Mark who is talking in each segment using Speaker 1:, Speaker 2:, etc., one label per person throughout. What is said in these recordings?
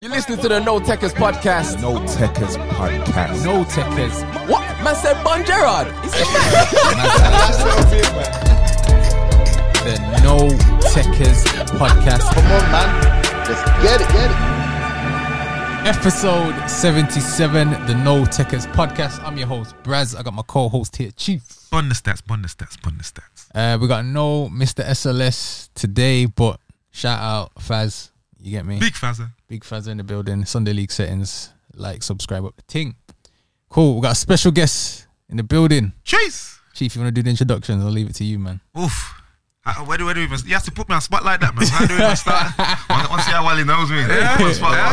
Speaker 1: You're listening to the No Techers podcast.
Speaker 2: No Techers podcast.
Speaker 3: No techers.
Speaker 1: What? Man said Bon Gerard. Is he mad?
Speaker 3: The No Techers Podcast,
Speaker 4: Come on, man. Let's get it, get it.
Speaker 3: episode 77. The No Techers Podcast. I'm your host, Braz. I got my co host here, Chief.
Speaker 2: Bun the stats, bun the stats, bun the stats.
Speaker 3: Uh, we got no Mr. SLS today, but shout out Faz. You get me?
Speaker 2: Big Fazza.
Speaker 3: Big Faz in the building. Sunday League settings. Like, subscribe, up the ting. Cool. We got a special guest in the building.
Speaker 2: Chase.
Speaker 3: Chief, you want to do the introductions? I'll leave it to you, man.
Speaker 2: Oof. Uh, where do, where do we even, you have to put me on spot like that, man. How do we even start? Once, once yeah, Wally knows me. Yeah, yeah, spot, yeah.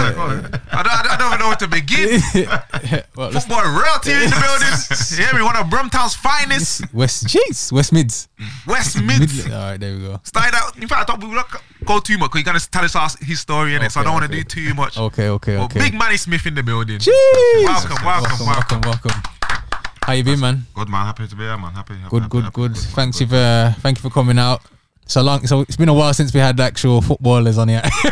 Speaker 2: I, don't, I don't- I don't even know where to begin.
Speaker 3: Well, let's-
Speaker 2: Football royalty in the building. Yeah, we one of Brumtown's finest.
Speaker 3: West, jeez, West Mids.
Speaker 2: West
Speaker 3: Midland.
Speaker 2: Mids.
Speaker 3: All right, there we go.
Speaker 2: Started out, in fact, I thought we would not go too much because you're going to tell us our, his story in it, so I
Speaker 3: Okay,
Speaker 2: don't want to
Speaker 3: okay.
Speaker 2: do too much.
Speaker 3: Okay, okay,
Speaker 2: But
Speaker 3: okay.
Speaker 2: Big Manny Smith in the building.
Speaker 3: Jeez.
Speaker 2: Welcome, welcome,
Speaker 3: welcome, welcome. How you been, man?
Speaker 2: Good man, happy to be here, man. Happy, happy
Speaker 3: Good,
Speaker 2: happy,
Speaker 3: good,
Speaker 2: happy,
Speaker 3: good.
Speaker 2: man,
Speaker 3: Thanks you for thank you for coming out. So long. So it's been a while since we had actual footballers on here, and
Speaker 2: It's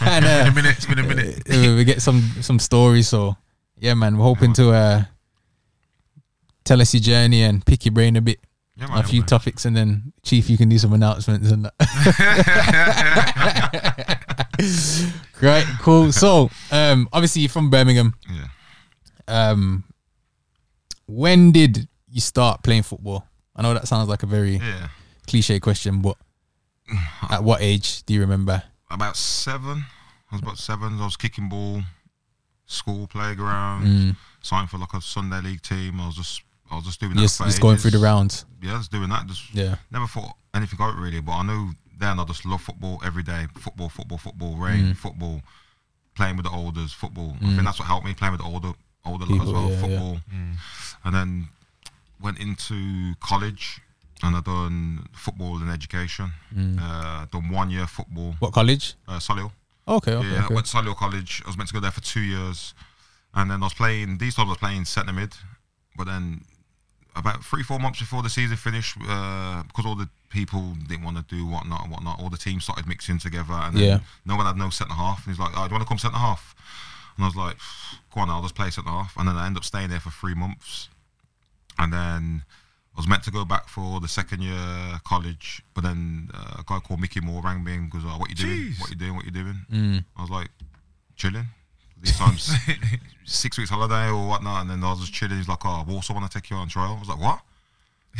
Speaker 2: been
Speaker 3: uh,
Speaker 2: a minute. It's been a minute.
Speaker 3: we we get some some stories. So yeah, man, we're hoping to uh, tell us your journey and pick your brain a bit,
Speaker 2: Yeah, man,
Speaker 3: on a few
Speaker 2: man.
Speaker 3: topics, and then Chief, you can do some announcements and that. Great, cool. So um, obviously you're from Birmingham.
Speaker 2: Yeah.
Speaker 3: um, when did you start playing football? I know that sounds like a very
Speaker 2: Yeah.
Speaker 3: cliche question, but at what age do you remember?
Speaker 2: About seven. I was about seven. I was kicking ball, school playground,
Speaker 3: Mm.
Speaker 2: signed for like a Sunday league team. I was just, I was just doing that.
Speaker 3: Just,
Speaker 2: for
Speaker 3: just going
Speaker 2: ages.
Speaker 3: through the rounds.
Speaker 2: Yeah, just doing that. Just
Speaker 3: Yeah.
Speaker 2: never thought anything of it really, but I knew then I just love football every day. Football, football, football, rain,
Speaker 3: Mm.
Speaker 2: football, playing with the olders, football. I think that's what helped me playing with the older older lot as
Speaker 3: People, yeah,
Speaker 2: well,
Speaker 3: yeah.
Speaker 2: football. And then went into college and I done football and education.
Speaker 3: Mm.
Speaker 2: Uh, done one year football,
Speaker 3: What college?
Speaker 2: uh, Solihull.
Speaker 3: Okay, okay,
Speaker 2: Yeah, I
Speaker 3: okay.
Speaker 2: went to Solihull College. I was meant to go there for two years, and then I was playing. These times I was playing centre mid, but then about three, four months before the season finished, uh, because all the people didn't want to do whatnot and whatnot, all the teams started mixing together, and then
Speaker 3: Yeah.
Speaker 2: no one had no centre half. And he's like, "Oh, do you want to come centre half?" And I was like, "Go on, I'll just play centre half." And then I ended up staying there for three months, and then. I was meant to go back for the second year college, but then uh, a guy called Mickey Moore rang me and goes, oh, "What you doing? What you doing? What you doing?" I was like, "Chilling." These times, six weeks holiday or whatnot, and then I was just chilling. He's like, "Oh, I also want to take you on trial." I was like, "What?"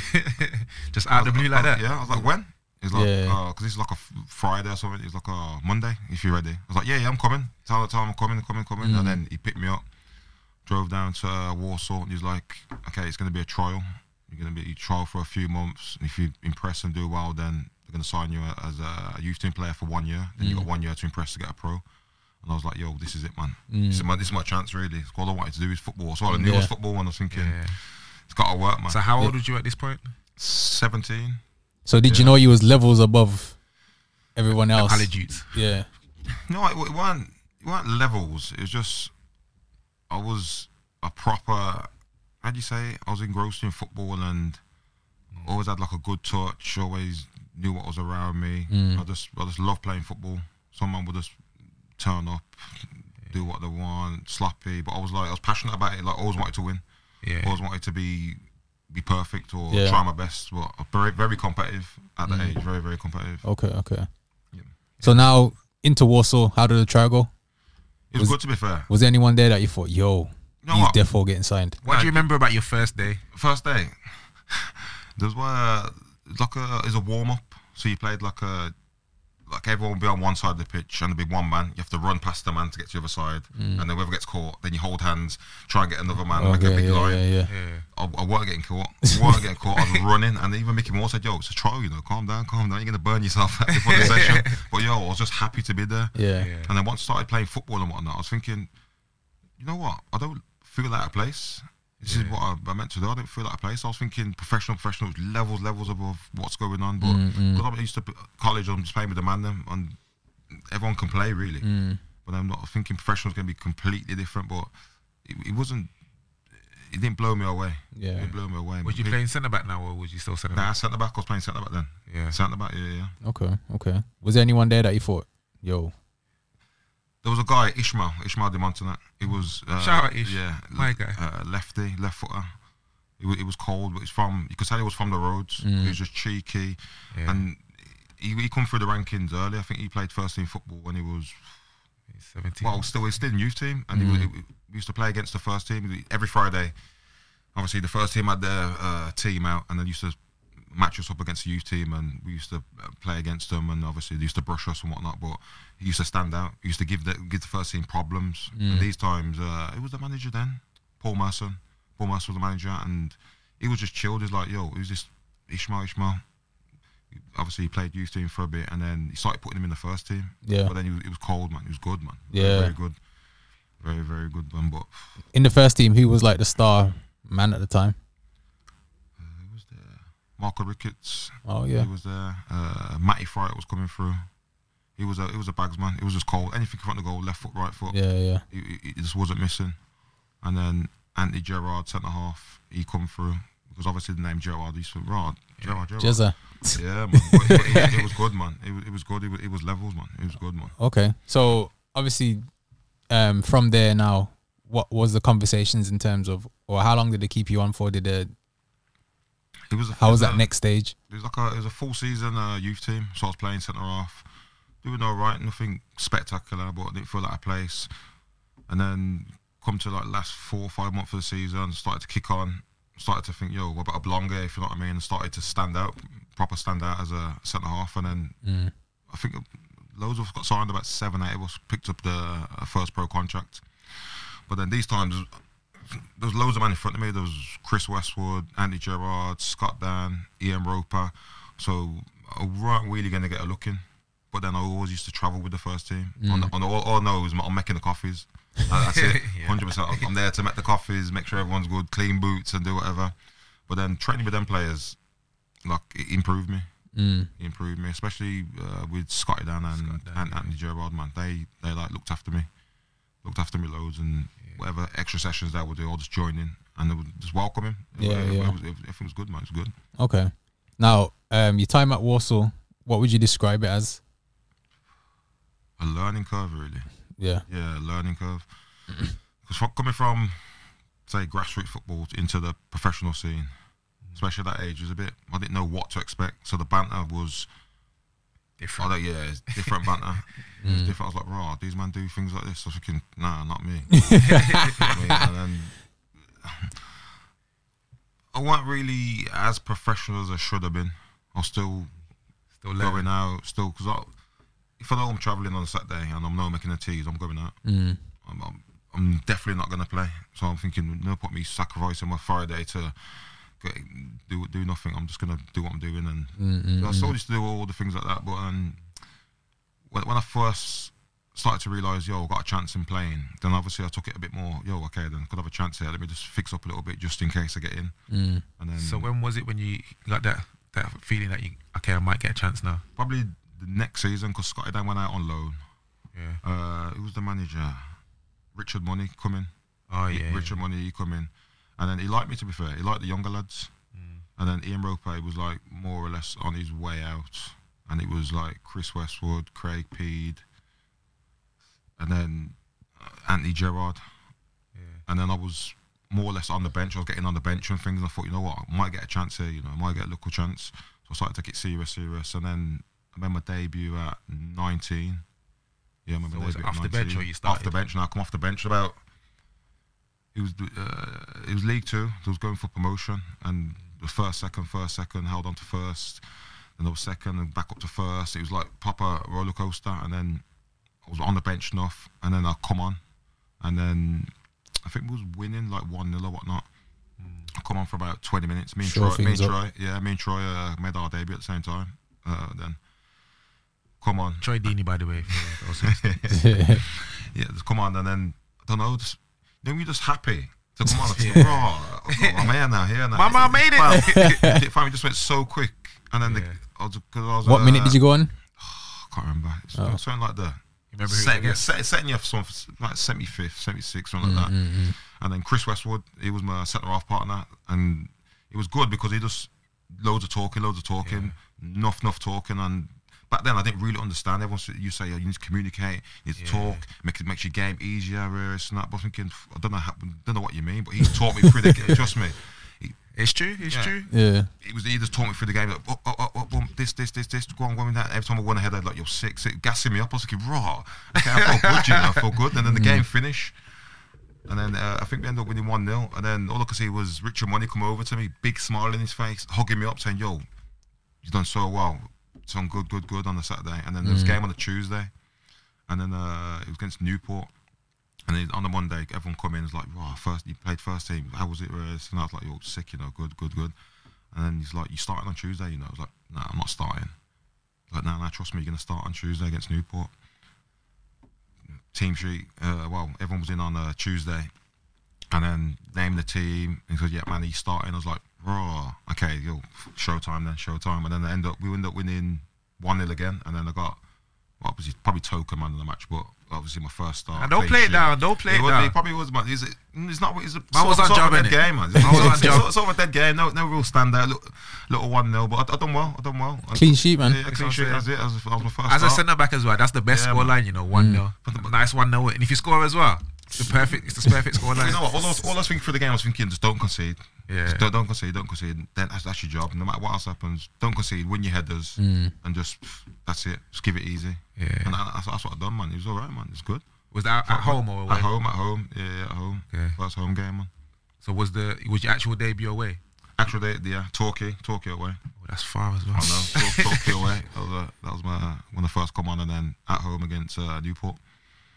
Speaker 5: Just out of the blue like that.
Speaker 2: Yeah, I was like, when? He's like, uh,
Speaker 3: Yeah.
Speaker 2: because it's like a f- Friday or something. He's like, uh, Monday, if you're ready. I was like, yeah, yeah, I'm coming. Tell the time I'm coming, coming, coming. And then he picked me up, drove down to uh, Warsaw, and he's like, okay, it's going to be a trial. You're going to be you trial for a few months. And if you impress and do well, then they're going to sign you as a youth team player for one year. Then
Speaker 5: Mm.
Speaker 2: you got one year to impress to get a pro. And I was like, yo, this is it, man.
Speaker 5: Mm.
Speaker 2: This, is my, this is my chance, really. It's all I wanted to do is football. So all I knew
Speaker 3: Yeah.
Speaker 2: was football, and I was thinking,
Speaker 5: Yeah.
Speaker 2: it's got to work, man.
Speaker 5: So how old were you at this point?
Speaker 2: 17.
Speaker 3: So did you know you was levels above everyone else?
Speaker 5: Allergies.
Speaker 3: Yeah.
Speaker 2: No, it, it weren't. It weren't levels. It was just I was a proper. How do you say? It? I was engrossed in football and
Speaker 5: Mm.
Speaker 2: always had like a good touch. Always knew what was around me.
Speaker 5: Mm.
Speaker 2: I just I just love playing football. Someone would just turn up, do what they want, sloppy. But I was like I was passionate about it. Like I always wanted to win.
Speaker 5: Yeah.
Speaker 2: Always wanted to be be perfect or
Speaker 3: Yeah.
Speaker 2: try my best. But I'm very very competitive at
Speaker 5: Mm.
Speaker 2: that age. Very very competitive.
Speaker 3: Okay, okay. So now into Warsaw, how did the trial go?
Speaker 2: It was, good to be fair.
Speaker 3: Was there anyone there that you thought, yo,
Speaker 2: know
Speaker 3: he's
Speaker 2: what?
Speaker 3: defo getting signed?
Speaker 5: What do you remember about your first day?
Speaker 2: first day. There's one uh, it's like a is a warm up. So you played like a like everyone would be on one side of the pitch and there'd be one man. You have to run past the man to get to the other side, and then whoever gets caught, then you hold hands, try and get another man, make
Speaker 3: Mm.
Speaker 2: a
Speaker 3: Okay,
Speaker 2: big
Speaker 3: yeah,
Speaker 2: line.
Speaker 3: yeah, yeah.
Speaker 2: I, I weren't getting caught. I weren't getting caught. I was running, and even Mickey Moore said, "Yo, it's a trial, you know. Calm down, calm down. You're gonna burn yourself before the session." But yo, I was just happy to be there.
Speaker 3: Yeah.
Speaker 5: Yeah.
Speaker 2: And then once I started playing football and whatnot, I was thinking, you know what? I don't feel out of place. This is what I, I meant to do. I don't feel out of place. I was thinking professional, professional levels, levels above what's going on. But
Speaker 5: Mm,
Speaker 2: because I used to p- college, I'm just playing with the man them, and everyone can play really.
Speaker 5: Mm.
Speaker 2: But I'm not thinking professional's going to be completely different. But it, it wasn't. It didn't blow me away.
Speaker 3: Yeah.
Speaker 2: It didn't blow me away.
Speaker 5: Was you
Speaker 2: Pe-
Speaker 5: playing centre back now, or was you still centre
Speaker 2: Nah,
Speaker 5: back?
Speaker 2: centre back. I was playing centre back then.
Speaker 5: Yeah.
Speaker 2: Centre back. Yeah, yeah.
Speaker 3: Okay, okay. Was there anyone there that you thought, yo,
Speaker 2: There was a guy, Ishmael, Ishmael de Montanet. He was uh,
Speaker 5: Shout out Ish.
Speaker 2: Yeah,
Speaker 5: My
Speaker 2: le-
Speaker 5: guy.
Speaker 2: Uh, lefty, left footer. It was, it was cold, but it's from you could tell he was from the roads. He was just cheeky,
Speaker 5: Yeah.
Speaker 2: and he, he come through the rankings early. I think he played first team football when he was
Speaker 5: He's 17.
Speaker 2: well, still he's still in youth team, and he, was- he used to play against the first team every Friday. Obviously, the first team had their uh, team out, and they used to match us up against the youth team, and we used to uh, play against them, and obviously they used to brush us and whatnot. But he used to stand out. He used to give the give the first team problems. And these times, uh, who was the manager then? Paul Merson. Paul Merson was the manager, and he was just chilled. He's like, "Yo, who's this Ishmael? Ishmael." Obviously, he played youth team for a bit, and then he started putting him in the first team.
Speaker 3: Yeah.
Speaker 2: But then he was, he was cold, man. He was good, man.
Speaker 3: Yeah.
Speaker 2: Very good. Very, very good one. But
Speaker 3: In the first team, who was like the star man at the time?
Speaker 2: who was there? Marco Ricketts.
Speaker 3: Oh, yeah.
Speaker 2: He was there. Uh, Matty Fright was coming through. He was a he was a bags man. It was just cold. Anything in front of the goal, left foot, right foot.
Speaker 3: Yeah, yeah.
Speaker 2: He, he- he just wasn't missing. And then Anthony Gerrard, centre half, he come through because obviously the name Gerrard, he's from Rod. Gerrard, Gerrard.
Speaker 3: Jezza.
Speaker 2: Yeah, man. But, but it, it was good, man. It, was- it was good. It was, it was levels, man. It was good, man.
Speaker 3: Okay. So obviously, um, from there now, what was the conversations in terms of, or how long did they keep you on for? Did they,
Speaker 2: It was. a-
Speaker 3: how was
Speaker 2: uh,
Speaker 3: that next stage?
Speaker 2: it was like a it was a full season uh, youth team, so I was playing centre half, doing all right, nothing spectacular, but I didn't feel out of place. And then come to like last four or five months of the season, started to kick on, started to think, yo, what about a blonde if you know what I mean? And started to stand out, proper stand out as a centre half. And then I think loads of us got signed, about seven, eight of us picked up the uh, first pro contract. But then these times, there was loads of men in front of me. There was Chris Westwood, Andy Gerrard, Scott Dan, Ian Roper. So I weren't really going to get a look in. But then I always used to travel with the first team. On, on all, all I know is I'm making the coffees. Uh, That's it,
Speaker 5: Yeah.
Speaker 2: hundred percent. I'm there to make the coffees, make sure everyone's good, clean boots, and do whatever. But then training with them players, like it improved me. Mm. Improved me, especially uh, with Scotty Dan and, and Anthony Gerrard. Man, they they like looked after me looked after me loads and whatever extra sessions that I would do, I'll just join in and they would just welcome him. It-
Speaker 3: Yeah,
Speaker 2: it,
Speaker 3: yeah.
Speaker 2: It was, it, it was good, man. It was good.
Speaker 3: Okay. Now, um, your time at Warsaw, what would you describe it as?
Speaker 2: A learning curve, really.
Speaker 3: Yeah.
Speaker 2: Yeah, a learning curve. Because coming from, say, grassroots football into the professional scene, especially at that age, was a bit, I didn't know what to expect. So the banter was
Speaker 5: Different.
Speaker 2: I don't, yeah, it's different banter. It's different. I was like, raw, these men do things like this. I was thinking, nah, not me. You know what I mean? and then I weren't really as professional as I should have been. I was still
Speaker 5: Still
Speaker 2: going
Speaker 5: learning.
Speaker 2: out, still, because I, if I know I'm travelling on Saturday and I'm not making the teas, I'm going out. I'm, I'm, I'm definitely not going to play. So I'm thinking, no point me sacrificing my Friday to get, do do nothing. I'm just going to do what I'm doing. And
Speaker 3: Mm-hmm.
Speaker 2: I still used to do all the things like that. But um, when, when I first started to realise, yo, I got a chance in playing, then obviously I took it a bit more, yo, okay, then could have a chance here. Let me just fix up a little bit just in case I get in. And then
Speaker 5: So when was it when you got that that feeling that you okay I might get a chance now?
Speaker 2: probably the next season, because Scotty Dan went out on loan.
Speaker 5: Yeah.
Speaker 2: Uh, who was the manager? Richard Money coming.
Speaker 5: Oh yeah.
Speaker 2: Richard Money, he come in. And then he liked me, to be fair. He liked the younger lads.
Speaker 5: Mm.
Speaker 2: And then Ian Roper was like more or less on his way out. And it was like Chris Westwood, Craig Peed, and then uh, Anthony Gerrard. And then I was more or less on the bench. I was getting on the bench and things. And I thought, you know what, I might get a chance here. You know, I might get a local chance. So I started to get serious, serious. And then I made my debut at 19. Yeah, I made my
Speaker 5: So was it
Speaker 2: debut at
Speaker 5: off the bench
Speaker 2: 19.
Speaker 5: or you
Speaker 2: Off the
Speaker 5: started?
Speaker 2: bench. Now I come off the bench about it was uh, it was League Two. They was going for promotion, and the first, second, first, second held on to first, and I was second and back up to first. It was like proper roller coaster, and then I was on the bench enough, and then I come on, and then I think we was winning like one 0 or whatnot.
Speaker 5: Hmm.
Speaker 2: I come on for about twenty minutes. Me and
Speaker 3: Shore
Speaker 2: Troy, me and
Speaker 3: things up.
Speaker 2: Troy, yeah, me and Troy uh, made our debut at the same time. Uh, then come on,
Speaker 5: Troy Deeney, by the way. for those who-
Speaker 2: yeah, just come on, and then I don't know, just then we just happy. So come on, I think, "Raw, I'm here now, here now.
Speaker 5: Mama, I made
Speaker 2: it. Fam, it- fam, it just went so quick, and then
Speaker 5: Yeah.
Speaker 2: the, I was, 'cause I was,
Speaker 3: What
Speaker 2: uh,
Speaker 3: minute did you Oh. go on?
Speaker 2: I can't remember. It's something like that.
Speaker 5: Remember who
Speaker 2: Setting,
Speaker 5: it
Speaker 2: yeah,
Speaker 5: was?
Speaker 2: set, setting you up something like seventy fifth, seventy sixth, something
Speaker 5: Mm,
Speaker 2: like that. And then Chris Westwood, he was my centre half partner, and it was good because he just loads of talking, loads of talking, enough, enough talking, and back then I didn't really understand. Everyone said- you say "Oh, you need to communicate, you need to talk, make it makes your game easier. Uh, it's not. But I'm thinking, "F- I don't know, how, don't know what you mean, but he's taught me through the game. Trust me, he,
Speaker 5: It's true. It's
Speaker 2: Yeah.
Speaker 5: true.
Speaker 3: Yeah.
Speaker 2: he was he just taught me through the game. Like, up, up, up, up, boom, this, this, this, this. Go on, woman. That every time I went ahead, I'd like you're six, it gassing me up. I was like, raw. Okay, I felt good, you know, I felt good. And then the game finished. And then uh, I think we ended up winning 1 0. And then all I could see was Richard Money come over to me, big smile in his face, hugging me up, saying, Yo, you've done so well. It's on good, good, good on the Saturday. And then there was a game on the Tuesday. And then uh, it was against Newport. And then on the Monday, everyone come in and was like, "Wow, first you played first team. How was it?" And I was like, "You're sick, you know, good, good, good." And then he's like, "You starting on Tuesday?" You know, I was like, "No, I'm not starting." He's Like, no, no, trust me, you're gonna start on Tuesday against Newport. Team sheet. Uh, well, everyone was in on uh, Tuesday, and then named the team. And he said, "Yeah, man, he's starting." I was like, "Raw, okay, yo, showtime then, showtime." And then they end up, we end up winning one 0 again, and then I got. Well, obviously, probably token man of the match, but obviously my first start.
Speaker 5: And don't
Speaker 2: clean
Speaker 5: play it
Speaker 2: sheet.
Speaker 5: down, don't play it
Speaker 2: was-
Speaker 5: down.
Speaker 2: He probably was, man. He's, he's not. He's a,
Speaker 5: Man was
Speaker 2: sort-
Speaker 5: on
Speaker 2: sort of
Speaker 5: job,
Speaker 2: a dead
Speaker 5: innit?
Speaker 2: game, man.
Speaker 5: Man was on
Speaker 2: It's
Speaker 5: job.
Speaker 2: sort, sort of a dead game. No, no real standout. Little, little one 0 but I, I done well. I done well. I-
Speaker 3: Clean sheet, man.
Speaker 2: Yeah,
Speaker 5: That's what I'm
Speaker 2: clean sheet.
Speaker 5: saying.
Speaker 2: That's it. That was, that was my first.
Speaker 5: As a
Speaker 2: start.
Speaker 5: centre back as well, that's the best
Speaker 2: Yeah,
Speaker 5: scoreline,
Speaker 2: man. Mm.
Speaker 5: you know, one 0 nice one 0 and if you score as well, it's the perfect, it's the perfect scoreline.
Speaker 2: You know what? All I, was, all I was thinking for the game, I was thinking, just don't concede.
Speaker 5: Yeah.
Speaker 2: Just don't, don't concede. Don't concede. Then that's, that's your job. No matter what else happens, don't concede. Win your headers, and just that's it. Just give it easy.
Speaker 5: Yeah.
Speaker 2: And that, that's, that's what I done, man. It was all right, man. It was good.
Speaker 5: Was that at home or away?
Speaker 2: At home, at home. Yeah, yeah, at home.
Speaker 5: Okay.
Speaker 2: First home game, man.
Speaker 5: So was the was your actual debut away?
Speaker 2: Actually, they- yeah, Torquay, Torquay away.
Speaker 5: Oh, that's far as well.
Speaker 2: I know, Tor- Torquay away. That was, uh, that was my when I first come on, and then at home against uh, Newport.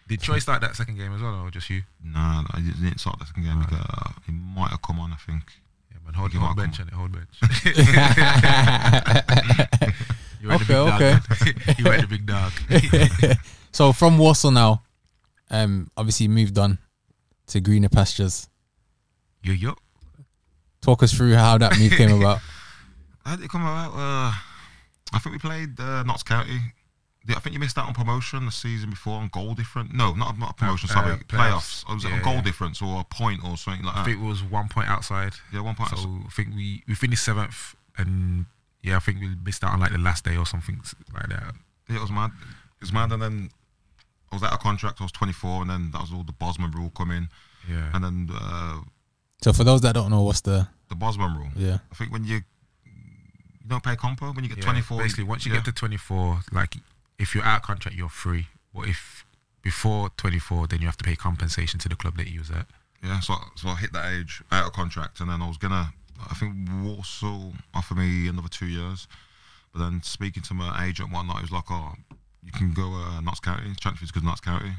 Speaker 5: Did Troy start that second game as well, or just you?
Speaker 2: Nah, I didn't start the second game. Uh, he might have come on, I think.
Speaker 5: Yeah, man, hold,
Speaker 2: You
Speaker 5: hold
Speaker 2: are,
Speaker 5: bench
Speaker 2: come
Speaker 5: on it, hold bench. you were
Speaker 3: Okay,
Speaker 5: the big dog. you were the big dog.
Speaker 3: so from Warsaw now, um, obviously you moved on to greener pastures.
Speaker 5: Yo yo.
Speaker 3: Talk us through how that move came about.
Speaker 2: How did it come about? Uh, I think we played uh, Notts County. Yeah, I think you missed out on promotion the season before on goal different. No, not not promotion.
Speaker 5: Uh,
Speaker 2: sorry,
Speaker 5: uh, playoffs.
Speaker 2: playoffs. I was
Speaker 5: Yeah,
Speaker 2: on goal
Speaker 5: yeah.
Speaker 2: difference or a point or something like
Speaker 5: I
Speaker 2: that.
Speaker 5: think it was one point outside.
Speaker 2: yeah, one point.
Speaker 5: So I think we we finished seventh, and yeah, I think we missed out on like the last day or something s- like that.
Speaker 2: Yeah, it was mad. It was mad, and then I was out of contract. I was 24, and then that was all the Bosman rule come in,
Speaker 5: Yeah.
Speaker 2: and then uh,
Speaker 3: so for those that don't know, what's the
Speaker 2: the Bosman rule.
Speaker 3: yeah?
Speaker 2: I think when you you don't pay compo when you get
Speaker 5: Yeah,
Speaker 2: 24.
Speaker 5: Basically, once you
Speaker 2: yeah.
Speaker 5: get to 24, like if you're out of contract, you're free. But if before 24, then you have to pay compensation to the club that you was at.
Speaker 2: Yeah, so so I hit that age out of contract, and then I was gonna. I think Warsaw offered me another two years, but then speaking to my agent and whatnot, he was like, "Oh, you can go uh, Notts County, transfers good Notts County."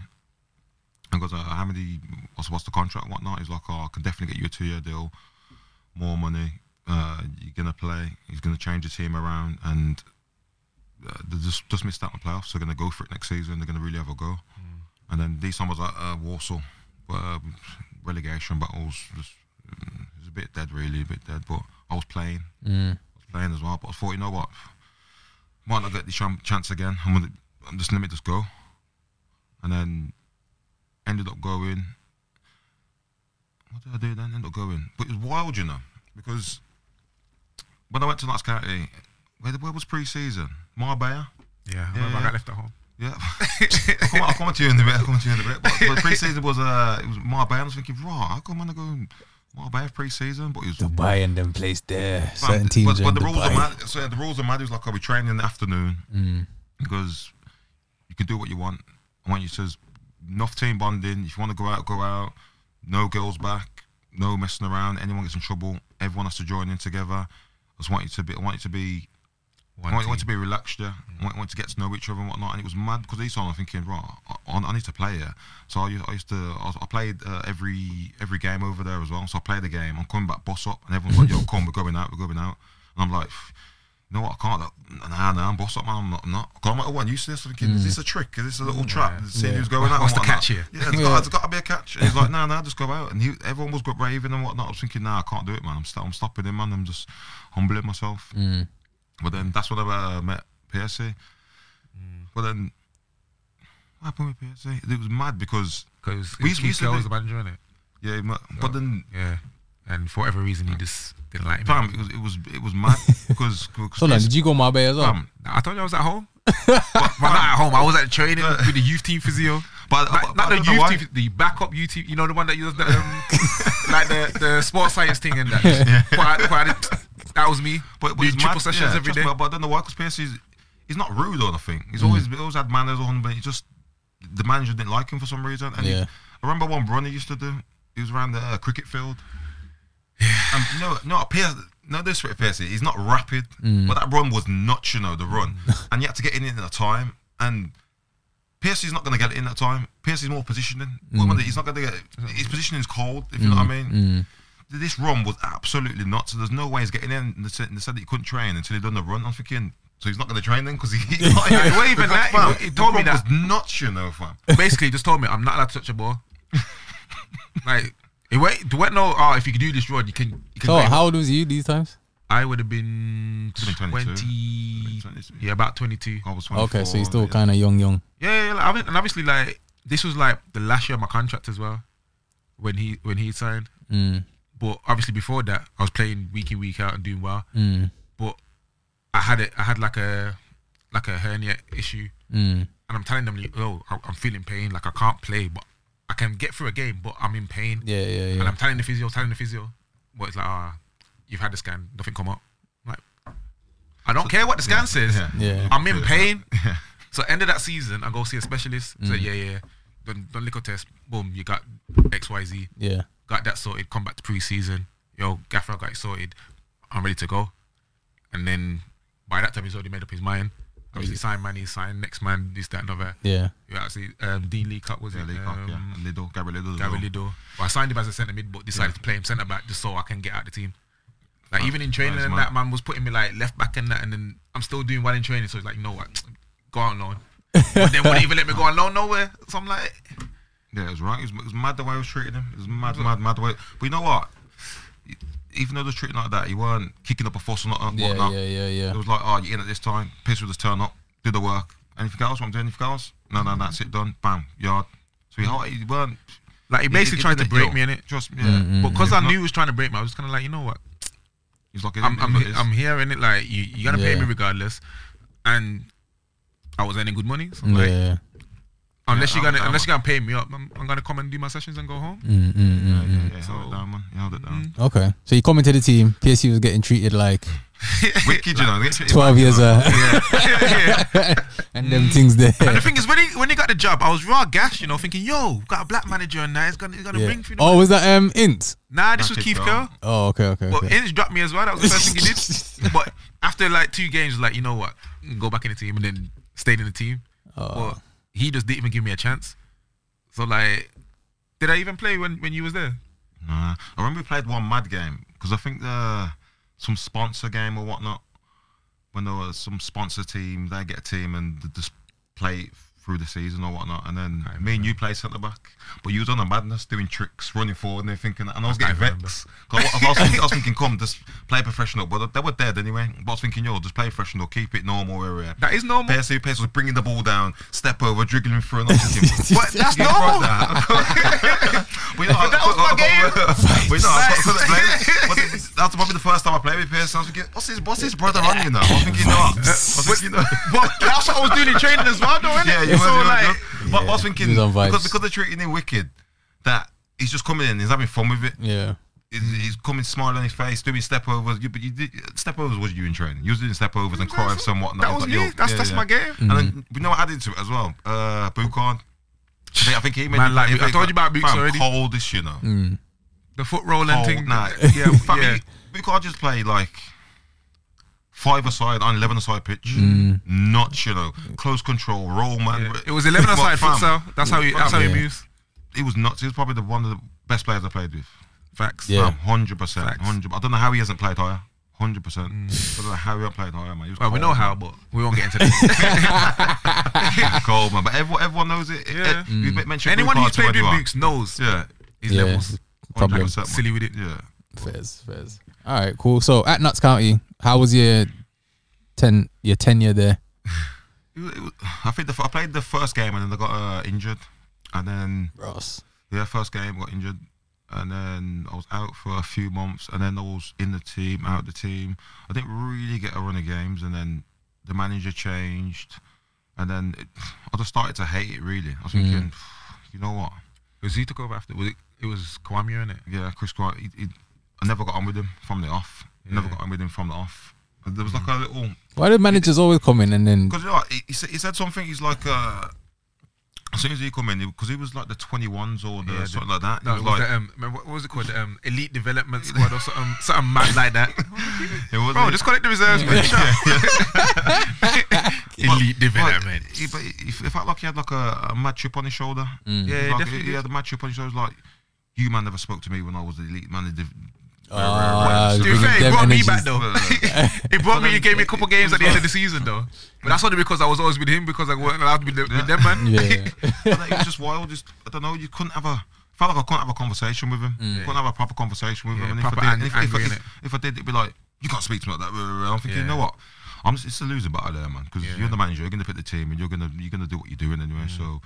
Speaker 2: And goes, uh, "How many? What's, what's the contract and whatnot?" He's like, "Oh, I can definitely get you a two-year deal, more money. Uh, you're gonna play. He's gonna change the team around, and uh, they just just missed out on playoffs. They're gonna go for it next season. They're gonna really have a go." And then these time I was at uh, Warsaw, but um, relegation battles just mm, it was a bit dead, really, a bit dead. But I was playing,
Speaker 3: Mm.
Speaker 2: I was playing as well. But I thought, you know what, might not get the cham- chance again. I'm gonna, I'm just let me just go. And then ended up going. What did I do then? Ended up going, but it was wild, you know, because when I went to Notts County, where, where was pre-season? Marbella.
Speaker 5: Yeah, I remember I
Speaker 2: yeah.
Speaker 5: got left at home.
Speaker 2: Yeah, I'll, come, I'll come to you in a bit. I'll come to you in a bit. But, but pre-season was uh, it was Marbella. I was thinking, raw. How come when I go Marbella pre-season? But it was
Speaker 3: Dubai and them place there.
Speaker 2: Fam,
Speaker 3: Certain teams
Speaker 2: But,
Speaker 3: are in
Speaker 2: but the rules are
Speaker 3: Dubai.
Speaker 2: mad. So yeah, the rules are mad. It was like, are we training in the afternoon? Because you can do what you want. And when you says enough team bonding, if you want to go out, go out. No girls back. No messing around. Anyone gets in trouble, everyone has to join in together. I just want you to be. I want you to be
Speaker 5: One
Speaker 2: I want, I want to
Speaker 5: team. Mm.
Speaker 2: be relaxed, yeah. I want, I want to get to know each other and whatnot. And it was mad because these times I'm thinking, right, I, I, I need to play here. So I used, I used to, I, was- I played uh, every every game over there as well. So I played the game. I'm coming back, boss up, and everyone's like, yo, come, we're going out, we're going out. And I'm like, you know what, I can't. Like, nah, nah, I'm boss up, man. I'm not. I'm not. 'Cause I'm like, oh, I'm used to this. I'm thinking,
Speaker 5: Mm.
Speaker 2: is this a trick? Is this a little trap? See who's going out.
Speaker 5: What's
Speaker 2: and
Speaker 5: the
Speaker 2: whatnot.
Speaker 5: catch here?
Speaker 2: Yeah, there's got, there's got to be a catch. And he's like, nah, nah, just go out. And he, everyone was got raving and whatnot. I was thinking, nah, I can't do it, man. I'm, st- I'm stopping him, man. I'm just humbling myself.
Speaker 5: Mm.
Speaker 2: But then that's when I uh, met PSC. But then what happened with PSC? It was mad because
Speaker 5: Because
Speaker 2: We
Speaker 5: we,
Speaker 2: used to
Speaker 5: was the
Speaker 2: do-
Speaker 5: manager in it.
Speaker 2: yeah, ma- but then
Speaker 5: Yeah, and for whatever reason, he just didn't like me.
Speaker 2: fam, it was it was it was mad because
Speaker 3: So, like, did you go Marbella as well?
Speaker 2: fam,
Speaker 5: I told you I was at home. But not at home. I was at training with the youth team physio. not,
Speaker 2: But- but-
Speaker 5: not
Speaker 2: but I
Speaker 5: the
Speaker 2: don't know
Speaker 5: youth
Speaker 2: why.
Speaker 5: team, the backup youth team. You know the one that you the, um, like the the sports science thing and that. Quite- quite- that was me.
Speaker 2: But, but
Speaker 5: Doing
Speaker 2: he's
Speaker 5: triple
Speaker 2: mad-
Speaker 5: sessions
Speaker 2: yeah,
Speaker 5: every
Speaker 2: trust
Speaker 5: day. Mm.
Speaker 2: me, but then the Walker Pierce is he's not rude or nothing. He's always always had manners on, but he just the manager didn't like him for some reason. And he-
Speaker 3: Yeah.
Speaker 2: I remember one run he used to do. He was around the uh, cricket field. Yeah. And no, no, Pierce, no disrespect, to Pierce. He's not rapid,
Speaker 5: Mm.
Speaker 2: but that run was nuts. You know the run, and you had to get in in a time. And Pierce is not going to get it in that time. Pierce is more positioning. Well, He's not going to get it. his positioning is cold. If you know what I mean this run was absolutely nuts. So there's no way he's getting in. And they said, they said that he couldn't train until he'd done the run. I'm thinking, so he's not going to train then because he. he's not
Speaker 5: It wasn't even that,
Speaker 2: Fam,
Speaker 5: he- he
Speaker 2: the
Speaker 5: told me
Speaker 2: run
Speaker 5: that.
Speaker 2: was nuts, you know, fam.
Speaker 5: basically just told me I'm not allowed to touch a ball. like it went, there went no. Oh, if you can do this run, you can. You can
Speaker 3: Oh,
Speaker 5: make it."
Speaker 3: how old was you these times?
Speaker 5: I would have been
Speaker 2: Could've been
Speaker 5: 20,
Speaker 2: 22.
Speaker 5: yeah, about 22.
Speaker 2: I was
Speaker 3: Okay, so you're still
Speaker 2: 24,
Speaker 3: kind of young, young.
Speaker 5: Yeah, yeah, like, I mean, and obviously, like this was like the last year of my contract as well, when he when he signed.
Speaker 3: Mm.
Speaker 5: But obviously, before that, I was playing week in week out and doing well.
Speaker 3: Mm.
Speaker 5: But I had it. I had like a like a hernia issue,
Speaker 3: Mm.
Speaker 5: and I'm telling them, like, oh, I- I'm feeling pain. Like I can't play, but I can get through a game, but I'm in pain.
Speaker 3: Yeah, yeah,
Speaker 5: And
Speaker 3: yeah.
Speaker 5: I'm telling the physio, telling the physio, but it's like, ah, you've had the scan, nothing come up. I'm like, I don't care what the scan says.
Speaker 2: yeah.
Speaker 3: Yeah.
Speaker 5: I'm in pain. So end of that season, I go see a specialist.
Speaker 2: Mm.
Speaker 5: So yeah, yeah, done, done liquor test. Boom, you got X, Y, Z.
Speaker 3: Yeah.
Speaker 5: Got that sorted. Come back to pre-season. Yo, Gaffer, I got it sorted. I'm ready to go. And then by that time, he's already made up his mind. Obviously, sign man, he's signed. Next man, this, that, another.
Speaker 3: Yeah.
Speaker 5: Yeah, actually, um, Dean Leacock was
Speaker 2: Yeah,
Speaker 5: it?
Speaker 2: Lee Cock,
Speaker 5: Um,
Speaker 2: yeah. And Liddle, Gary Liddle. as
Speaker 5: Gary
Speaker 2: well.
Speaker 5: Lido. Well, I signed him as a centre mid, but decided to play him centre back just so I can get out the team. Like even in training,
Speaker 2: Nice,
Speaker 5: and
Speaker 2: man.
Speaker 5: that man was putting me like left back and that, and then I'm still doing well in training. So he's like, you know what, go on loan. but then wouldn't even let me go on loan nowhere. So I'm like,
Speaker 2: Yeah, it was right. It was, it was mad the way I was treating him. It was mad, mad, mad way. But you know what? Even though they was treating like that, he weren't kicking up a fuss or not. uh,
Speaker 3: Yeah,
Speaker 2: whatnot.
Speaker 3: yeah, yeah, yeah.
Speaker 2: It was like, oh, you're in at this time. Piss will just turn up, do the work. Anything else? Want to do anything else? No, no, that's it done. Bam, yard. So he, he weren't.
Speaker 5: like he basically
Speaker 2: he-
Speaker 5: tried to
Speaker 2: he-
Speaker 5: break
Speaker 2: yo,
Speaker 5: me in it.
Speaker 2: Trust me.
Speaker 5: But because
Speaker 2: He's
Speaker 5: I
Speaker 2: mm, not-
Speaker 5: knew he was trying to break me, I was kind of like, you know what,
Speaker 2: He's like,
Speaker 5: I'm I'm,
Speaker 2: it is.
Speaker 5: I'm here in it. Like you, you gotta pay
Speaker 3: Yeah.
Speaker 5: me regardless, and I was earning good money. So I'm like,
Speaker 3: Yeah.
Speaker 5: unless
Speaker 2: Yeah,
Speaker 5: you're
Speaker 2: I'm-
Speaker 5: gonna
Speaker 2: I'm-
Speaker 5: unless you're gonna pay me up, I'm, I'm gonna come and do my sessions and go home.
Speaker 3: Mm, mm, mm.
Speaker 2: Yeah, yeah, yeah, held it down, man. He held it
Speaker 5: Mm-hmm.
Speaker 2: down.
Speaker 3: Okay. So you come into the team, PSU was getting treated like
Speaker 2: Wicked, you know. they get treated
Speaker 3: 12
Speaker 2: bad, you
Speaker 3: years
Speaker 2: know.
Speaker 3: old
Speaker 5: yeah.
Speaker 3: and them things there.
Speaker 5: And the thing is, when he when he got the job, I was raw gash, you know, thinking, "Yo, got a black manager and that. It's gonna, it's gonna
Speaker 3: Yeah.
Speaker 5: bring through." The
Speaker 3: Oh, was that um Int?
Speaker 5: nah, this was
Speaker 2: That's it,
Speaker 5: Keith
Speaker 2: bro.
Speaker 5: Kerr.
Speaker 3: Oh, okay, okay.
Speaker 5: But
Speaker 3: okay.
Speaker 5: Inge dropped me as well. That was the first thing he did. But after like two games, like you know what, go back in the team and then stayed in the team.
Speaker 3: Oh.
Speaker 5: But he just didn't even give me a chance. So like, did I even play when when you was there?
Speaker 2: Nah. I remember we played one mad game because I think the some sponsor game or whatnot. When there was some sponsor team, they get a team and they just play it through the season or whatnot. And then me and you play centre back, but you was on a madness doing tricks, running forward, and they thinking, and I was getting
Speaker 5: can't
Speaker 2: vexed. 'Cause I, was- I was thinking, I was thinking, come, just play professional. But they were dead anyway. But I was thinking, yo, just play professional, keep it normal area.
Speaker 5: That is normal.
Speaker 2: PSU Pace was bringing the ball down, step over, dribbling through, and I'm thinking,
Speaker 5: But that's
Speaker 2: you brought
Speaker 5: normal.
Speaker 2: that. but you know,
Speaker 5: That was my game.
Speaker 2: But you know, I was
Speaker 5: Facts.
Speaker 2: playing- but this- that's probably the first time I played with Pierce. I was thinking, what's his, what's his brother on, you know? I was thinking, no. I was thinking, no.
Speaker 5: But that's what I was doing in training as well, though, innit?
Speaker 2: Yeah, you were,
Speaker 5: so
Speaker 2: you were,
Speaker 5: like,
Speaker 2: you were. But I was
Speaker 3: Yeah,
Speaker 2: thinking,
Speaker 3: he was on vibes.
Speaker 2: because, because they're treating him wicked, that he's just coming in, he's having fun with it.
Speaker 3: yeah.
Speaker 2: He's, he's coming, smiling on his face, doing step overs. You, but you did, step overs was you in training. You was doing step overs and crosses and whatnot.
Speaker 5: that was
Speaker 2: But,
Speaker 5: me.
Speaker 2: yo,
Speaker 5: That's
Speaker 2: yeah,
Speaker 5: that's
Speaker 2: yeah. Mm.
Speaker 5: my game.
Speaker 2: And then we know what added to it as well. Uh, Bukan. I think- I think he made.
Speaker 5: Man, like,
Speaker 2: he
Speaker 5: I
Speaker 2: made-
Speaker 5: told you about Boots
Speaker 2: fam,
Speaker 5: already.
Speaker 2: Cold as you know.
Speaker 5: The foot rolling
Speaker 2: Cold.
Speaker 5: thing.
Speaker 2: Nah,
Speaker 5: Yeah,
Speaker 2: fam,
Speaker 5: yeah.
Speaker 2: he- Bukan just played like five aside on eleven aside pitch. Not you know close control roll man.
Speaker 5: It was 11
Speaker 2: But,
Speaker 5: aside
Speaker 2: fam,
Speaker 5: futsal. That's how he, that's how he
Speaker 3: Yeah.
Speaker 5: moves.
Speaker 2: He was nuts. He was probably the one of the best players I played with.
Speaker 5: Facts.
Speaker 3: Yeah.
Speaker 2: hundred percent.
Speaker 5: Facts. Mm.
Speaker 2: Hundred. I don't know how he hasn't played higher. Hundred percent. I don't know how he hasn't played higher, man. He was
Speaker 5: Well, we know
Speaker 2: cold, man.
Speaker 5: how, but we won't get into that.
Speaker 2: cold man. But everyone, everyone knows it.
Speaker 5: Yeah.
Speaker 2: Eh, we mentioned
Speaker 5: Anyone
Speaker 2: Bukan
Speaker 5: who's
Speaker 2: to
Speaker 5: played with
Speaker 2: anyone.
Speaker 5: Books knows
Speaker 2: Yeah.
Speaker 5: his
Speaker 3: Yeah.
Speaker 5: levels.
Speaker 3: Problem.
Speaker 2: 100%, man.
Speaker 5: Silly with it.
Speaker 2: Yeah.
Speaker 3: Fairs, fairs. All right, cool. So at Notts County, how was your ten your tenure there?
Speaker 2: It was- it was- I think the, f- I played the first game and then I got uh, injured, and then
Speaker 3: Ross.
Speaker 2: yeah, first game got injured, and then I was out for a few months, and then I was in the team, out the team. I didn't really get a run of games, and then the manager changed, And then it, I just started to hate it really. I was thinking, you know what?
Speaker 5: Was he took over after? Was it? It was Kwame in it.
Speaker 2: Yeah, Chris Grant. He, he, I never got on with him from the off. Never got on with him from the off. And There was like a little
Speaker 3: Why do managers always come in and then
Speaker 2: because you know what, he, he, said, he said something. He's like, uh, as soon as he come in, because he, was like the twenty ones or the
Speaker 5: Yeah, the-
Speaker 2: something like that. He
Speaker 5: No, it
Speaker 2: was
Speaker 5: was
Speaker 2: like,
Speaker 5: the, um, remember what was it called? The, um, elite Development Squad or something, something mad like that.
Speaker 2: it was
Speaker 5: Bro, Oh, just collect the reserves, man. Shut up. elite Development.
Speaker 2: He, but he, he felt like he had like a, a mad chip on his shoulder.
Speaker 5: Mm. Yeah,
Speaker 2: Like,
Speaker 5: he definitely
Speaker 2: he, he
Speaker 5: did.
Speaker 2: had a mad chip on his shoulder. It was Like, you man never spoke to me when I was the elite man. of the-
Speaker 3: Ah,
Speaker 5: To be
Speaker 3: bringing
Speaker 5: fair, it
Speaker 3: them
Speaker 5: brought me
Speaker 3: energies.
Speaker 5: back though. it brought me. It gave me a couple games at the
Speaker 2: like-
Speaker 5: end of the season though. But that's only because I was always with him because I wasn't allowed to be the, with them, man.
Speaker 3: Yeah.
Speaker 2: But like, it was just wild. Just, I don't know. You couldn't have a. Felt like I couldn't have a conversation with him. Couldn't have a proper conversation with
Speaker 5: Mm. Yeah,
Speaker 2: him.
Speaker 5: proper
Speaker 2: I
Speaker 5: ang-
Speaker 2: did, if,
Speaker 5: angry,
Speaker 2: if,
Speaker 5: innit?
Speaker 2: if, if I did, it'd be like, you can't speak to me like that. blah, blah, blah." I'm thinking,
Speaker 5: Yeah.
Speaker 2: you know what? I'm. It's a losing battle there, man. Because
Speaker 5: Yeah. Mm.
Speaker 2: you're the manager. You're gonna pick the team, and you're gonna you're gonna do what you're doing anyway. So,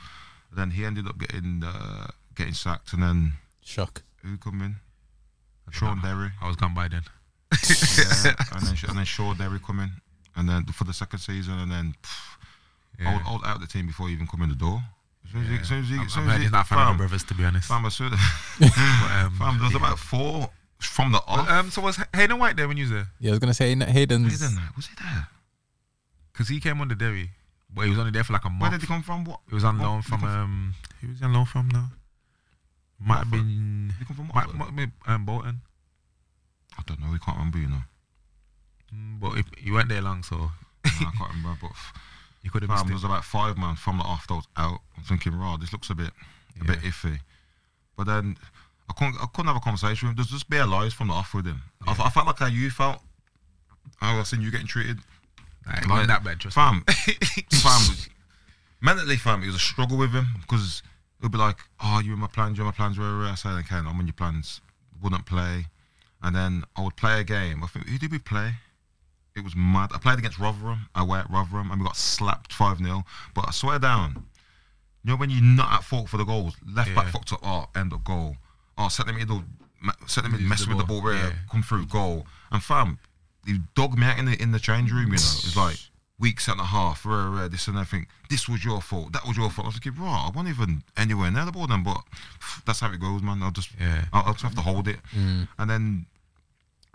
Speaker 2: then he ended up getting uh, getting sacked, and then
Speaker 3: Shock.
Speaker 2: who come in? Sean Derry.
Speaker 5: I was gone by then.
Speaker 2: Yeah, and then and then Shaw Derry come in, and then for the second season, and then pff,
Speaker 5: Yeah.
Speaker 2: old, old out the team before he even come in the door. As soon as he, as soon as he,
Speaker 5: I'm, I'm
Speaker 2: as soon as
Speaker 5: heard
Speaker 2: he,
Speaker 5: he's not a fan of my
Speaker 2: fam,
Speaker 5: brothers, to be honest.
Speaker 2: fam, as soon as,
Speaker 5: But, um,
Speaker 2: fam, there's about four from the off.
Speaker 5: um, so was Hayden White there when you was there?
Speaker 3: Yeah, I was gonna say Hayden's.
Speaker 2: Hayden, was he there?
Speaker 5: Because he came on the Derry, but he was only there for like a month.
Speaker 2: Where did he come from? What?
Speaker 5: It was on
Speaker 2: What?
Speaker 5: loan
Speaker 2: Did he
Speaker 5: from
Speaker 2: come
Speaker 5: um. Who was he on loan from now? Might have been.
Speaker 2: Did he come from
Speaker 5: Might,
Speaker 2: Watford?
Speaker 5: might be um, Bolton,
Speaker 2: I don't know. We can't remember, you know.
Speaker 5: Mm, but if, you weren't there long, so
Speaker 2: Nah, I can't remember. But f-
Speaker 5: you could have
Speaker 2: fam,
Speaker 5: missed
Speaker 2: there's
Speaker 5: it.
Speaker 2: about five man from the off that was out. I'm thinking, raw, this looks a bit, a bit iffy. But then I couldn't, I couldn't have a conversation with him. There's just bare lies from the off with him. I, fe- I felt like how you felt. How I seen you getting treated.
Speaker 5: Nah, it wasn't that bad, trust me.
Speaker 2: fam, fam, mentally, fam, it was a struggle with him because it would be like, oh, you're in my plans, you're in my plans, where, where, I say, okay, I'm in your plans, wouldn't play. And then I would play a game. I think, who did we play? It was mad. I played against Rotherham, away at Rotherham, and we got slapped 5 0. But I swear down, you know, when you're not at fault for the goals, left back
Speaker 5: Yeah.
Speaker 2: fucked up, oh, end up goal. Oh, centre middle, ma- centre mid
Speaker 5: Lose
Speaker 2: messing
Speaker 5: the
Speaker 2: with the
Speaker 5: ball,
Speaker 2: ball, yeah.
Speaker 5: yeah.
Speaker 2: come through, goal. And fam, he dogged me out in the in the change room, you know. It's like week centre half, rah, rah, this and everything. This was your fault, that was your fault. I was thinking, right, I wasn't even anywhere near the ball then, but that's how it goes, man. I'll just,
Speaker 5: Yeah.
Speaker 2: I'll, I'll just have to hold it. And then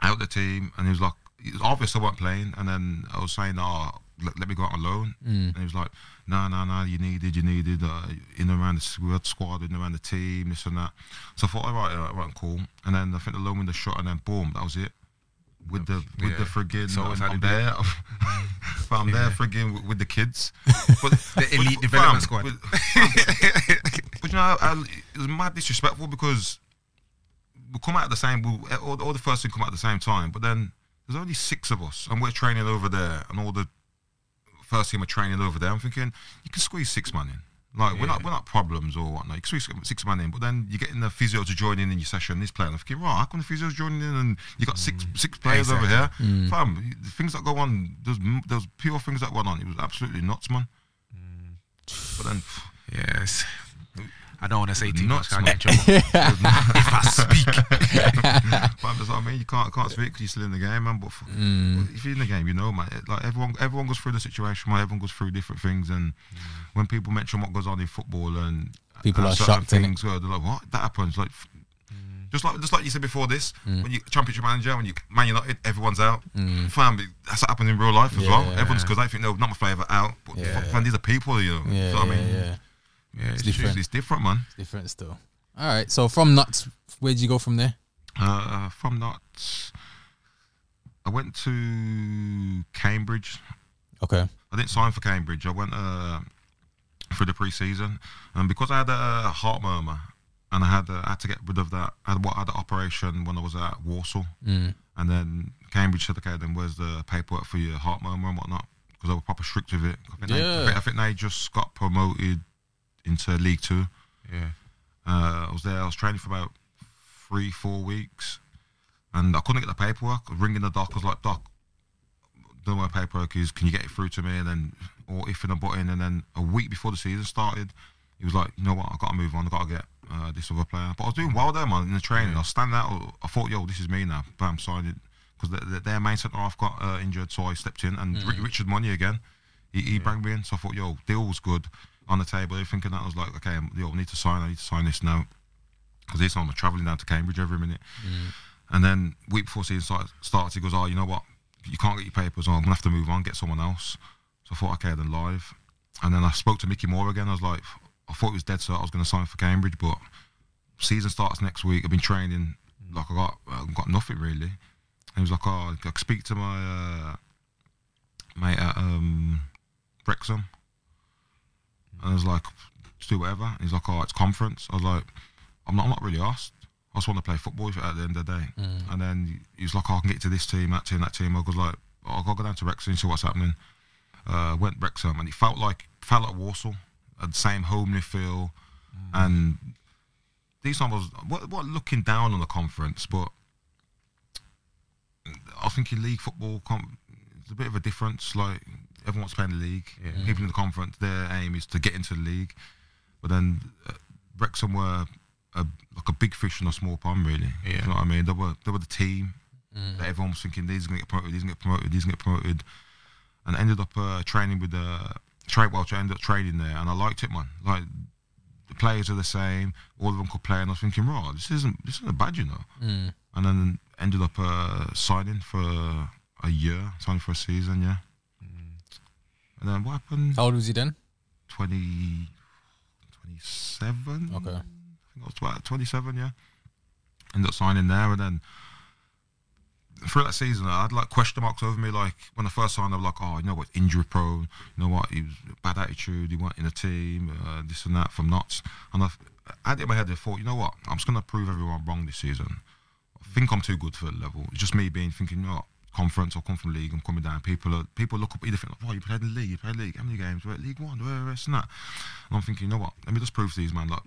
Speaker 2: out the team, and he was like, it was obvious I weren't playing. And then I was saying, oh, let, let me go out on loan.
Speaker 5: Mm.
Speaker 2: And he was like, no, no, no, you needed, you needed uh, in and around the s- we had squad, in and around the team, this and that. So I thought, all right, all right, cool. And then I think the loan window shot, and then boom, that was it. With the with
Speaker 5: Yeah.
Speaker 2: the friggin'
Speaker 5: So
Speaker 2: I'm,
Speaker 5: it's how
Speaker 2: I'm
Speaker 5: they do it.
Speaker 2: there, but I'm there friggin' with, with the kids, but the
Speaker 5: elite development squad.
Speaker 2: but you know, I, I, it was mad disrespectful because we come out at the same. We, all, all the first team come out at the same time, but then there's only six of us, and we're training over there, and all the first team are training over there. I'm thinking you can squeeze six man in. Like we're not we're not problems or whatnot. You can squeeze six man in, but then you're getting the physio to join in in your session. This player, I'm thinking, right, how come the physio's joining in and you got six six players over here? Fam, the things that go on, there's m- there's pure things that went on. It was absolutely nuts, man. But then
Speaker 5: Yes. I don't want to say too
Speaker 2: Not
Speaker 5: much. 'cause I get in trouble.
Speaker 2: if I speak. but that's what I mean. You can't can't speak because you're still in the game, man. But f-
Speaker 3: Mm.
Speaker 2: if you're in the game, you know, man. it- Like everyone, everyone goes through the situation. Man. Everyone goes through different things, and when people mention what goes on in football and
Speaker 3: Mm. People
Speaker 2: how
Speaker 3: are
Speaker 2: certain
Speaker 3: shocked, innit? Mm.
Speaker 2: Things go, they're like, what? That happens. Like. f- Just like, just like you said before this, when you championship manager, when you Man United, everyone's out. Fam, that's what happens in real life as well.
Speaker 3: Mm. Yeah.
Speaker 2: Everyone's because I think no, not my flavour out. But
Speaker 3: Yeah.
Speaker 2: fuck, man, these are people, you know.
Speaker 3: Yeah,
Speaker 2: so I
Speaker 3: yeah,
Speaker 2: mean,
Speaker 3: yeah.
Speaker 5: Yeah, it's
Speaker 2: it's,
Speaker 5: true.
Speaker 3: different.
Speaker 2: it's different, man.
Speaker 3: Different still. All right. So from nuts, where'd you go from there?
Speaker 2: Uh, from that, I went to Cambridge.
Speaker 3: Okay.
Speaker 2: I didn't sign for Cambridge. I went uh, for the pre-season, and because I had a heart murmur, and I had uh, I had to get rid of that. I had what I had an operation when I was at Warsaw,
Speaker 3: Mm.
Speaker 2: and then Cambridge said, "Okay, then where's the paperwork for your heart murmur and whatnot?" Because they were proper strict with it. I think, they, I,
Speaker 3: Yeah.
Speaker 2: think, I think they just got promoted into League Two.
Speaker 5: Yeah.
Speaker 2: Uh, I was there. I was training for about three, four weeks, and I couldn't get the paperwork. I was ringing the doc. I was like, "Doc, don't know where paperwork is. Can you get it through to me?" And then, or if and a button. And then a week before the season started, he was like, "You know what? I got to move on. I got to get uh, this other player." But I was doing well there, man. In the training, I was standing out. I thought, "Yo, this is me now." Bam, signed it because their main centre half got uh, injured, so I stepped in. And Ri- Richard Money again. He, he banged me in, so I thought, yo, deal was good on the table. Everything and that I was like, okay, yo, I need to sign. I need to sign this now because this time I'm traveling down to Cambridge every minute. And then week before season start, starts, he goes, oh, you know what? You can't get your papers on. I'm gonna have to move on, get someone else. So I thought, okay, then live. And then I spoke to Mickey Moore again. I was like, I thought he was dead, so I was gonna sign for Cambridge, but season starts next week. I've been training, like I got, I've got nothing really. And he was like, oh, I could speak to my uh, mate at um, Wrexham. And I was like, just do whatever. And he's like, oh, it's conference. I was like, I'm not, I'm not really asked. I just want to play football at the end of the day. And then he was like, oh, I can get to this team, that team, that team. I was like, oh, I'll go down to Wrexham and see what's happening. Uh, went Wrexham and it felt like felt like Warsaw, had the same homely feel. And these time I was what, what looking down on the conference, but I think in league football, com- it's a bit of a difference. Like everyone's playing the league. People in the conference, their aim is to get into the league. But then uh, Wrexham were a, like a big fish in a small pond, really.
Speaker 5: Yeah.
Speaker 2: You know what I mean? They were they were the team that everyone was thinking these are going to get promoted, these are going to get promoted, these are going to get promoted, and I ended up uh, training with the trade well. I ended up trading there, and I liked it, man. Like the players are the same, all of them could play, and I was thinking, right, this isn't this isn't bad, you know. And then ended up uh, signing for a year, signing for a season, yeah. And then what happened?
Speaker 3: How old was he then?
Speaker 2: 20, 27?
Speaker 3: Okay.
Speaker 2: I think I was tw- 27, yeah. Ended up signing there, and then through that season, I had like question marks over me. Like when I first signed, I was like, "Oh, you know what? Injury prone. You know what? He was bad attitude. He weren't in the team. Uh, this and that from nuts." And I had it in my head. I thought, "You know what? I'm just gonna prove everyone wrong this season. I think I'm too good for the level. It's just me being thinking, you know what? Conference, I come from league. I'm coming down. People are people look up. You think, like, oh, you played in the league. You played league. How many games? We're at League One. Where this and that." And I'm thinking, you know what? Let me just prove to these man, like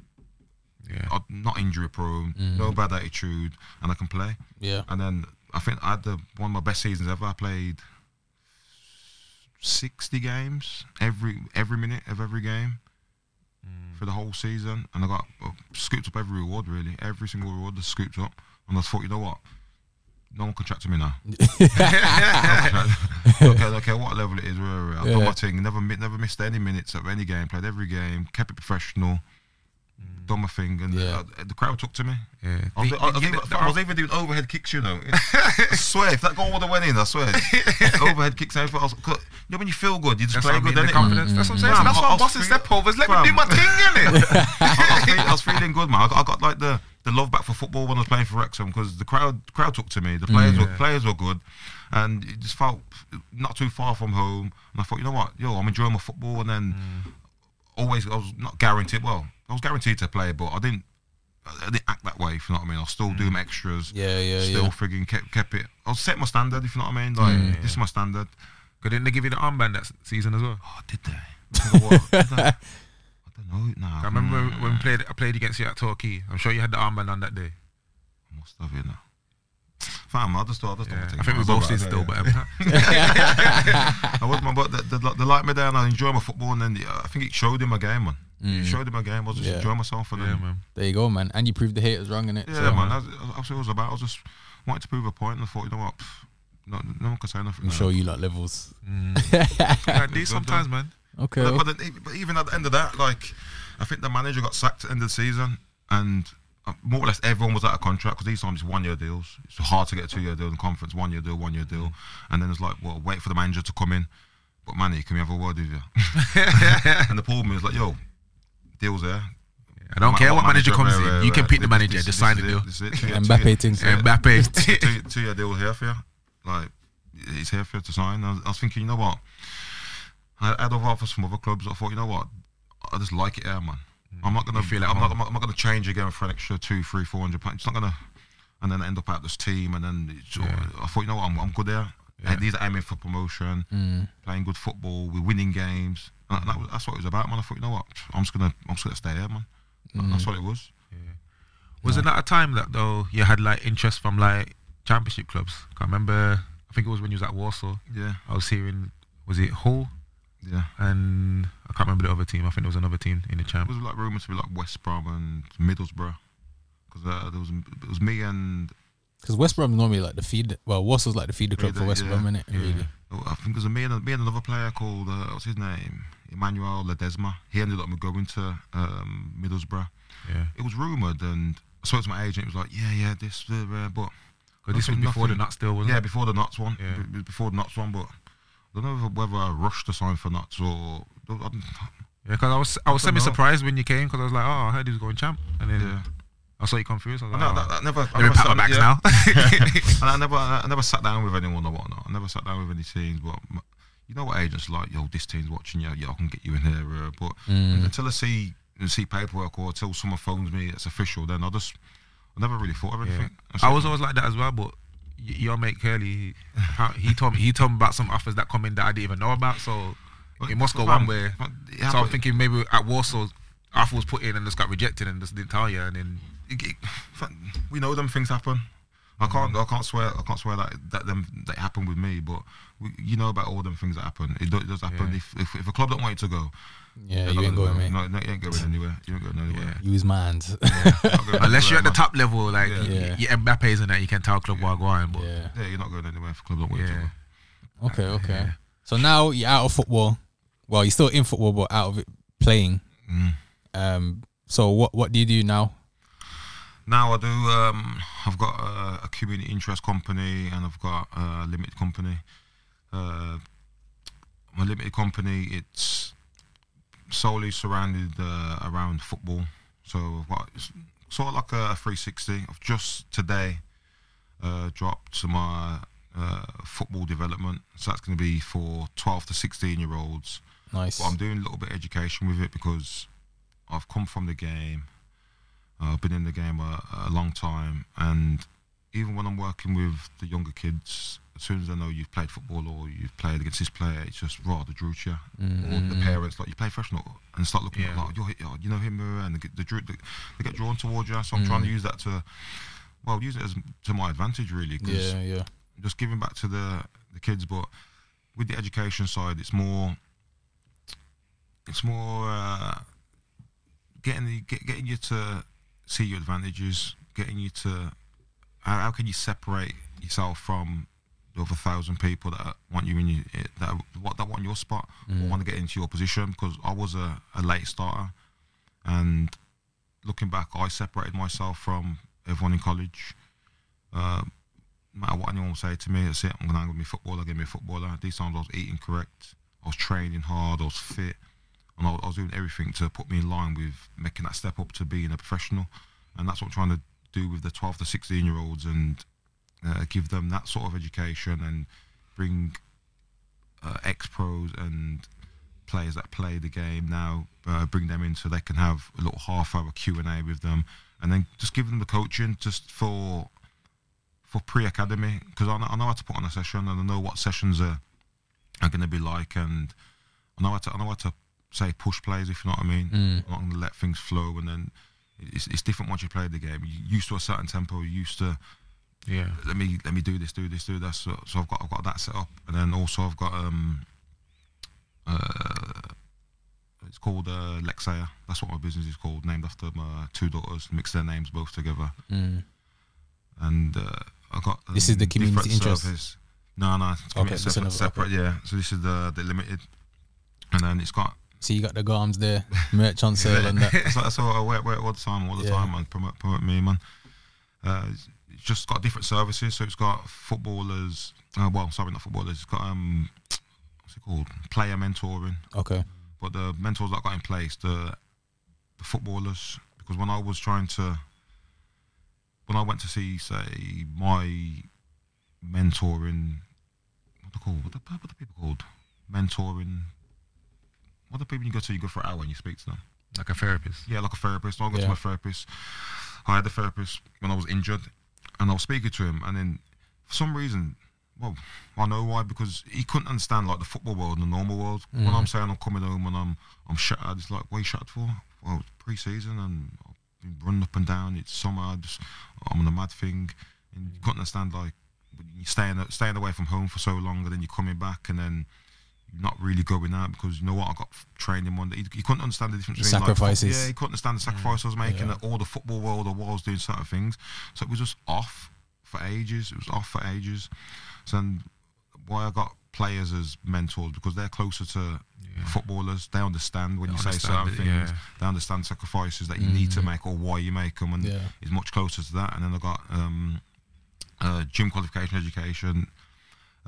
Speaker 5: Yeah.
Speaker 2: I'm not injury prone, no bad attitude, and I can play.
Speaker 3: Yeah.
Speaker 2: And then I think I had the, one of my best seasons ever. I played sixty games every every minute of every game for the whole season, and I got uh, scooped up every reward really, every single reward was scooped up, and I thought, you know what, no one contracted me now. okay, okay, what level it is, where, where, I've done my thing. Never, mi- never missed any minutes of any game. Played every game. Kept it professional. Done my thing, and
Speaker 3: Yeah.
Speaker 2: uh, the crowd took to me.
Speaker 5: Yeah.
Speaker 2: I was,
Speaker 5: They-
Speaker 2: I was
Speaker 5: they
Speaker 2: even,
Speaker 5: get the-
Speaker 2: I was even doing overhead kicks, you know. I swear, if that goal would have went in, I swear. overhead kicks, and everything else. 'Cause, You know, when you feel good, you just
Speaker 5: That's
Speaker 2: play
Speaker 5: what I mean,
Speaker 2: good,
Speaker 5: the
Speaker 2: then
Speaker 5: confidence. That's what I'm saying.
Speaker 2: Fam,
Speaker 5: That's
Speaker 2: I-
Speaker 5: why
Speaker 2: I
Speaker 5: I'm
Speaker 2: was
Speaker 5: busting
Speaker 2: feeling-
Speaker 5: step overs. Let me
Speaker 2: fam.
Speaker 5: do my thing in it.
Speaker 2: I, was feeling, I was feeling good, man. I got, I got like the, the love back for football when I was playing for Wrexham because the crowd crowd took to me. The players
Speaker 3: Mm.
Speaker 2: were players were good, and it just felt not too far from home. And I thought, you know what, yo, I'm enjoying my football. And then
Speaker 3: Mm.
Speaker 2: always I was not guaranteed. Well, I was guaranteed to play, but I didn't. I didn't act that way, if you know what I mean. I was still doing
Speaker 3: Mm.
Speaker 2: extras.
Speaker 3: Yeah, yeah,
Speaker 2: Still
Speaker 3: yeah. Mm.
Speaker 2: frigging kept kept it. I set my standard, if you know what I mean. Like this is my standard.
Speaker 5: Because didn't they give you the armband that s- season as well?
Speaker 2: Oh, did they? What? Did they? I don't know. Nah,
Speaker 5: I remember when- when we played, I played against you at Torquay. I'm sure you had the armband on that day.
Speaker 2: Must have, you know. Fam, I just thought, I just
Speaker 5: Yeah.
Speaker 2: don't
Speaker 5: I think we both did still, but um,
Speaker 2: I was my but they, they, they liked me there, and I enjoyed my football, and then uh, I think it showed in my game, man. It showed in my game. I was just
Speaker 3: Mm. Yeah.
Speaker 2: enjoying myself, and
Speaker 5: yeah,
Speaker 2: then,
Speaker 5: man.
Speaker 3: There you go, man. And you proved the haters wrong, innit?
Speaker 2: yeah, man. That's, that's what it was about. I was just wanted to prove a point, and I thought, you know what, pff, no, no one can say nothing.
Speaker 3: I'm
Speaker 2: now.
Speaker 3: sure you like levels.
Speaker 5: Yeah, these sometimes, man.
Speaker 3: Okay.
Speaker 2: Mm. But, but, then, e- but even at the end of that, like, I think the manager got sacked at the end of the season, and uh, more or less everyone was out of contract because these times it's one year deals. It's hard to get a two year deal in conference, one year deal, one year
Speaker 5: Mm.
Speaker 2: deal. And then it's like, well, wait for the manager to come in. But, Manny, can we have a word with you? and the poor man was like, yo, deal's there.
Speaker 5: I don't
Speaker 2: Ma-
Speaker 5: care what manager comes
Speaker 2: uh,
Speaker 5: in.
Speaker 2: uh,
Speaker 5: You can
Speaker 2: uh,
Speaker 5: pick the
Speaker 2: this-
Speaker 5: manager.
Speaker 2: this-
Speaker 5: Just
Speaker 2: this
Speaker 5: sign
Speaker 2: is
Speaker 5: the
Speaker 2: it,
Speaker 5: deal.
Speaker 2: this is it, two year- two year-
Speaker 3: Mbappe things.
Speaker 2: yeah.
Speaker 5: Mbappe.
Speaker 2: two, two year deal here for you. Like he's here for you to sign. I was, I was thinking, you know what? I I had other offers from other clubs. I thought, you know what? I just like it here, man. I'm not gonna feel
Speaker 5: feel
Speaker 2: it.
Speaker 5: at
Speaker 2: I'm not,
Speaker 5: home.
Speaker 2: I'm not. I'm not gonna change again for an extra two, three, four hundred pounds. It's not gonna. And then end up at this team, and then it's, I thought, you know what? I'm, I'm good there. And these are aiming for promotion, playing good football, we're winning games. And that was, that's what it was about, man. I thought, you know what? I'm just gonna, I'm just gonna stay there, man. That's what it was.
Speaker 5: Was it not a time that though you had like interest from like championship clubs? 'Cause I remember. I think it was when you was at Warsaw.
Speaker 2: Yeah,
Speaker 5: I was hearing. Was it Hull?
Speaker 2: yeah.
Speaker 5: And I can't remember the other team. I think there was another team in the
Speaker 2: It
Speaker 5: champ.
Speaker 2: was like rumored to be like West Brom and Middlesbrough, because uh, there was it was me and
Speaker 3: Because West Brom normally like the feed. Well, Wassel's like the feeder club
Speaker 2: Really,
Speaker 3: for West
Speaker 2: yeah,
Speaker 3: Brom, innit?
Speaker 2: yeah.
Speaker 3: Really.
Speaker 2: Oh, I think it was me and, me and another player called uh, what's his name, Emmanuel Ledesma. He ended up going to um, Middlesbrough.
Speaker 5: Yeah.
Speaker 2: It was rumored, and I spoke to my agent. It was like, yeah, yeah, this, uh, uh, but
Speaker 5: Because this was
Speaker 2: Nothing-
Speaker 5: before the
Speaker 2: nothing.
Speaker 5: nuts deal, wasn't
Speaker 2: yeah,
Speaker 5: it?
Speaker 2: before the Knots one,
Speaker 5: Yeah.
Speaker 2: b- before the Knots one. But I don't know whether I rushed to sign for Knots or I don't-
Speaker 5: Yeah, because I was I was
Speaker 2: I don't
Speaker 5: semi
Speaker 2: know.
Speaker 5: surprised when you came because I was like, oh, I heard he was going champ, and then
Speaker 2: yeah.
Speaker 5: I saw you come through. So I was
Speaker 2: No,
Speaker 5: like,
Speaker 2: that,
Speaker 5: oh.
Speaker 2: that never. I
Speaker 5: I'm gonna
Speaker 2: never
Speaker 5: pat my
Speaker 2: sat-
Speaker 5: backs
Speaker 2: yeah.
Speaker 5: now.
Speaker 2: and I never, I never sat down with anyone or whatnot. I never sat down with any teams, but m- you know what agents are like, yo, this team's watching you, yo, I can get you in here. Uh, but until I see see paperwork or until someone phones me, it's official. Then I just, I never really thought of anything. And so-
Speaker 5: I was always like that as well, but y- your mate Curly, he- how- he told me he told me about some offers that come in that I didn't even know about. So
Speaker 2: Well,
Speaker 5: it must go
Speaker 2: but-
Speaker 5: one way.
Speaker 2: but- yeah,
Speaker 5: so I'm
Speaker 2: but-
Speaker 5: thinking maybe at Warsaw, offer was put in and just got rejected and just didn't tell you, and then
Speaker 2: it- it- we know them things happen. I can't, I can't swear, I can't swear that that them that happened with me, but we, you know about all them things that happen. It, do, it does happen.
Speaker 5: Yeah.
Speaker 2: If, if if a club don't want you to go,
Speaker 3: Yeah,
Speaker 2: they're
Speaker 3: you
Speaker 2: not
Speaker 3: ain't
Speaker 2: gonna
Speaker 3: going,
Speaker 2: go.
Speaker 3: mate.
Speaker 2: No, no, you ain't going anywhere. You ain't going anywhere.
Speaker 5: Yeah.
Speaker 3: Use my hands.
Speaker 2: You're not going
Speaker 5: unless you're
Speaker 2: anywhere,
Speaker 5: at the
Speaker 2: man.
Speaker 5: top level, like
Speaker 2: Yeah.
Speaker 5: yeah.
Speaker 3: Yeah.
Speaker 5: your Mbappe's and that, you can tell club where I'm going. But
Speaker 3: yeah.
Speaker 2: Yeah, you're not going anywhere if club don't want you to
Speaker 5: Yeah.
Speaker 2: go.
Speaker 3: Okay, okay. So now you're out of football. Well, you're still in football, but out of it playing.
Speaker 2: Mm.
Speaker 3: Um. So what what do you do now?
Speaker 2: Now I do. Um, I've got a, a community interest company and I've got a limited company. Uh, my limited company it's solely surrounded uh, around football. So I've got it's sort of like a 360. I've just today uh, dropped my uh, football development. So that's going to be for 12 to 16 year olds.
Speaker 3: Nice.
Speaker 2: Well, I'm doing a little bit of education with it because I've come from the game. Uh, I've been in the game a, a long time, and even when I'm working with the younger kids, as soon as I know you've played football or you've played against this player, it's just rather drooch you.
Speaker 3: Mm.
Speaker 2: Or the parents like you play professional and start looking at
Speaker 5: Yeah.
Speaker 2: like you're, you're you know him uh, and they get, they, drew, they, they get drawn towards you. So I'm trying to use that to well use it as to my advantage really. 'cause
Speaker 3: yeah, yeah.
Speaker 2: just giving back to the the kids, but with the education side, it's more it's more uh, getting the, get, getting you to see your advantages, getting you to how, how can you separate yourself from the other thousand people that want you in your, eh, that what that want your spot or want to get into your position because I was a, a late starter and looking back, I separated myself from everyone in college. Uh, no matter what anyone will say to me, that's it. I'm gonna hang with my footballer, give me a footballer. These times I was eating correct, I was training hard, I was fit, and I was, I was doing everything to put me in line with making that step up to being a professional. And that's what I'm trying to do with the 12 to 16 year olds and uh, give them that sort of education and bring uh, ex pros and players that play the game now, uh, bring them in so they can have a little half hour Q and A with them, and then just give them the coaching just for for pre academy because I know, I know how to put on a session and I know what sessions are are going to be like, and I know how to I know how to say push plays if you know what I mean. I'm not going to let things flow, and then it's, it's different once you play the game. You're used to a certain tempo, you're used to
Speaker 5: yeah,
Speaker 2: let me let me do this, do this, do that. So, so I've got I've got that set up, and then also I've got um, uh, it's called uh, Lexia. That's what my business is called, named after my two daughters. Mix their names both together, and uh, I got
Speaker 3: Mm.
Speaker 2: um,
Speaker 3: This is the community
Speaker 2: different
Speaker 3: interest?
Speaker 2: service. No, no, it's community
Speaker 3: that's
Speaker 2: separate,
Speaker 3: another-
Speaker 2: separate. Yeah, so this is the the limited, and then it's got
Speaker 3: So you got the garms there, merch on sale and that.
Speaker 2: so that's all I wear, wear it all the time, all the
Speaker 3: Yeah.
Speaker 2: time, man. Promote, promote me, man. Uh, it's- it's just got different services, so it's got footballers. Uh, well, sorry, not footballers. It's got um, what's it called? Player mentoring.
Speaker 3: Okay.
Speaker 2: But the mentors that I got in place, the the footballers, because when I was trying to, when I went to see, say, my mentoring, what they called, what the what the people called, mentoring. What the people you go to, you go for an hour and you speak to them.
Speaker 5: like a therapist.
Speaker 2: Yeah, like a therapist. I go
Speaker 3: Yeah.
Speaker 2: to my therapist. I had a therapist when I was injured, and I was speaking to him, and then for some reason, well, I know why because he couldn't understand like the football world and the normal world. When I'm saying I'm coming home and I'm I'm shattered, it's like, what are you shattered for? Well, it's pre-season and I've been running up and down. It's summer. I just, I'm on a mad thing, and you couldn't understand like you're staying staying away from home for so long, and then you're coming back, and then. You're not really going out because you know what I got f- training one day. He, he couldn't understand the difference
Speaker 3: The
Speaker 2: between like, fo-
Speaker 3: sacrifices.
Speaker 2: yeah, he couldn't understand the sacrifice I was making, that all the football world or was doing certain things. So it was just off for ages. It was off for ages. So then why I got players as mentors because they're closer to footballers. They understand when
Speaker 5: They
Speaker 2: you say
Speaker 5: understand
Speaker 2: certain
Speaker 5: it, yeah. Mm.
Speaker 2: things. They understand sacrifices that you need to make or why you make them, and
Speaker 3: Yeah.
Speaker 2: it's much closer to that. And then I got um, uh, gym qualification education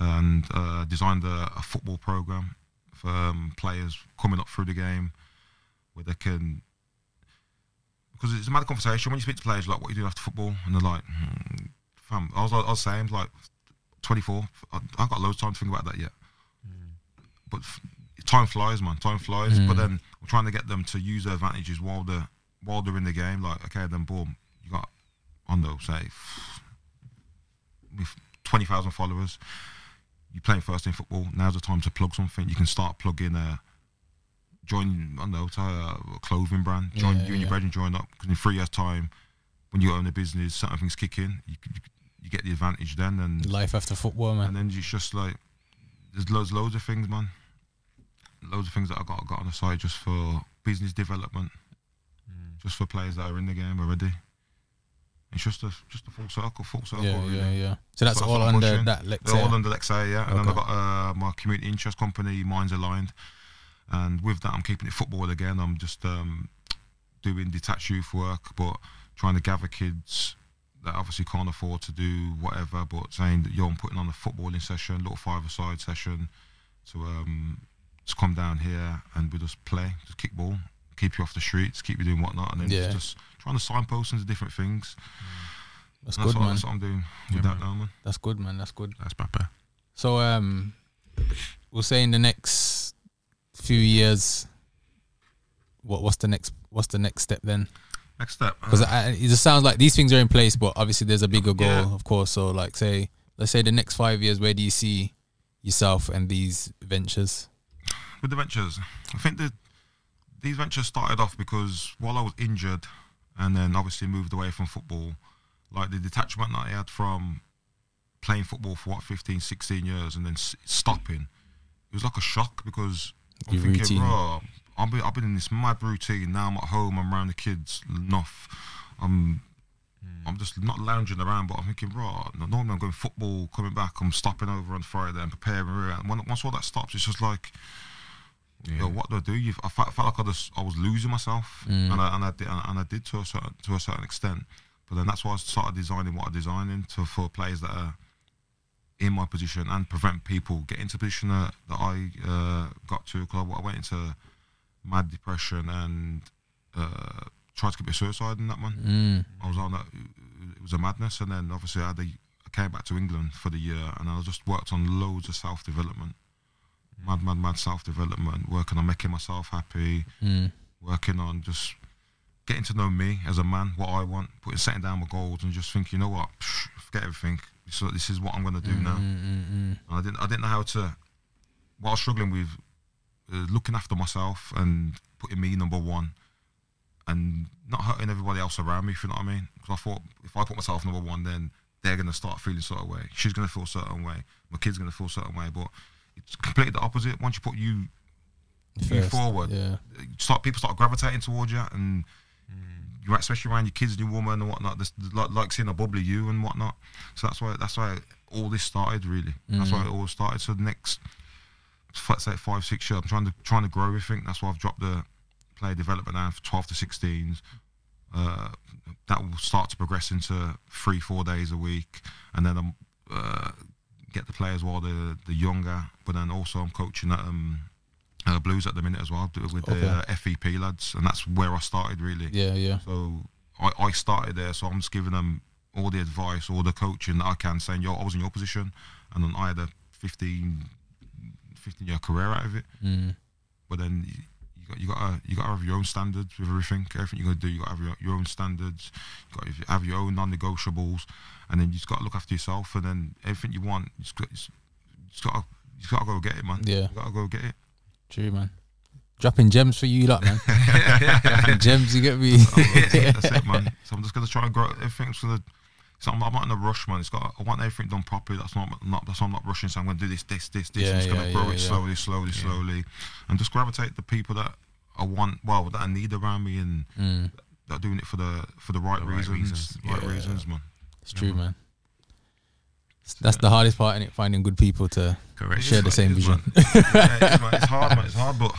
Speaker 2: and uh, designed a, a football program for um, players coming up through the game where they can. Because it's a mad conversation when you speak to players like what you do after football, and they're like, hmm, "Fam," I was, I was saying like, "24, I, I've got loads of time to think about that yet." But f- time flies, man. Time flies. But then I'm trying to get them to use their advantages while they're while they're in the game. Like, okay, then boom, you got Ondo say with twenty thousand followers. You're playing first team football. Now's the time to plug something. You can start plugging a join. I don't know, to a clothing brand. Join
Speaker 3: Yeah,
Speaker 2: you and
Speaker 3: yeah.
Speaker 2: your brethren join up because in three years' time, when you own a business, certain things kick in. You, c- you, c- you get the advantage then, and
Speaker 3: Life after football, man.
Speaker 2: and then it's just like there's loads, loads of things, man. Loads of things that I got got on the side just for business development,
Speaker 3: Mm.
Speaker 2: just for players that are in the game already. It's just a just a full circle, full circle.
Speaker 3: yeah,
Speaker 2: really.
Speaker 3: yeah, yeah. So that's
Speaker 2: So
Speaker 3: all
Speaker 2: I'm
Speaker 3: under
Speaker 2: pushing.
Speaker 3: that
Speaker 2: They're all
Speaker 3: lecture.
Speaker 2: under Lexia, yeah. And then I've
Speaker 3: Okay.
Speaker 2: got uh, my community interest company, Minds Aligned. And with that, I'm keeping it football again. I'm just um, doing detached youth work, but trying to gather kids that obviously can't afford to do whatever, but saying that, yo, I'm putting on a footballing session, little five-a-side session to, um, to come down here and we just play, just kick ball, keep you off the streets, keep you doing whatnot. And then
Speaker 3: Yeah.
Speaker 2: just trying to signpost into different things.
Speaker 3: That's
Speaker 2: And that's,
Speaker 3: good,
Speaker 2: what,
Speaker 3: man.
Speaker 2: that's what I'm doing with
Speaker 5: Yeah,
Speaker 2: that
Speaker 5: man.
Speaker 2: now, man.
Speaker 3: That's good, man. That's good.
Speaker 5: That's proper.
Speaker 3: So um, we'll say in the next few years, what what's the next what's the next step then?
Speaker 2: Next step. uh,
Speaker 3: Because it just sounds like these things are in place, but obviously there's a bigger goal,
Speaker 2: Yeah.
Speaker 3: of course. So like, say let's say the next five years, where do you see yourself and these ventures?
Speaker 2: with the ventures, I think that these ventures started off because while I was injured, and then obviously moved away from football, like the detachment that I had from playing football for what 15, 16 years, and then s- stopping, it was like a shock because I'm
Speaker 3: Your
Speaker 2: thinking,
Speaker 3: routine.
Speaker 2: bro, I've been, I've been in this mad routine. Now I'm at home, I'm around the kids enough. I'm I'm just not lounging around, but I'm thinking, right, no- normally I'm going football, coming back, I'm stopping over on Friday and preparing. And when, once all that stops, it's just like, yo, what do I do? you I felt, felt like I, just, I was losing myself, and, I, and, I did, and I did to a certain, to a certain extent. But then that's why I started designing what I'm designing to, for players that are in my position and prevent people getting to the position that, that I uh, got to. Because I, I went into mad depression and uh, tried to commit suicide and that one.
Speaker 3: Mm.
Speaker 2: I was on that. It was a madness, and then obviously I, had a, I came back to England for the year, and I just worked on loads of self development, mad, mad, mad self development, working on making myself happy,
Speaker 3: Mm.
Speaker 2: working on just getting to know me as a man, what I want, putting setting down my goals, and just thinking, you know what, psh, forget everything. So this is what I'm gonna do now. And I didn't, I didn't know how to. What I was struggling with, uh, looking after myself and putting me number one, and not hurting everybody else around me. If you know what I mean? Because I thought if I put myself number one, then they're gonna start feeling sort of way. She's gonna feel certain way. My kid's gonna feel certain way. But it's completely the opposite. Once you put you you
Speaker 3: First,
Speaker 2: forward,
Speaker 3: Yeah.
Speaker 2: start people start gravitating towards you, and you're right, especially around your kids and your woman and whatnot. This like, like seeing a bubbly you and whatnot. So that's why that's why all this started really. That's why it all started. So the next, let's say five six years, I'm trying to trying to grow everything. That's why I've dropped the player development now for 12 to 16s. Uh, that will start to progress into three four days a week, and then I'm. Uh, Get the players while they're, they're younger, but then also I'm coaching at um, uh, Blues at the minute as well d- with
Speaker 3: Okay.
Speaker 2: the uh, FEP lads, and that's where I started really.
Speaker 3: Yeah. Yeah.
Speaker 2: So I, I started there, so I'm just giving them all the advice, all the coaching that I can, saying, yo, I was in your position, and then I had a 15, 15 year career out of it.
Speaker 3: Mm.
Speaker 2: But then you, you got you got to you got to have your own standards with everything. Everything you're gonna do, you got to have your, your own standards. You got to have your own non-negotiables, and then you just got to look after yourself. And then everything you want, you just got, you just got to you just got to go get it, man.
Speaker 3: Yeah.
Speaker 2: you got to go get it.
Speaker 3: True, man. Dropping gems for you, lot, man. Dropping gems, you get me.
Speaker 2: that's, it, that's it, man. So I'm just gonna try and grow everything. So that so I'm, I'm not in a rush, man. It's got. I want everything done properly. That's not. not that's why I'm not rushing. So I'm gonna do this, this, this, this.
Speaker 3: Yeah,
Speaker 2: I'm just
Speaker 3: yeah,
Speaker 2: gonna grow
Speaker 3: yeah,
Speaker 2: it
Speaker 3: yeah.
Speaker 2: slowly, slowly, slowly, and just gravitate the people that I want. Well, that I need around me, and
Speaker 3: Mm,
Speaker 2: that are doing it for the for the right
Speaker 5: The right
Speaker 2: reasons.
Speaker 5: reasons,
Speaker 2: Right reasons,
Speaker 3: yeah.
Speaker 2: man.
Speaker 3: It's true, man. That's the hardest part, in it? Finding good people to
Speaker 5: Correct.
Speaker 3: share the
Speaker 2: It
Speaker 3: same
Speaker 2: is,
Speaker 3: vision.
Speaker 2: man. Yeah, it is, man. It's hard, man. It's hard, but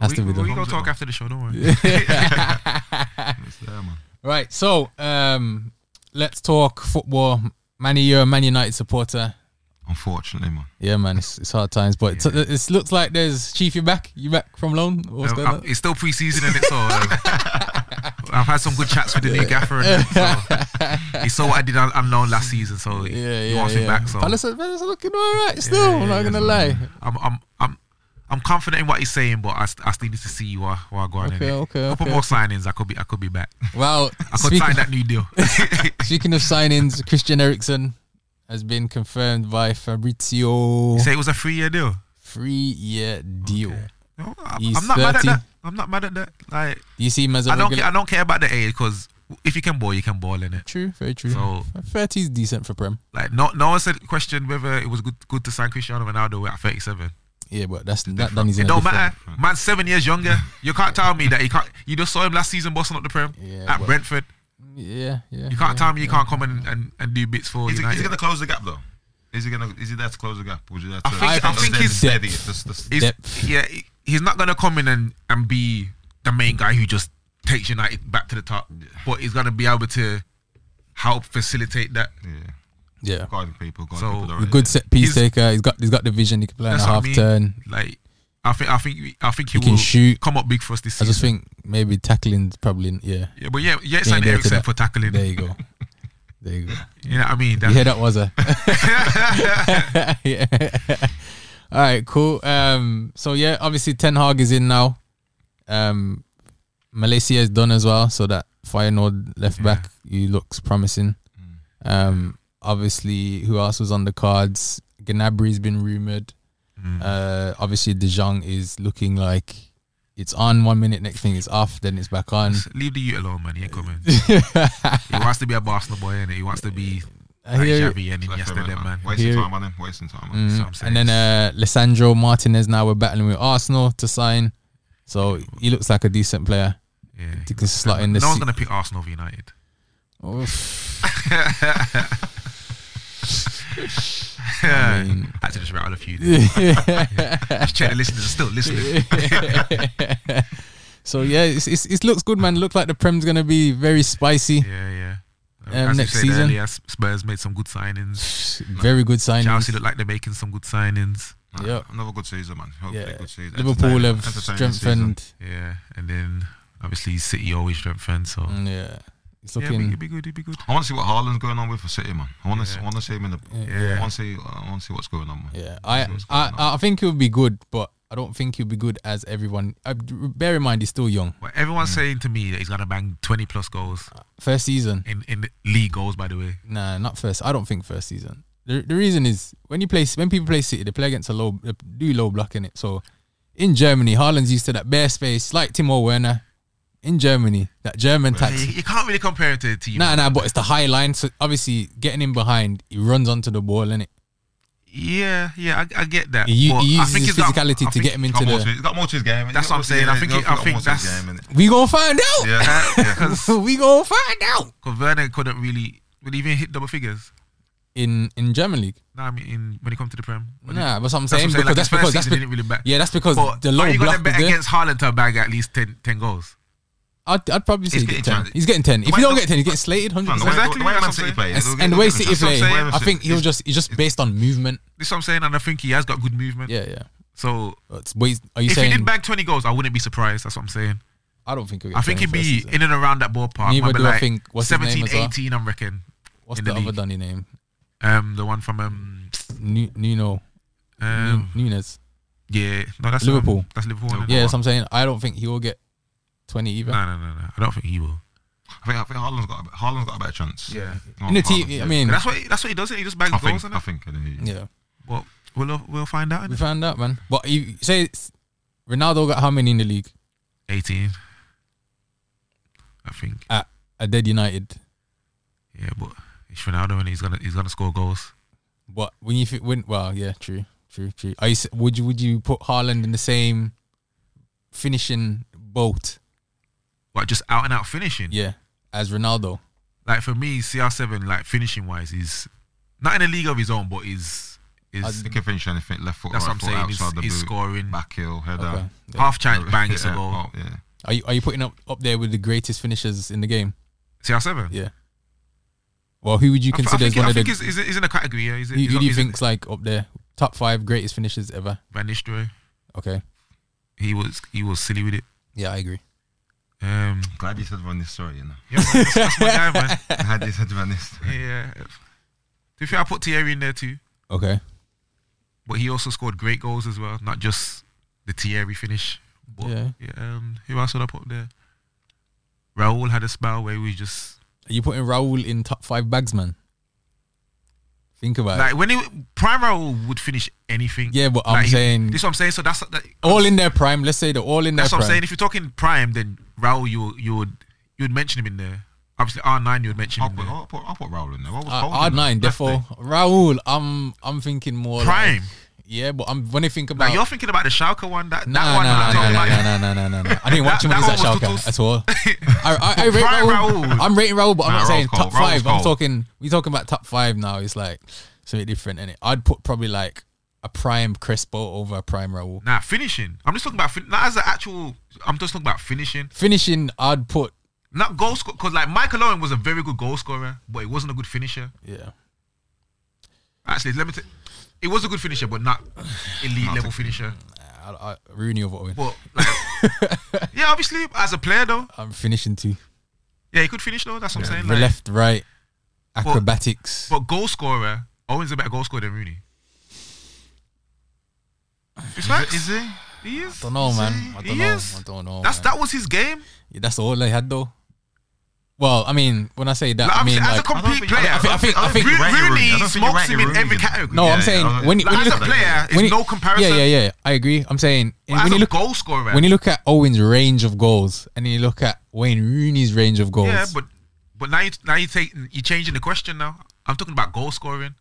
Speaker 3: Has
Speaker 5: We,
Speaker 3: to be
Speaker 5: we,
Speaker 3: the
Speaker 5: gonna talk after the show, don't worry.
Speaker 2: it's there, man.
Speaker 3: right. So um, let's talk football. Manny, you're a Man United supporter.
Speaker 2: Unfortunately, man.
Speaker 3: Yeah, man, it's, it's hard times, but it's- it looks like there's Chief. You back? You back from loan? What's going
Speaker 5: Um,
Speaker 3: on?
Speaker 5: it's still preseason and it's all. um, I've had some good chats with the new gaffer, and so he saw what I did on, on loan last season, so he,
Speaker 3: Yeah,
Speaker 5: he
Speaker 3: yeah,
Speaker 5: wants
Speaker 3: yeah.
Speaker 5: me back. So
Speaker 3: Palace, are- Palace are looking all right still. I'm not gonna lie.
Speaker 5: I'm, I'm, I'm, I'm confident in what he's saying, but I, st- I still need to see what what going on.
Speaker 3: Okay,
Speaker 5: innit?
Speaker 3: okay,
Speaker 5: Couple
Speaker 3: okay.
Speaker 5: more signings, I could be, I could be back.
Speaker 3: Wow.
Speaker 5: I could
Speaker 3: speaking,
Speaker 5: sign that new deal.
Speaker 3: speaking of signings, Christian Eriksen has been confirmed by Fabrizio.
Speaker 5: Say it was a three-year deal.
Speaker 3: Three-year deal.
Speaker 5: No, I'm,
Speaker 3: He's
Speaker 5: I'm not mad at
Speaker 3: 30.
Speaker 5: that. I'm not mad at that. Like
Speaker 3: Do you see him as a
Speaker 5: I don't,
Speaker 3: regular?
Speaker 5: care, I don't care about the age because if you can ball, you can ball in it.
Speaker 3: True, very true.
Speaker 5: So
Speaker 3: Thirty is decent for Prem.
Speaker 5: like, no, no one said question whether it was good, good to sign Cristiano Ronaldo at 37.
Speaker 3: Yeah, but that's that. Then he's in
Speaker 5: It
Speaker 3: a
Speaker 5: don't
Speaker 3: different-
Speaker 5: matter. Man's seven years younger. You can't tell me that he can't. You just saw him last season bossing up the prem
Speaker 3: Yeah,
Speaker 5: at
Speaker 3: but-
Speaker 5: Brentford.
Speaker 3: Yeah, yeah.
Speaker 5: You can't
Speaker 3: yeah.
Speaker 5: tell me you can't come and, and, and do bits for
Speaker 2: Is he, is he
Speaker 5: United.
Speaker 2: going to close the gap though? Is he going to? Is he there to close the gap? Would you there to?
Speaker 5: I think- I think
Speaker 2: he's
Speaker 5: he's-
Speaker 2: steady. it, Just, just,
Speaker 5: He's-
Speaker 3: depth.
Speaker 5: yeah, he- he's not gonna come in and, and be the main guy who just takes United back to the top. But he's gonna be able to help facilitate that.
Speaker 2: yeah,
Speaker 3: Yeah,
Speaker 2: guiding people, guiding
Speaker 5: So,
Speaker 2: people. the
Speaker 5: a
Speaker 2: right way.
Speaker 3: good set piece
Speaker 5: He's-
Speaker 3: taker. He's got he's got the vision. He can play on a
Speaker 5: That's what I
Speaker 3: half
Speaker 5: mean.
Speaker 3: turn.
Speaker 5: Like I think I think I think he,
Speaker 3: He can
Speaker 5: will
Speaker 3: shoot.
Speaker 5: come up big for us this
Speaker 3: I
Speaker 5: season.
Speaker 3: just think maybe tackling's probably yeah.
Speaker 5: yeah, but yeah, yeah, it's like
Speaker 3: there to
Speaker 5: Eriksen
Speaker 3: that.
Speaker 5: for tackling.
Speaker 3: There you go. There you go.
Speaker 5: You know what I mean?
Speaker 3: You
Speaker 5: That's,
Speaker 3: hear that was a yeah. All right, cool. Um, so yeah, obviously Ten Hag is in now. Um, Malaysia is done as well, so that Feyenoord left back he looks promising. Um, obviously, who else was on the cards? Gnabry's been rumored. Uh, obviously, De Jong is looking like it's on one minute, next thing it's off, then it's back on.
Speaker 5: Leave the youth alone, man. He ain't coming. he wants to be a Barcelona boy, and he wants to be
Speaker 3: I hear,
Speaker 5: like Xavi and
Speaker 2: Left
Speaker 5: Iniesta,
Speaker 2: and right,
Speaker 5: them, man.
Speaker 2: Wasting
Speaker 3: Here-
Speaker 2: time on him. Wasting time. On him.
Speaker 5: That's what I'm saying.
Speaker 3: And then uh, Lissandro Martinez now we're battling with Arsenal to sign. So he looks like a decent player.
Speaker 5: Yeah.
Speaker 3: He can slot uh, in
Speaker 5: no
Speaker 3: this.
Speaker 5: one's gonna pick Arsenal over United. I had to just rattle a few. There.
Speaker 3: Oh.
Speaker 5: just check the listeners are still listening.
Speaker 3: so yeah, it's, it's, it looks good, man. Look like the Prem's gonna be very spicy.
Speaker 5: Yeah, yeah.
Speaker 3: Um, next
Speaker 5: you said
Speaker 3: season.
Speaker 5: earlier, Spurs made some good signings.
Speaker 3: Very good
Speaker 5: Chelsea
Speaker 3: signings.
Speaker 5: look like they're making some good signings.
Speaker 2: Nah,
Speaker 3: Yeah.
Speaker 2: Another good season, man. Hopefully,
Speaker 3: Yeah.
Speaker 2: good season.
Speaker 3: Liverpool
Speaker 2: Entertaining-
Speaker 3: have
Speaker 2: entertaining season.
Speaker 3: strengthened.
Speaker 5: Yeah, and then obviously City always strengthen. So
Speaker 3: Mm, Yeah, it's
Speaker 5: yeah, it'd be, it'd
Speaker 3: looking.
Speaker 5: be good. It'd be good.
Speaker 2: I want to see what Haaland's going on with for City, man. I want to. I want to see him in the.
Speaker 5: Yeah.
Speaker 2: I want to see. I want to see what's going on, man.
Speaker 3: Yeah, I I, I think he'll be good, but I don't think he'll be good as everyone. Uh, bear in mind, he's still young.
Speaker 5: But
Speaker 3: Mm.
Speaker 5: everyone's saying to me that he's gonna bang twenty plus goals
Speaker 3: First season.
Speaker 5: in in the league goals. By the way,
Speaker 3: Nah, not first. I don't think first season. The, the reason is when you play when people play City, they play against a low they do low block in it. So in Germany, Haaland's used to that bare space, like Timo Werner. In Germany, that German
Speaker 5: you,
Speaker 3: tax.
Speaker 5: you can't really compare it to the team.
Speaker 3: Nah, nah, but it's the high line. So obviously, getting in behind, he runs onto the ball, innit?
Speaker 5: Yeah, yeah, I, I get that.
Speaker 3: He, u-
Speaker 5: but
Speaker 3: he
Speaker 5: I
Speaker 3: uses
Speaker 5: think
Speaker 3: his
Speaker 5: he's got-
Speaker 3: physicality to
Speaker 5: I think
Speaker 3: get him
Speaker 2: He's
Speaker 3: into
Speaker 2: got more to-
Speaker 3: the.
Speaker 2: he's got more to his game. He's
Speaker 5: That's what
Speaker 2: got more
Speaker 5: I'm
Speaker 2: to
Speaker 5: saying.
Speaker 2: his
Speaker 5: I
Speaker 2: game.
Speaker 5: think
Speaker 2: He's
Speaker 5: it-
Speaker 2: got-
Speaker 5: I
Speaker 2: got
Speaker 5: think
Speaker 2: more to his
Speaker 5: that's-
Speaker 2: game, innit?
Speaker 3: We gonna find out.
Speaker 2: Yeah. yeah.
Speaker 3: We gonna find out.
Speaker 5: Because Werner couldn't really, would even hit double figures.
Speaker 3: In in German league.
Speaker 5: No, I mean, in, when it comes to the prem. When it-
Speaker 3: Nah, but I'm
Speaker 5: that's what
Speaker 3: saying
Speaker 5: I'm
Speaker 3: because
Speaker 5: like,
Speaker 3: that's
Speaker 5: his first
Speaker 3: because that's
Speaker 5: season
Speaker 3: be-
Speaker 5: didn't really back.
Speaker 3: yeah, that's because
Speaker 5: but
Speaker 3: the low
Speaker 5: are you
Speaker 3: block.
Speaker 5: gonna bet
Speaker 3: was there.
Speaker 5: against Haaland to bag at least 10, 10 goals?
Speaker 3: I'd, I'd probably say he's
Speaker 2: He's
Speaker 3: getting
Speaker 2: getting
Speaker 3: 10.
Speaker 2: chance.
Speaker 3: He's getting 10. If
Speaker 2: Why
Speaker 3: you don't
Speaker 2: not-
Speaker 3: get 10, he's getting slated
Speaker 2: Man,
Speaker 3: 100%.
Speaker 2: the way-
Speaker 5: Exactly
Speaker 2: The way
Speaker 5: what
Speaker 2: Man
Speaker 5: I'm
Speaker 2: City
Speaker 5: saying.
Speaker 2: play.
Speaker 3: And, and the way City play, I think he'll just, he's just based on movement.
Speaker 5: This is what I'm saying, and I think he has got good movement.
Speaker 3: Yeah, yeah.
Speaker 5: So
Speaker 3: But wait, are you
Speaker 5: if
Speaker 3: saying?
Speaker 5: he did bag twenty goals, I wouldn't be surprised. That's what I'm saying.
Speaker 3: I don't think he'll get
Speaker 5: I think
Speaker 3: 10 first
Speaker 5: he'd be
Speaker 3: season.
Speaker 5: in and around that ballpark.
Speaker 3: uh, Neither
Speaker 5: maybe
Speaker 3: do I
Speaker 5: like
Speaker 3: think- what's his
Speaker 5: 17,
Speaker 3: name as well?
Speaker 5: 18, I'm reckon.
Speaker 3: What's
Speaker 5: in
Speaker 3: the
Speaker 5: the
Speaker 3: other
Speaker 5: league.
Speaker 3: Donny name?
Speaker 5: Um, the one from um,
Speaker 3: Nu- Nuno
Speaker 5: um
Speaker 3: Nu- Nunes.
Speaker 5: yeah, no, that's
Speaker 3: Liverpool.
Speaker 5: Um, that's Liverpool. isn't it?
Speaker 3: Yeah, that's what I'm saying. I don't think he will get 20 either.
Speaker 5: No, no, no, no. I don't think he will.
Speaker 2: I think, I think Haaland's got a, Haaland's got a better chance.
Speaker 5: Yeah.
Speaker 2: Oh,
Speaker 3: in the
Speaker 2: Haaland.
Speaker 3: team, I mean,
Speaker 5: And that's what he, that's what he does. He just bags
Speaker 2: I
Speaker 5: goals.
Speaker 2: think.
Speaker 5: innit?
Speaker 2: I think. uh, he-
Speaker 3: yeah,
Speaker 5: Well, we'll we'll find out.
Speaker 3: we
Speaker 5: innit?
Speaker 3: found out, man. But you say it's- Ronaldo got how many in the league
Speaker 5: 18, I think.
Speaker 3: at, at Dead United?
Speaker 5: Yeah, but it's Ronaldo and he's gonna he's gonna score goals.
Speaker 3: But when you think, when well, yeah, true, true, true. Are you, s- would you would you put Haaland in the same finishing boat?
Speaker 5: But just out and out finishing.
Speaker 3: Yeah, as Ronaldo.
Speaker 5: Like for me, CR7, like finishing wise, is not in a league of his own, but is is
Speaker 2: He can finish anything left foot,
Speaker 5: That's what
Speaker 2: right
Speaker 5: I'm
Speaker 2: foot,
Speaker 5: saying, he's-
Speaker 2: outside the
Speaker 5: he's
Speaker 2: boot,
Speaker 5: scoring.
Speaker 2: back heel, header.
Speaker 3: Okay.
Speaker 5: half chance bang it's a
Speaker 2: Yeah,
Speaker 5: goal.
Speaker 2: oh, yeah.
Speaker 3: Are you are you putting up up there with the greatest finishers in the game?
Speaker 5: CR7.
Speaker 3: Yeah. Well, who would you
Speaker 5: I, th- I
Speaker 3: consider as
Speaker 5: think,
Speaker 3: one
Speaker 5: I
Speaker 3: of the?
Speaker 5: think he's, he's, he's in a category. Yeah, he's,
Speaker 3: who,
Speaker 5: he's
Speaker 3: who
Speaker 5: not-
Speaker 3: do you
Speaker 5: he's in-
Speaker 3: think's like up there? Top five greatest finishers ever.
Speaker 5: Van Nistelrooy.
Speaker 3: Okay.
Speaker 5: He was he was silly with it.
Speaker 3: Yeah, I agree.
Speaker 5: Um,
Speaker 2: Glad you said Van Nistelrooy, you know.
Speaker 5: yeah, man, that's, that's my guy, man.
Speaker 2: Glad you said Van Nistelrooy.
Speaker 5: Yeah. Do you think I put Thierry in there too?
Speaker 3: Okay.
Speaker 5: But he also scored great goals as well, not just the Thierry finish. But
Speaker 3: Yeah.
Speaker 5: yeah. um, who else would I put there? Raul had a spell where we just
Speaker 3: Are you putting Raul in top five bags, man? Think about it.
Speaker 5: like when he prime Raul would finish anything.
Speaker 3: Yeah, but I'm
Speaker 5: Like, he-
Speaker 3: saying-
Speaker 5: this. Is what I'm saying. So that's that,
Speaker 3: All in their prime. Let's say they're all in their
Speaker 5: That's what
Speaker 3: prime.
Speaker 5: I'm saying. If you're talking prime, then Raul, you you would you would mention him in there. Obviously, R nine, you would mention
Speaker 2: I'll
Speaker 5: him.
Speaker 2: put,
Speaker 5: there.
Speaker 2: I'll, put, I'll put Raul in there. What was
Speaker 3: Uh,
Speaker 2: Foden?
Speaker 3: Odd nine,
Speaker 2: Left
Speaker 3: therefore Raul. I'm I'm thinking more like-
Speaker 5: Prime.
Speaker 3: yeah, but I'm when I think about
Speaker 5: Like you're thinking about the Schalke one. That
Speaker 3: nah,
Speaker 5: that one.
Speaker 3: nah,
Speaker 5: I'm
Speaker 3: nah,
Speaker 5: talking
Speaker 3: nah,
Speaker 5: about-
Speaker 3: nah, nah, nah, nah, nah, nah. I didn't watch him when he
Speaker 5: That-
Speaker 3: was at
Speaker 5: that one
Speaker 3: Schalke
Speaker 5: was
Speaker 3: at all. I, I, I rate
Speaker 5: Prime
Speaker 3: Raul.
Speaker 5: Raul.
Speaker 3: I'm rating Raul, but I'm
Speaker 2: Nah,
Speaker 3: not
Speaker 2: Raul's
Speaker 3: saying
Speaker 2: cold.
Speaker 3: top
Speaker 2: Raul's
Speaker 3: five. I'm
Speaker 2: cold.
Speaker 3: talking. We talking about top five now. It's like it's a bit different, and I'd put probably like a prime Crespo over a prime Raul.
Speaker 5: Nah, finishing. I'm just talking about fin- not as an actual. I'm just talking about finishing,
Speaker 3: Finishing, I'd put
Speaker 5: not goal score. Because like Michael Owen was a very good goal scorer, but he wasn't a good finisher.
Speaker 3: yeah.
Speaker 5: Actually, let me. T- it was a good finisher, but not elite
Speaker 2: Not
Speaker 5: level
Speaker 2: a-
Speaker 5: finisher.
Speaker 3: I, I, Rooney over Owen.
Speaker 5: But like, yeah, obviously as a player though,
Speaker 3: I'm finishing too.
Speaker 5: yeah, he could finish though. That's what I'm saying.
Speaker 3: The
Speaker 5: Like,
Speaker 3: left, right, acrobatics.
Speaker 5: But goal scorer, Owen's a better goal scorer than Rooney. It's facts.
Speaker 2: Is it?
Speaker 5: He is.
Speaker 3: don't know, man. I
Speaker 5: He
Speaker 3: don't know.
Speaker 5: is.
Speaker 3: I don't know.
Speaker 5: That's
Speaker 3: man.
Speaker 5: that was his game.
Speaker 3: Yeah, that's all they had though. Well, I mean, when I say that,
Speaker 5: Like,
Speaker 3: I mean,
Speaker 5: obviously, as
Speaker 3: like,
Speaker 5: a complete
Speaker 2: think- I
Speaker 5: player,
Speaker 3: think- I think- I think-
Speaker 5: Ro-
Speaker 2: Randy Rooney. I don't
Speaker 5: Rooney
Speaker 2: think you
Speaker 5: smokes
Speaker 2: rank
Speaker 5: him in
Speaker 2: Rooney
Speaker 5: every
Speaker 2: in-
Speaker 5: category.
Speaker 3: no,
Speaker 2: Yeah,
Speaker 3: I'm
Speaker 2: yeah,
Speaker 3: saying
Speaker 2: I was-
Speaker 3: when, you-
Speaker 5: Like,
Speaker 3: when you
Speaker 5: as a
Speaker 3: look,
Speaker 5: player,
Speaker 3: when
Speaker 5: it's
Speaker 3: you-
Speaker 5: no comparison.
Speaker 3: Yeah, yeah, yeah. I agree. I'm saying
Speaker 5: But
Speaker 3: when
Speaker 5: as
Speaker 3: you
Speaker 5: a
Speaker 3: look
Speaker 5: goal scorer,
Speaker 3: when you look at Owen's range of goals, and then you look at Wayne Rooney's range of goals.
Speaker 5: yeah, but but now you now you take you changing the question now. I'm talking about goal scoring.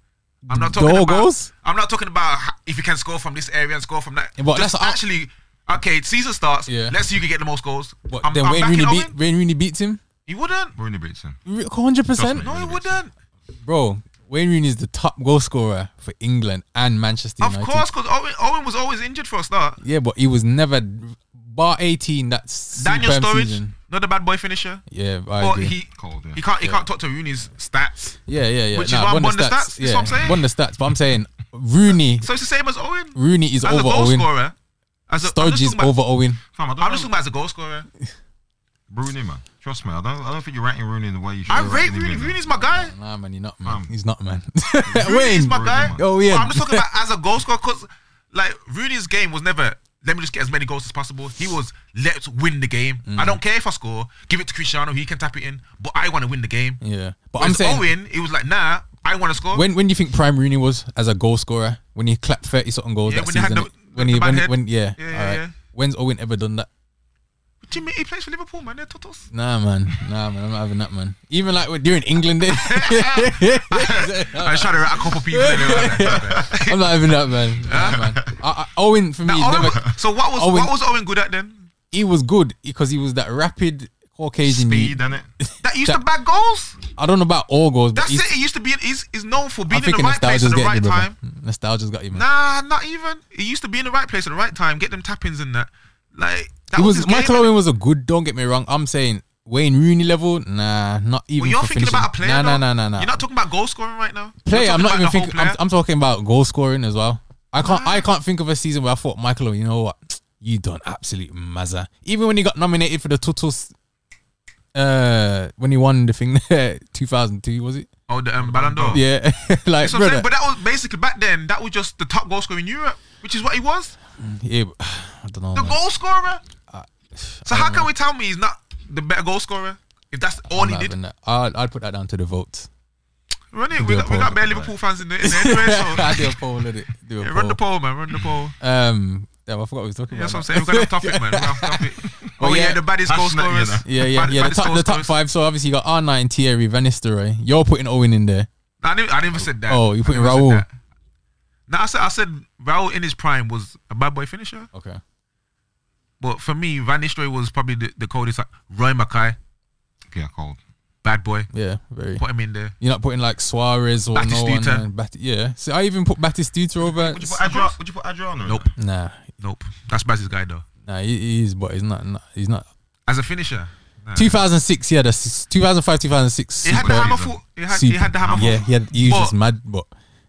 Speaker 5: I'm not talking
Speaker 3: Goal
Speaker 5: about
Speaker 3: goals?
Speaker 5: I'm not talking about h- if you can score from this area and score from that.
Speaker 3: Yeah, but
Speaker 5: Just
Speaker 3: that's- I-
Speaker 5: actually okay. Season starts.
Speaker 3: Yeah.
Speaker 5: Let's see who can get the most goals.
Speaker 3: What,
Speaker 5: I'm,
Speaker 3: then
Speaker 5: I'm
Speaker 3: Wayne
Speaker 5: backing
Speaker 3: Rooney
Speaker 5: Owen.
Speaker 3: beat Wayne Rooney beats him.
Speaker 5: He wouldn't.
Speaker 2: Rooney beats him.
Speaker 3: Hundred percent,
Speaker 5: No, he wouldn't.
Speaker 3: bro. Wayne Rooney is the top goal scorer for England and Manchester
Speaker 5: Of
Speaker 3: United.
Speaker 5: course, because Owen, Owen was always injured for a start.
Speaker 3: Yeah, but he was never bar eighteen. That's
Speaker 5: Daniel Sturridge,
Speaker 3: Season.
Speaker 5: not a bad boy finisher,
Speaker 3: Yeah, I
Speaker 5: but
Speaker 3: agree.
Speaker 5: he
Speaker 2: Cold, yeah.
Speaker 5: he can't he can't talk to Rooney's stats.
Speaker 3: Yeah, yeah, yeah.
Speaker 5: Which is why I'm on the stats, that's
Speaker 3: Yeah,
Speaker 5: what I'm saying.
Speaker 3: Won the stats, but I'm saying Rooney.
Speaker 5: So it's the same as Owen.
Speaker 3: Rooney is
Speaker 5: as a
Speaker 3: over
Speaker 5: goal
Speaker 3: Owen.
Speaker 5: scorer, as a, I'm
Speaker 3: Sturridge
Speaker 5: just
Speaker 3: is
Speaker 5: talking about-
Speaker 3: over Owen.
Speaker 2: Fam, I don't
Speaker 5: I'm just talking
Speaker 2: know-
Speaker 5: about as a goal scorer.
Speaker 2: Rooney, man. Trust me, I don't. I don't think you're ranking Rooney the way you should.
Speaker 5: I
Speaker 2: be
Speaker 5: rate
Speaker 2: ranking
Speaker 5: Rooney.
Speaker 2: man.
Speaker 5: Rooney's my guy.
Speaker 3: Nah, man, you're not man.
Speaker 2: Um,
Speaker 3: He's not man.
Speaker 5: Rooney's
Speaker 3: Wayne.
Speaker 5: my guy.
Speaker 2: Rooney,
Speaker 3: man. Oh, yeah.
Speaker 5: But I'm just talking about as a goal scorer because like Rooney's game was never. Let me just get as many goals as possible. He was let's win the game.
Speaker 3: Mm.
Speaker 5: I don't care if I score. Give it to Cristiano. He can tap it in. But I want to win the game.
Speaker 3: Yeah, but Mm. I'm
Speaker 5: Whereas
Speaker 3: saying
Speaker 5: Owen, he was like, nah, I want to score.
Speaker 3: when when do you think Prime Rooney was as a goal scorer when he clapped thirty something goals
Speaker 5: Yeah,
Speaker 3: that
Speaker 5: when he had
Speaker 3: season?
Speaker 5: the-
Speaker 3: when
Speaker 5: the
Speaker 3: he
Speaker 5: bad
Speaker 3: when,
Speaker 5: head.
Speaker 3: when yeah,
Speaker 5: Yeah, yeah,
Speaker 3: all right.
Speaker 5: yeah.
Speaker 3: When's Owen ever done that?
Speaker 5: Jimmy, he plays for Liverpool, man. They're totos.
Speaker 3: Nah, man. Nah, man. I'm not having that, man. Even like when- during England, day,
Speaker 5: I tried to rat a couple people. in there.
Speaker 3: I'm not having that, man. Nah, man. I, I, Owen for me,
Speaker 5: Now, Owen,
Speaker 3: never,
Speaker 5: so what was
Speaker 3: Owen-
Speaker 5: what was Owen good at then?
Speaker 3: he was good because he was that rapid Caucasian.
Speaker 2: speed, innit?
Speaker 5: That he used
Speaker 3: That-
Speaker 5: to bag goals.
Speaker 3: I don't know about all goals, but
Speaker 5: That's
Speaker 3: he's,
Speaker 5: it. He used to be. He's, he's known for
Speaker 3: I
Speaker 5: being in
Speaker 3: think
Speaker 5: the right place
Speaker 3: nostalgia's
Speaker 5: at the
Speaker 3: getting you,
Speaker 5: right
Speaker 3: brother.
Speaker 5: time.
Speaker 3: Nostalgia's got you, man.
Speaker 5: Nah, not even. He used to be in the right place at the right time, get them tappings and that. Like that
Speaker 3: It was
Speaker 5: was, his
Speaker 3: Michael
Speaker 5: game.
Speaker 3: Owen was a good. Don't get me wrong. I'm saying Wayne Rooney level. Nah, not even.
Speaker 5: Well, you're
Speaker 3: for
Speaker 5: thinking
Speaker 3: finishing.
Speaker 5: about a player.
Speaker 3: Nah,
Speaker 5: though.
Speaker 3: nah, nah, nah, nah.
Speaker 5: You're not talking about goal scoring right now. You're
Speaker 3: player. I'm not
Speaker 5: talking
Speaker 3: even
Speaker 5: about the
Speaker 3: thinking.
Speaker 5: whole
Speaker 3: I'm,
Speaker 5: player.
Speaker 3: I'm talking about goal scoring as well. I can't. I can't think of a season where I thought Michael Owen. You know what? You done absolute mazza. Even when he got nominated for the Tutus, uh, when he won the thing there, 2002 was it?
Speaker 5: Oh, the um, Ballon d'Or.
Speaker 3: Yeah, like
Speaker 5: That's what I'm saying.
Speaker 3: brother.
Speaker 5: But that was basically back then. That was just the top goal scorer in Europe, which is what he was.
Speaker 3: yeah, but- I don't know.
Speaker 5: The
Speaker 3: man.
Speaker 5: goal scorer. So
Speaker 3: Uh,
Speaker 5: how
Speaker 3: don't
Speaker 5: can
Speaker 3: know.
Speaker 5: we tell me he's not the better goal scorer if that's all
Speaker 3: I'm
Speaker 5: he
Speaker 3: not
Speaker 5: did?
Speaker 3: having that. I'd, I'd put that down to the votes.
Speaker 5: Run it. We
Speaker 3: a
Speaker 5: got, we
Speaker 3: poll.
Speaker 5: got bare Liverpool fans in there, in there anyway.
Speaker 3: I
Speaker 5: So
Speaker 3: do a poll, let it. Do a
Speaker 5: yeah,
Speaker 3: poll.
Speaker 5: run the poll, man. Run the poll.
Speaker 3: Um, damn, I forgot what we was talking
Speaker 5: Yeah, that's what I'm
Speaker 3: about.
Speaker 5: saying. We're gonna have topic, man. We're gonna have topic. Oh yeah,
Speaker 3: yeah.
Speaker 5: the baddest goal
Speaker 2: That's not, you
Speaker 5: scorers.
Speaker 2: know.
Speaker 3: yeah, yeah, yeah.
Speaker 5: Bad-
Speaker 3: The
Speaker 5: baddest
Speaker 3: top,
Speaker 5: goal
Speaker 3: the top
Speaker 5: scorers.
Speaker 3: five. So obviously you got R9, Thierry, Van Nistelrooy. You're putting Owen in there.
Speaker 5: I never, I never said that.
Speaker 3: Oh, you
Speaker 5: I
Speaker 3: putting
Speaker 5: never said
Speaker 3: Raul.
Speaker 5: that. No, I said I said Raul in his prime was a bad boy finisher,
Speaker 3: Okay.
Speaker 5: but for me, Van Nistelrooy was probably the, the coldest. Roy Mackay,
Speaker 2: Yeah, cold.
Speaker 5: bad boy.
Speaker 3: Yeah, very.
Speaker 5: Put him in there.
Speaker 3: You're not putting like Suarez or no
Speaker 5: Batistuta.
Speaker 3: one. in. Bat- yeah. See, I even put Batistuta over.
Speaker 2: Would you put Adrian? Would you put Adriano? in
Speaker 5: Nope.
Speaker 2: there?
Speaker 3: Nah,
Speaker 5: Nope. That's Baz's guy though.
Speaker 3: nah, he, he is, but he's not. not he's not.
Speaker 5: As a finisher,
Speaker 3: 2006, yeah, that's 2005, 2006.
Speaker 5: he had the
Speaker 3: superb.
Speaker 5: hammer foot. He had, he
Speaker 3: Super.
Speaker 5: had the hammer
Speaker 3: Yeah,
Speaker 5: foot.
Speaker 3: he had. He was
Speaker 5: But-
Speaker 3: just mad, but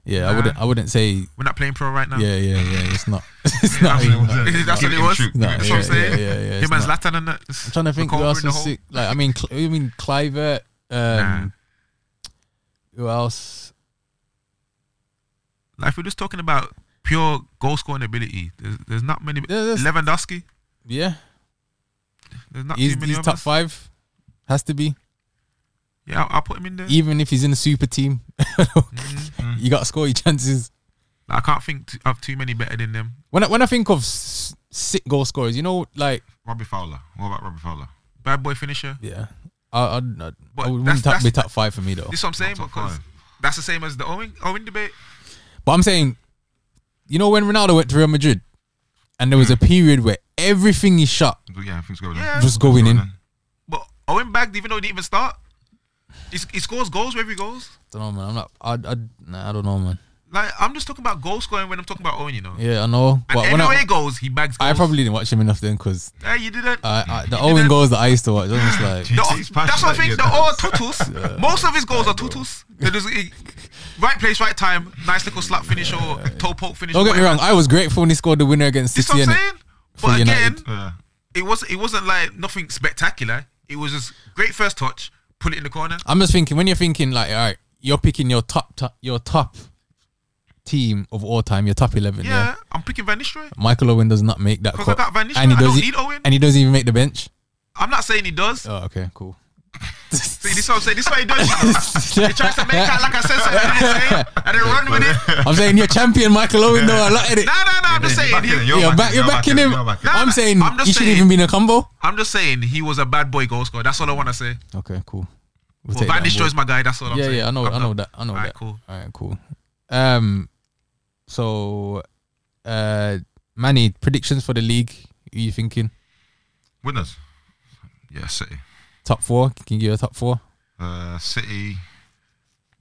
Speaker 3: yeah, I
Speaker 5: Nah.
Speaker 3: wouldn't. I wouldn't say.
Speaker 5: We're not playing pro right now.
Speaker 3: Yeah, yeah, yeah. It's not. It's not.
Speaker 5: That's
Speaker 3: even-
Speaker 5: what it was. That's what it was.
Speaker 2: Nah,
Speaker 3: Nah,
Speaker 5: That's what I'm
Speaker 3: yeah, yeah,
Speaker 5: saying.
Speaker 3: yeah, yeah, it's
Speaker 5: Him and
Speaker 3: not.
Speaker 5: Zlatan and that. I'm
Speaker 3: trying to think who else was sick. Like I mean, Cl- I mean Clivert. Um, Who else?
Speaker 5: Like if we're just talking about pure goal scoring ability, there's, there's not many.
Speaker 3: Yeah, there's-
Speaker 5: Lewandowski,
Speaker 3: Yeah,
Speaker 5: there's not
Speaker 3: he's,
Speaker 5: too many
Speaker 3: he's
Speaker 5: of
Speaker 3: top
Speaker 5: us.
Speaker 3: five. Has to be,
Speaker 5: Yeah, I'll, I'll put him in there.
Speaker 3: even if he's in a super team.
Speaker 5: Mm-hmm.
Speaker 3: you got to score your chances.
Speaker 5: I can't think t- of too many better than them.
Speaker 3: When I, when I think of s- sick goal scorers, you know, like
Speaker 2: Robbie Fowler. What about Robbie Fowler?
Speaker 5: Bad boy finisher.
Speaker 3: yeah, I I, I, I
Speaker 5: But
Speaker 3: wouldn't
Speaker 5: that's-
Speaker 3: top, be
Speaker 5: that's-
Speaker 3: top five for me though.
Speaker 5: This is what I'm saying
Speaker 2: Not top
Speaker 5: because
Speaker 2: five.
Speaker 5: that's the same as the Owen Owen debate.
Speaker 3: But I'm saying, you know, when Ronaldo went to Real Madrid, and there was a
Speaker 5: Mm.
Speaker 3: period where everything he shot
Speaker 2: But yeah, I think it's going.
Speaker 5: Yeah.
Speaker 3: was going in.
Speaker 5: But Owen bagged even though he didn't even start. He's, he scores goals wherever he goes.
Speaker 3: don't know, man. I'm not. I, I, nah, I don't know, man.
Speaker 5: Like I'm just talking about goal scoring when I'm talking about Owen, you know.
Speaker 3: Yeah, I know.
Speaker 5: And
Speaker 3: But when
Speaker 5: anyway
Speaker 3: I,
Speaker 5: goals, he bags goals.
Speaker 3: I probably didn't watch him enough then because
Speaker 5: Hey, you didn't.
Speaker 3: I, I, the
Speaker 5: You
Speaker 3: Owen
Speaker 5: didn't-
Speaker 3: goals that I used to watch, I'm just like,
Speaker 5: The-
Speaker 2: He's passionate,
Speaker 5: that's what I
Speaker 2: yeah,
Speaker 5: think. They're
Speaker 2: that's-
Speaker 5: all tutus. Most of his goals are tutus. They're just- he- right place, right time. Nice little slap finish or toe poke finish.
Speaker 3: don't
Speaker 5: or
Speaker 3: get me wrong,
Speaker 5: whatever.
Speaker 3: I was grateful when he scored the winner against
Speaker 5: This is
Speaker 3: City.
Speaker 5: what I'm
Speaker 3: And
Speaker 5: saying.
Speaker 3: For
Speaker 5: But again,
Speaker 3: United.
Speaker 2: Yeah.
Speaker 5: it was it wasn't like nothing spectacular. It was just great first touch, put it in the corner.
Speaker 3: I'm just thinking when you're thinking like, all right, you're picking your top, top your top team of all time, your top eleven.
Speaker 5: Yeah,
Speaker 3: Yeah.
Speaker 5: I'm picking Van Nistelrooy.
Speaker 3: Michael Owen does not make that
Speaker 5: 'Cause I
Speaker 3: cut,
Speaker 5: got Van Nistelrooy,
Speaker 3: and he
Speaker 5: I don't
Speaker 3: doesn't,
Speaker 5: need Owen.
Speaker 3: and he doesn't even make the bench.
Speaker 5: I'm not saying he does.
Speaker 3: Oh, okay, cool.
Speaker 5: See, this is what I'm saying. This is what he does. you know. he tries to make out like I said something I didn't say, and then run with it.
Speaker 3: I'm saying you're champion Michael Owen though a lot in it.
Speaker 5: No, no, no. I'm just saying.
Speaker 2: Backing him,
Speaker 5: He,
Speaker 2: you're
Speaker 3: you're,
Speaker 2: backing
Speaker 3: back,
Speaker 2: him,
Speaker 3: you're backing him.
Speaker 2: you're backing him.
Speaker 3: I'm
Speaker 5: Nah,
Speaker 3: saying
Speaker 5: I'm just
Speaker 3: he shouldn't
Speaker 5: saying-
Speaker 3: even be in a combo.
Speaker 5: I'm just saying he was a bad boy goal scorer. That's all I want to say.
Speaker 3: Okay, cool. We'll
Speaker 5: But
Speaker 3: take that
Speaker 5: Van
Speaker 3: on board.
Speaker 5: Nistelrooy's my guy. That's all I'm
Speaker 3: yeah,
Speaker 5: saying.
Speaker 3: yeah, I know,
Speaker 5: I'm
Speaker 3: I know
Speaker 5: done.
Speaker 3: that, I know
Speaker 5: Alright,
Speaker 3: that.
Speaker 5: cool.
Speaker 3: All right, cool. Um, so, uh, Manny, predictions for the league? Who you thinking?
Speaker 2: Winners. Yeah, City.
Speaker 3: Top four? Can you give a top four?
Speaker 2: Uh, City.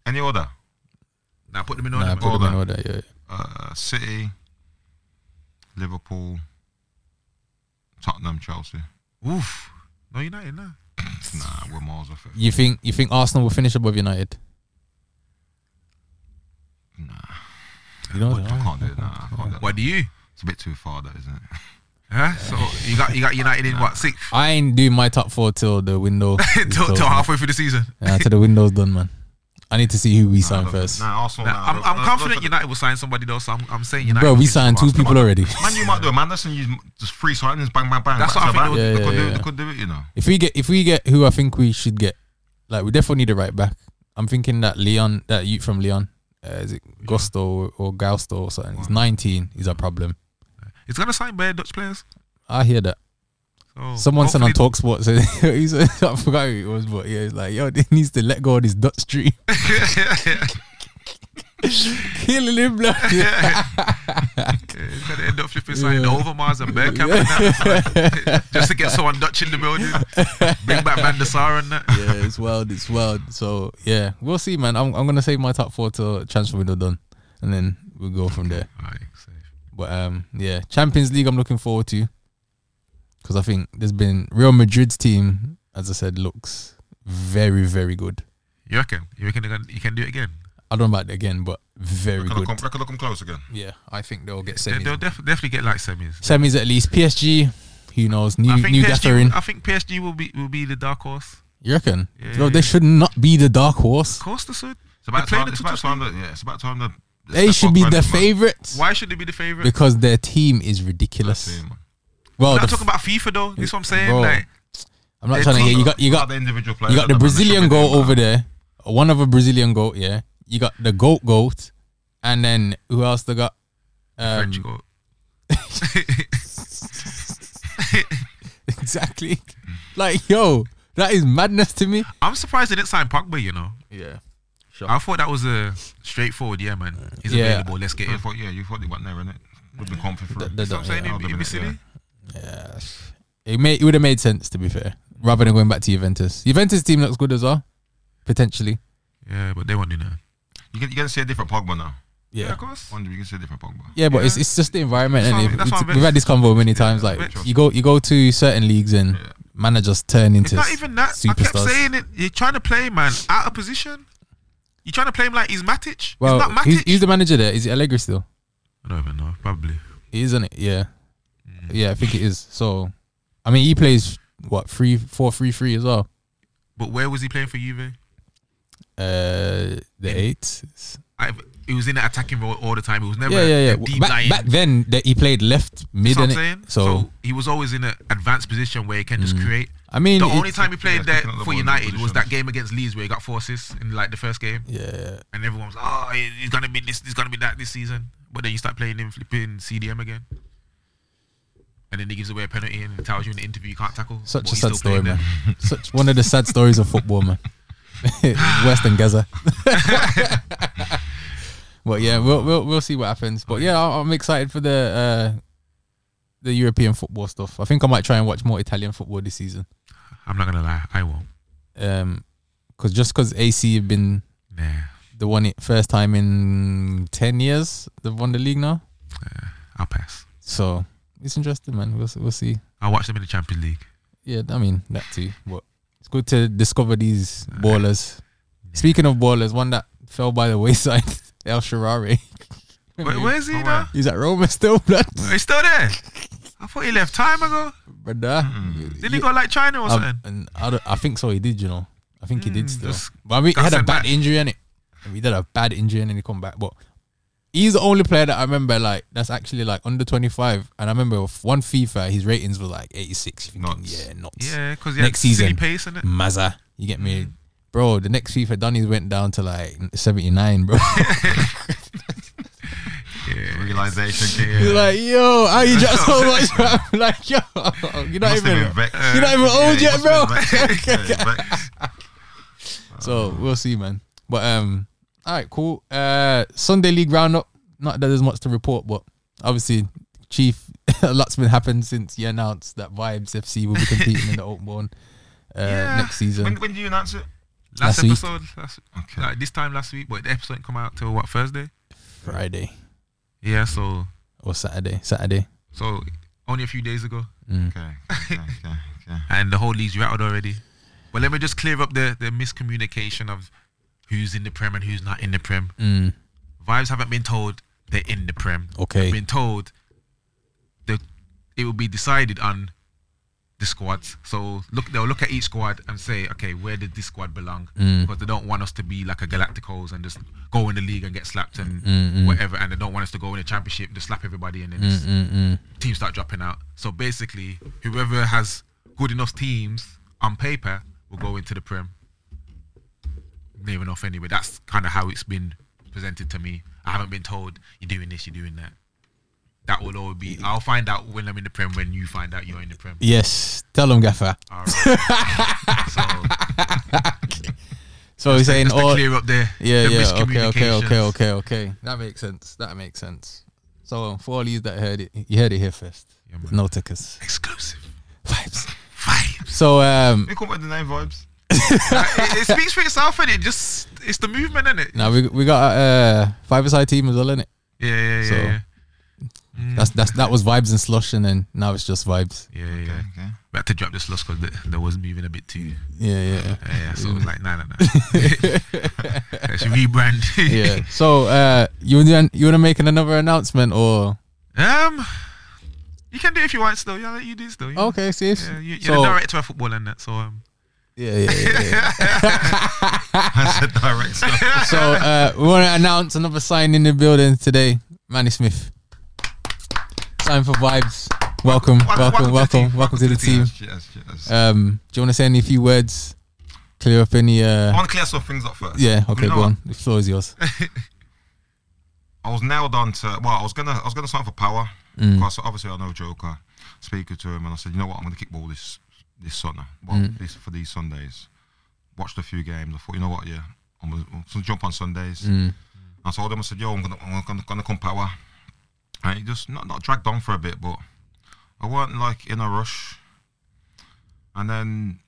Speaker 2: Any order?
Speaker 5: Nah, put them in order.
Speaker 3: Nah,
Speaker 5: man.
Speaker 3: put them in
Speaker 2: Order.
Speaker 3: order. Yeah,
Speaker 2: Uh, City. Liverpool. Tottenham, Chelsea.
Speaker 5: Oof. No United, nah.
Speaker 2: Nah, we're miles off it.
Speaker 3: you think you think Arsenal will finish above United?
Speaker 2: Nah,
Speaker 3: You don't
Speaker 2: I can't do it. Nah, I can't do it.
Speaker 5: What do you?
Speaker 2: It's a bit too far, though, isn't it?
Speaker 5: Huh? So you got you got United in what sixth?
Speaker 3: I ain't doing my top four till the window. is
Speaker 5: till,
Speaker 3: closed,
Speaker 5: till
Speaker 3: man.
Speaker 5: halfway through the season.
Speaker 3: Yeah, till the window's done, man. I need to see who we
Speaker 2: Nah,
Speaker 3: sign
Speaker 2: look,
Speaker 3: first.
Speaker 2: Nah, Arsenal.
Speaker 5: Nah,
Speaker 2: Nah,
Speaker 5: I'm,
Speaker 2: look,
Speaker 5: I'm
Speaker 2: look,
Speaker 5: confident
Speaker 2: look,
Speaker 5: United will sign somebody though, so I'm, I'm saying United.
Speaker 3: Bro, we
Speaker 5: is
Speaker 3: signed two
Speaker 5: fast.
Speaker 3: people already.
Speaker 2: Man, you might do it, man. Listen, you just three signings, bang, bang, bang.
Speaker 5: That's
Speaker 2: back
Speaker 5: what
Speaker 2: to
Speaker 5: I think
Speaker 2: back.
Speaker 5: it
Speaker 3: would-
Speaker 2: They could
Speaker 3: Yeah, yeah,
Speaker 2: do it.
Speaker 3: yeah.
Speaker 2: They could do it. You know.
Speaker 3: If we get if we get who I think we should get, like we definitely need a right back. I'm thinking that Leon, that youth from Leon, uh, is it Gusto or, or Gausto or something? He's 19. He's a problem.
Speaker 5: It's gonna sign bad Dutch players.
Speaker 3: I hear that.
Speaker 5: So
Speaker 3: Someone said on
Speaker 5: hopefully-
Speaker 3: Talksport, so he's, I forgot who it was, but yeah, it's like yo, he needs to let go of this Dutch tree. Killing him, blood.
Speaker 5: It's gonna end up flipping signing the Overmars and Bergkamp and that, just to get someone Dutch in the building. Bring back Van der Sar and that.
Speaker 3: yeah, it's wild. It's wild. So yeah, we'll see, man. I'm I'm gonna save my top four till transfer window done, and then we'll go from there.
Speaker 5: Alright, safe.
Speaker 3: But um, yeah, Champions League, I'm looking forward to because I think there's been Real Madrid's team, as I said, looks very, very good.
Speaker 5: You reckon? You reckon they're gonna- you can do it again?
Speaker 3: I don't know about it again, but very
Speaker 2: Reckon
Speaker 3: good.
Speaker 2: they'll come- reckon they'll come close again.
Speaker 3: Yeah, I think they'll get
Speaker 5: They, they'll
Speaker 3: semis.
Speaker 5: def- definitely get like semis.
Speaker 3: Semis at least. PSG, who knows? New
Speaker 5: I think
Speaker 3: new Gaffer in.
Speaker 5: PSG. I think PSG will be will be the dark horse.
Speaker 3: You reckon?
Speaker 5: Yeah,
Speaker 3: Bro,
Speaker 5: yeah,
Speaker 3: they
Speaker 5: yeah.
Speaker 3: should not be the dark horse.
Speaker 5: Of course, they should.
Speaker 2: It's
Speaker 5: They're
Speaker 2: about time.
Speaker 5: playing
Speaker 2: It's
Speaker 5: the
Speaker 2: about
Speaker 5: Tuchel
Speaker 2: time. That, yeah, it's about time. That
Speaker 3: They should be the
Speaker 2: favorite.
Speaker 3: favourites
Speaker 5: Why should they be the favorite?
Speaker 3: because their team is ridiculous. Well,
Speaker 5: We're
Speaker 3: the
Speaker 5: not
Speaker 3: f-
Speaker 5: talking about FIFA though. This is what I'm saying.
Speaker 3: Bro.
Speaker 5: Like,
Speaker 3: I'm not
Speaker 5: their
Speaker 3: trying to
Speaker 5: team-
Speaker 3: hear. You got you got
Speaker 2: the individual players.
Speaker 3: You got
Speaker 2: that
Speaker 3: the
Speaker 2: they should be
Speaker 3: Brazilian goal
Speaker 2: doing,
Speaker 3: over
Speaker 2: man.
Speaker 3: there, one of a Brazilian goat, yeah. You got the goat goat, and then who else they got? Um,
Speaker 5: French goal.
Speaker 3: exactly. like, yo, that is madness to me.
Speaker 5: I'm surprised they didn't sign Pogba. You know,
Speaker 3: Yeah.
Speaker 5: I thought that was a straightforward. Yeah, man, he's
Speaker 3: Yeah. Hmm.
Speaker 5: available. Let's get
Speaker 2: Yeah, you
Speaker 5: him.
Speaker 2: thought, yeah, you thought they went there, innit? Would be confident for it.
Speaker 3: They
Speaker 5: That's what I'm
Speaker 3: don't,
Speaker 5: saying.
Speaker 3: yeah.
Speaker 5: It'd be- it'd be silly.
Speaker 2: Yeah.
Speaker 3: Yes. It, may, it would have made sense, to be fair, rather than going back to Juventus. Juventus team looks good as well. potentially.
Speaker 5: Yeah, but they won't do that.
Speaker 2: You can you can see a different Pogba now.
Speaker 5: Yeah,
Speaker 3: Yeah.
Speaker 5: of course.
Speaker 2: Wonder you can see a different Pogba.
Speaker 3: Yeah, but it's
Speaker 5: Yeah.
Speaker 3: it's just the environment,
Speaker 5: That's
Speaker 3: and
Speaker 5: what- that's what I'm
Speaker 3: we've had this convo many times.
Speaker 5: Yeah,
Speaker 3: Like
Speaker 5: but-
Speaker 3: you go you go to certain leagues and
Speaker 2: Yeah.
Speaker 3: managers turn
Speaker 5: It's
Speaker 3: into
Speaker 5: not even that. I kept
Speaker 3: superstars.
Speaker 5: saying it. You're trying to play man out of position. You're trying to play him like he's Matic.
Speaker 3: well,
Speaker 5: he's not Matic.
Speaker 3: he's, he's the manager there. Is it Allegri still?
Speaker 5: I don't even know. Probably.
Speaker 3: He Isn't it? Yeah,
Speaker 5: Mm.
Speaker 3: yeah, I think it is. So, I mean, he plays what three four three three as well.
Speaker 5: But where was he playing for Juve?
Speaker 3: Uh, the eight.
Speaker 5: I, he was in the attacking role all the time. He was never
Speaker 3: Yeah, yeah,
Speaker 5: a
Speaker 3: yeah.
Speaker 5: deep
Speaker 3: Back,
Speaker 5: lying-
Speaker 3: back then, that he played left mid,
Speaker 5: That's what I'm
Speaker 3: innit?
Speaker 5: saying.
Speaker 3: So, Mm.
Speaker 5: So he was always in an advanced position where he can just create.
Speaker 3: I mean,
Speaker 5: The
Speaker 3: it-
Speaker 5: only time he played
Speaker 2: Yeah,
Speaker 5: there
Speaker 2: picking up the
Speaker 5: for
Speaker 2: ball in good
Speaker 5: United was that
Speaker 2: positions.
Speaker 5: game against Leeds where he got four assists in like the first game,
Speaker 3: yeah,
Speaker 5: and everyone was like, "Oh, he- he's gonna be this, he's gonna be that this season." But then you start playing him flipping CDM again, and then he gives away a penalty and tells you in the interview you can't tackle.
Speaker 3: such a
Speaker 5: but he's
Speaker 3: sad
Speaker 5: still
Speaker 3: story,
Speaker 5: playing
Speaker 3: man.
Speaker 5: there.
Speaker 3: Such one of the sad stories of football, man. Worse than Gaza. but yeah, we'll we'll we'll see what happens. But yeah, I- I'm excited for the uh, the European football stuff. I think I might try and watch more Italian football this season.
Speaker 5: I'm not gonna lie, I won't.
Speaker 3: Um, cause just cause AC have been
Speaker 5: Nah,
Speaker 3: the one it first time in ten years they've won the league now.
Speaker 5: I'll pass.
Speaker 3: So it's interesting, man. We'll s- we'll see.
Speaker 5: I'll watch them in the Champions League.
Speaker 3: Yeah, I mean that too. But it's good to discover these ballers. Speaking of ballers, one that fell by the wayside, El Sharari.
Speaker 5: Where, where's he
Speaker 2: Oh,
Speaker 5: now?
Speaker 3: He's at Roma still, blood.
Speaker 5: He's still there. I thought he left time ago.
Speaker 3: Brother.
Speaker 5: Didn't Mm. he go like China or something? Mm,
Speaker 3: Um, and I, don't- I think so. He did, you know. I think he did still.
Speaker 5: just
Speaker 3: But I mean, he
Speaker 5: got
Speaker 3: had a
Speaker 5: sent
Speaker 3: bad
Speaker 5: back.
Speaker 3: injury in it. He did a bad injury and then he come back. But he's the only player that I remember like that's actually like under twenty five. And I remember with one FIFA, his ratings were like eighty six. Thinking,
Speaker 2: Nuts.
Speaker 3: yeah, nuts.
Speaker 5: Yeah, because he
Speaker 3: next
Speaker 5: had silly
Speaker 3: season,
Speaker 5: pace in it.
Speaker 3: Mazza. You get me,
Speaker 2: Mm.
Speaker 3: bro? The next FIFA, Donny's went down to like seventy nine, bro.
Speaker 5: Yeah.
Speaker 2: Realization. kick.
Speaker 3: He's like, yo, how you drop so much? bro? I'm like, yo, you're not
Speaker 2: Must have
Speaker 3: even.
Speaker 2: been vexed.
Speaker 3: You're not even
Speaker 2: Yeah,
Speaker 3: old
Speaker 2: he
Speaker 3: yet,
Speaker 2: must
Speaker 3: bro.
Speaker 2: have been vexed. Yeah, he's vexed.
Speaker 3: So we'll see, man. But um, all right, cool. Uh, Sunday league roundup. Not that there's much to report, but obviously, Chief, a lot's been happened since he announced that Vibes FC will be competing in the Oakbourne uh,
Speaker 5: Yeah.
Speaker 3: next season.
Speaker 2: When, when did you announce it?
Speaker 5: Last
Speaker 3: Last week.
Speaker 5: episode, last,
Speaker 2: Okay.
Speaker 5: like this time last week, but the episode didn't come out till what Thursday?
Speaker 3: Friday
Speaker 5: Yeah, so
Speaker 3: or Saturday. Saturday.
Speaker 5: so only a few days ago,
Speaker 2: Okay. Okay. Okay. okay.
Speaker 5: and the whole league's rattled already. But let me just clear up the the miscommunication of who's in the prem and who's not in the prem.
Speaker 3: Mm,
Speaker 5: Vibes haven't been told they're in the prem.
Speaker 3: okay.
Speaker 5: They've been told that it will be decided on the squads. So look, they'll look at each squad and say, okay, where did this squad belong? Because they don't want us to be like a Galacticos and just go in the league and get slapped and whatever. And they don't want us to go in the championship and just slap everybody and then just teams start dropping out. So basically, whoever has good enough teams on paper will go into the Prem. Near enough, anyway. That's kind of how it's been presented to me. I haven't been told you're doing this, you're doing that. That will all be. I'll find out when I'm in the Prem. When you find out you're in the Prem.
Speaker 3: Yes, tell them Gaffer.
Speaker 5: All right. so
Speaker 3: So he's saying,
Speaker 5: just to
Speaker 3: oh,
Speaker 5: clear up the
Speaker 3: yeah,
Speaker 5: the
Speaker 3: yeah, okay, okay,
Speaker 5: miscommunications.
Speaker 3: okay, okay, okay. That makes sense. That makes sense. So for all you that heard it, you heard it here first.
Speaker 5: Yeah, man.
Speaker 3: no tickers.
Speaker 5: Exclusive
Speaker 3: Vibes.
Speaker 5: vibes.
Speaker 3: So um,
Speaker 2: We come up with the name vibes.
Speaker 5: it, it speaks for itself, and it just it's the movement, is it?
Speaker 3: now we we got a uh, five-a-side team as well, innit?
Speaker 5: Yeah, yeah, yeah,
Speaker 3: So-
Speaker 5: yeah, Mm.
Speaker 3: That's that's that was vibes and slush, and then now it's just vibes.
Speaker 5: yeah, yeah. yeah.
Speaker 2: Okay.
Speaker 5: We had to drop this loss because they, they was moving a bit too.
Speaker 3: Yeah, yeah,
Speaker 5: Yeah, so it was like, nah, nah, nah. Let's rebrand.
Speaker 3: yeah. So uh, you wanna- you want to make another announcement or
Speaker 5: Um, you can do it if you want still. Yeah, you do still. You
Speaker 3: okay? See, if,
Speaker 5: Yeah, you, you're
Speaker 3: so-
Speaker 5: the director of football and that, so um,
Speaker 3: yeah, yeah, yeah, yeah.
Speaker 2: I said direct stuff.
Speaker 3: so uh, we want to announce another sign in the building today, Manny Smith. Sign for vibes. Welcome, welcome, welcome, welcome, to the team.
Speaker 2: Yes, yes, yes.
Speaker 3: Um, do you want to say any few words? Clear up any?
Speaker 2: I
Speaker 3: Uh,
Speaker 2: want to clear some things up first.
Speaker 3: yeah.
Speaker 2: You
Speaker 3: Okay,
Speaker 2: know
Speaker 3: go
Speaker 2: what?
Speaker 3: on. The floor is yours.
Speaker 2: I was nailed on to. Well, I was gonna, I was gonna sign for power because obviously I know Joker. Speaking to him, and I said, you know what, I'm gonna kick ball this this Sunday. Well, this for these Sundays. Watched a few games. I thought, you know what, yeah, I'm gonna, I'm gonna jump on Sundays.
Speaker 3: Mm.
Speaker 2: I told him, I said, yo, I'm gonna, I'm gonna, gonna come power. And he just not not dragged on for a bit, but I weren't like in a rush. And then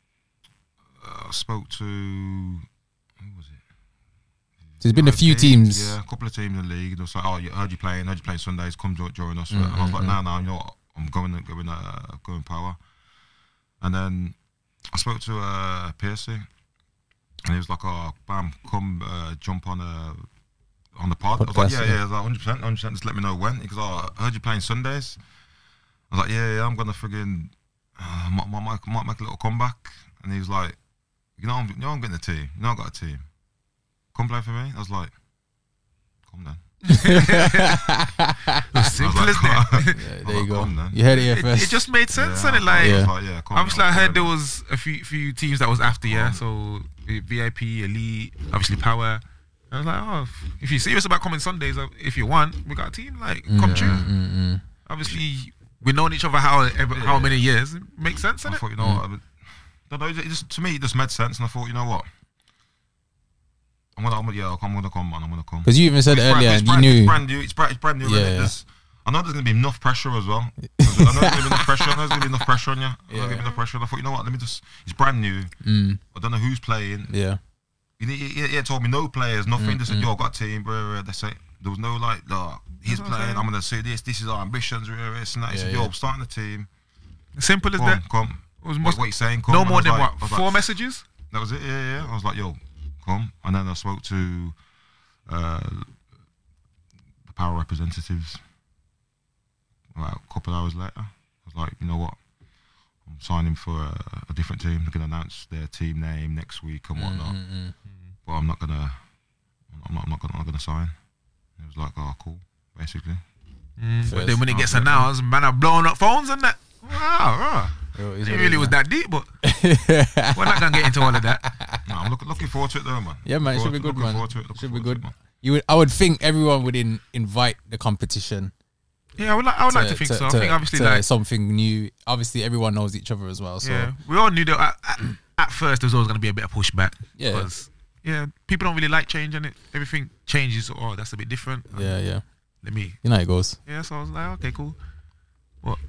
Speaker 2: uh, I spoke to Who was it?
Speaker 3: There's been a few teams.
Speaker 2: Yeah, a couple of teams in the league. They was like, oh, you heard you playing, heard you playing Sundays. Come jo- join us. And I was
Speaker 3: Mm-hmm.
Speaker 2: like, no, no, you know what? I'm going, going, uh, going power. And then I spoke to uh, Piercy, and he was like, oh, bam, come uh, jump on a. On the pod, I was
Speaker 3: Podcast,
Speaker 2: like,
Speaker 3: yeah.
Speaker 2: yeah, yeah, I was like, 100%, 100%, just let me know when. He goes, oh, I heard you playing Sundays. I was like, yeah, yeah, I'm gonna friggin' uh, might, might, might, might make a little comeback. And he was like, you know, I'm, you know, I'm getting a team. You know, I got a team. Come play for me. I was like, come then. I was
Speaker 5: Simple
Speaker 2: like,
Speaker 5: as that.
Speaker 2: I was
Speaker 3: There you
Speaker 2: like,
Speaker 3: go.
Speaker 2: Come then.
Speaker 3: You heard it here first.
Speaker 5: It, it just made sense,
Speaker 2: Yeah,
Speaker 5: and it like
Speaker 2: I was
Speaker 3: Yeah.
Speaker 2: like, yeah, come
Speaker 5: obviously I
Speaker 2: come
Speaker 5: heard
Speaker 2: then.
Speaker 5: there was a few few teams that was after yeah, so eh, VIP, elite, obviously power. I was like, oh, if- if you're serious about coming Sundays, uh, if you want, we got a team. Like, come true. Obviously, we've known each other how ever, how many years. It makes sense,
Speaker 2: I
Speaker 5: innit?
Speaker 2: thought, you know what? I would- I don't know, it just, to me, it just made sense. And I thought, you know what? I'm gonna, I'm gonna, yeah, I'm gonna come, man. I'm gonna come.
Speaker 3: Because you even said
Speaker 2: brand-
Speaker 3: earlier,
Speaker 2: it's
Speaker 3: you
Speaker 2: brand, It's
Speaker 3: knew.
Speaker 2: brand new. It's brand, it's brand new.
Speaker 3: Yeah,
Speaker 2: innit?
Speaker 3: yeah.
Speaker 2: There's- I know there's gonna be enough pressure as well. 'Cause I know there's gonna be enough pressure. I know there's gonna be enough pressure on you. I know there's gonna be enough pressure. And I thought, you know what? Let me just. It's brand new. I don't know who's playing.
Speaker 3: Mm, Yeah.
Speaker 2: He, he, he- he told me no players, nothing. They said, yo, I got a team, blah, blah, blah. That's it. There was no like, nah, he's playing. I'm gonna see this. This is our ambitions, blah, blah, blah, this and that. He
Speaker 3: Yeah,
Speaker 2: said,
Speaker 3: yeah.
Speaker 2: yo, I'm starting a team.
Speaker 5: Simple as
Speaker 2: Come,
Speaker 5: that.
Speaker 2: come.
Speaker 5: It was
Speaker 2: What,
Speaker 5: most,
Speaker 2: what you saying? Come.
Speaker 5: no
Speaker 2: And I
Speaker 5: more
Speaker 2: was
Speaker 5: than
Speaker 2: like- I
Speaker 5: what
Speaker 2: was like,
Speaker 5: four messages.
Speaker 2: that was it. Yeah, yeah. I was like, yo, come. And then I spoke to uh, the power representatives. About a couple hours later, I was like, you know what? I'm signing for a, a different team. They're gonna announce their team name next week
Speaker 3: Mm,
Speaker 2: and whatnot. But I'm not gonna. I'm not. I'm not gonna. I'm not gonna sign. It was like, oh, cool. Basically, Mm.
Speaker 5: But then when it gets announced, man are blowing up phones and that. Wow, wow. it really was that deep, but we're not gonna get into all of that.
Speaker 2: no, I'm look, looking forward to it though, man.
Speaker 3: Yeah, man, it should
Speaker 2: Forward-
Speaker 3: be good,
Speaker 2: looking
Speaker 3: man.
Speaker 2: forward to it, looking
Speaker 3: Should be
Speaker 2: forward
Speaker 3: good.
Speaker 2: to it, man.
Speaker 3: You would, I would think everyone would in, invite the competition.
Speaker 5: Yeah, I would like, I would like to think so. I think obviously
Speaker 3: to
Speaker 5: like
Speaker 3: something new. Obviously, everyone knows each other as well. So
Speaker 5: Yeah, we all knew that at, at, at first there was always going to be a bit of pushback.
Speaker 3: Yeah.
Speaker 5: 'Cause, yeah, people don't really like change, and it everything changes. so, Oh, that's a bit different. Uh,
Speaker 3: yeah, yeah.
Speaker 5: Let me.
Speaker 3: You know how it goes.
Speaker 5: Yeah, so I was like, okay, cool.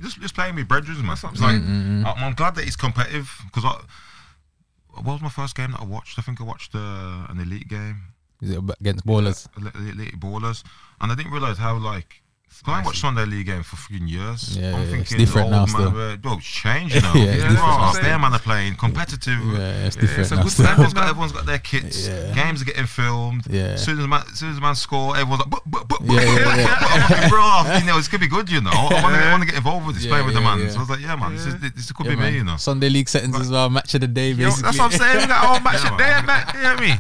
Speaker 2: just just playing with brethren, man.
Speaker 5: That's what I'm
Speaker 2: It's
Speaker 3: Mm,
Speaker 2: like, I'm, I'm glad that he's competitive because I. What was my first game that I watched? I think I watched uh, an elite game,
Speaker 3: Is it ab- against ballers?
Speaker 2: elite, elite ballers, and I didn't realize how like. Cause I ain't watched Sunday League game for freaking years.
Speaker 3: Yeah,
Speaker 2: I'm
Speaker 3: yeah,
Speaker 2: thinking
Speaker 3: it's different
Speaker 2: the old
Speaker 3: now still.
Speaker 2: man, were- bro, it's changing now.
Speaker 3: Yeah,
Speaker 2: yeah,
Speaker 3: it's
Speaker 5: different now.
Speaker 2: their man are playing competitive.
Speaker 3: Yeah, yeah it's different.
Speaker 5: it's a
Speaker 3: now,
Speaker 5: good
Speaker 3: so-
Speaker 5: time.
Speaker 2: Everyone's got, everyone's got their kits.
Speaker 3: Yeah.
Speaker 2: Games are getting filmed.
Speaker 3: Yeah.
Speaker 2: As soon as man, as soon as man score, everyone's like, but, but, but,
Speaker 3: Yeah, yeah, yeah.
Speaker 2: I'm like, bro, you know, this could be good, you know. I want to, I want to get involved with this,
Speaker 3: Yeah,
Speaker 2: play with the
Speaker 3: yeah,
Speaker 2: man.
Speaker 3: yeah.
Speaker 2: So I was like, yeah, man, this, is, this could
Speaker 3: Yeah,
Speaker 2: be
Speaker 3: man.
Speaker 2: me, you know.
Speaker 3: Sunday league settings as well. Match of the day,
Speaker 5: You know,
Speaker 3: basically.
Speaker 5: that's what I'm saying. We got all match
Speaker 2: Yeah,
Speaker 5: day
Speaker 2: man.
Speaker 5: and night. You know what I mean?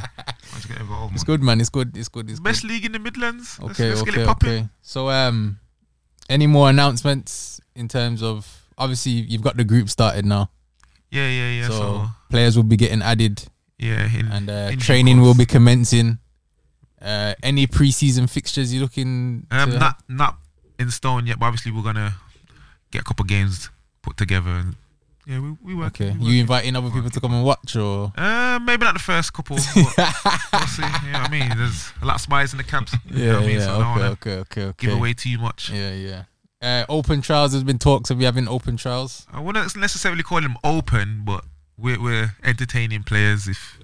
Speaker 2: Let's get involved,
Speaker 3: It's
Speaker 2: man.
Speaker 3: good, man. It's good. It's good. It's good.
Speaker 5: Best league in the Midlands. Let's,
Speaker 3: Okay,
Speaker 5: let's get
Speaker 3: okay,
Speaker 5: it popping.
Speaker 3: okay. So, um, any more announcements in terms of obviously you've got the group started now,
Speaker 5: Yeah, yeah, yeah.
Speaker 3: so,
Speaker 5: So,
Speaker 3: players will be getting added
Speaker 5: yeah, in,
Speaker 3: and uh,
Speaker 5: in due
Speaker 3: training will
Speaker 5: course.
Speaker 3: be commencing. Uh, any preseason fixtures you looking?
Speaker 5: um,
Speaker 3: to-
Speaker 5: not not in stone yet, but obviously we're gonna get a couple games put together. And, yeah, we we work.
Speaker 3: okay, you inviting other people to come and watch or?
Speaker 5: Uh, maybe not the first couple. But we'll see. You know what I mean? There's a lot of spies in the camps. You know what I mean? so I don't
Speaker 3: okay,
Speaker 5: want to
Speaker 3: okay, okay, okay.
Speaker 5: give away too much.
Speaker 3: Yeah, yeah. Uh, open trials. There's been talks of you having open trials.
Speaker 5: I wouldn't necessarily call them open, but we're, we're entertaining players. If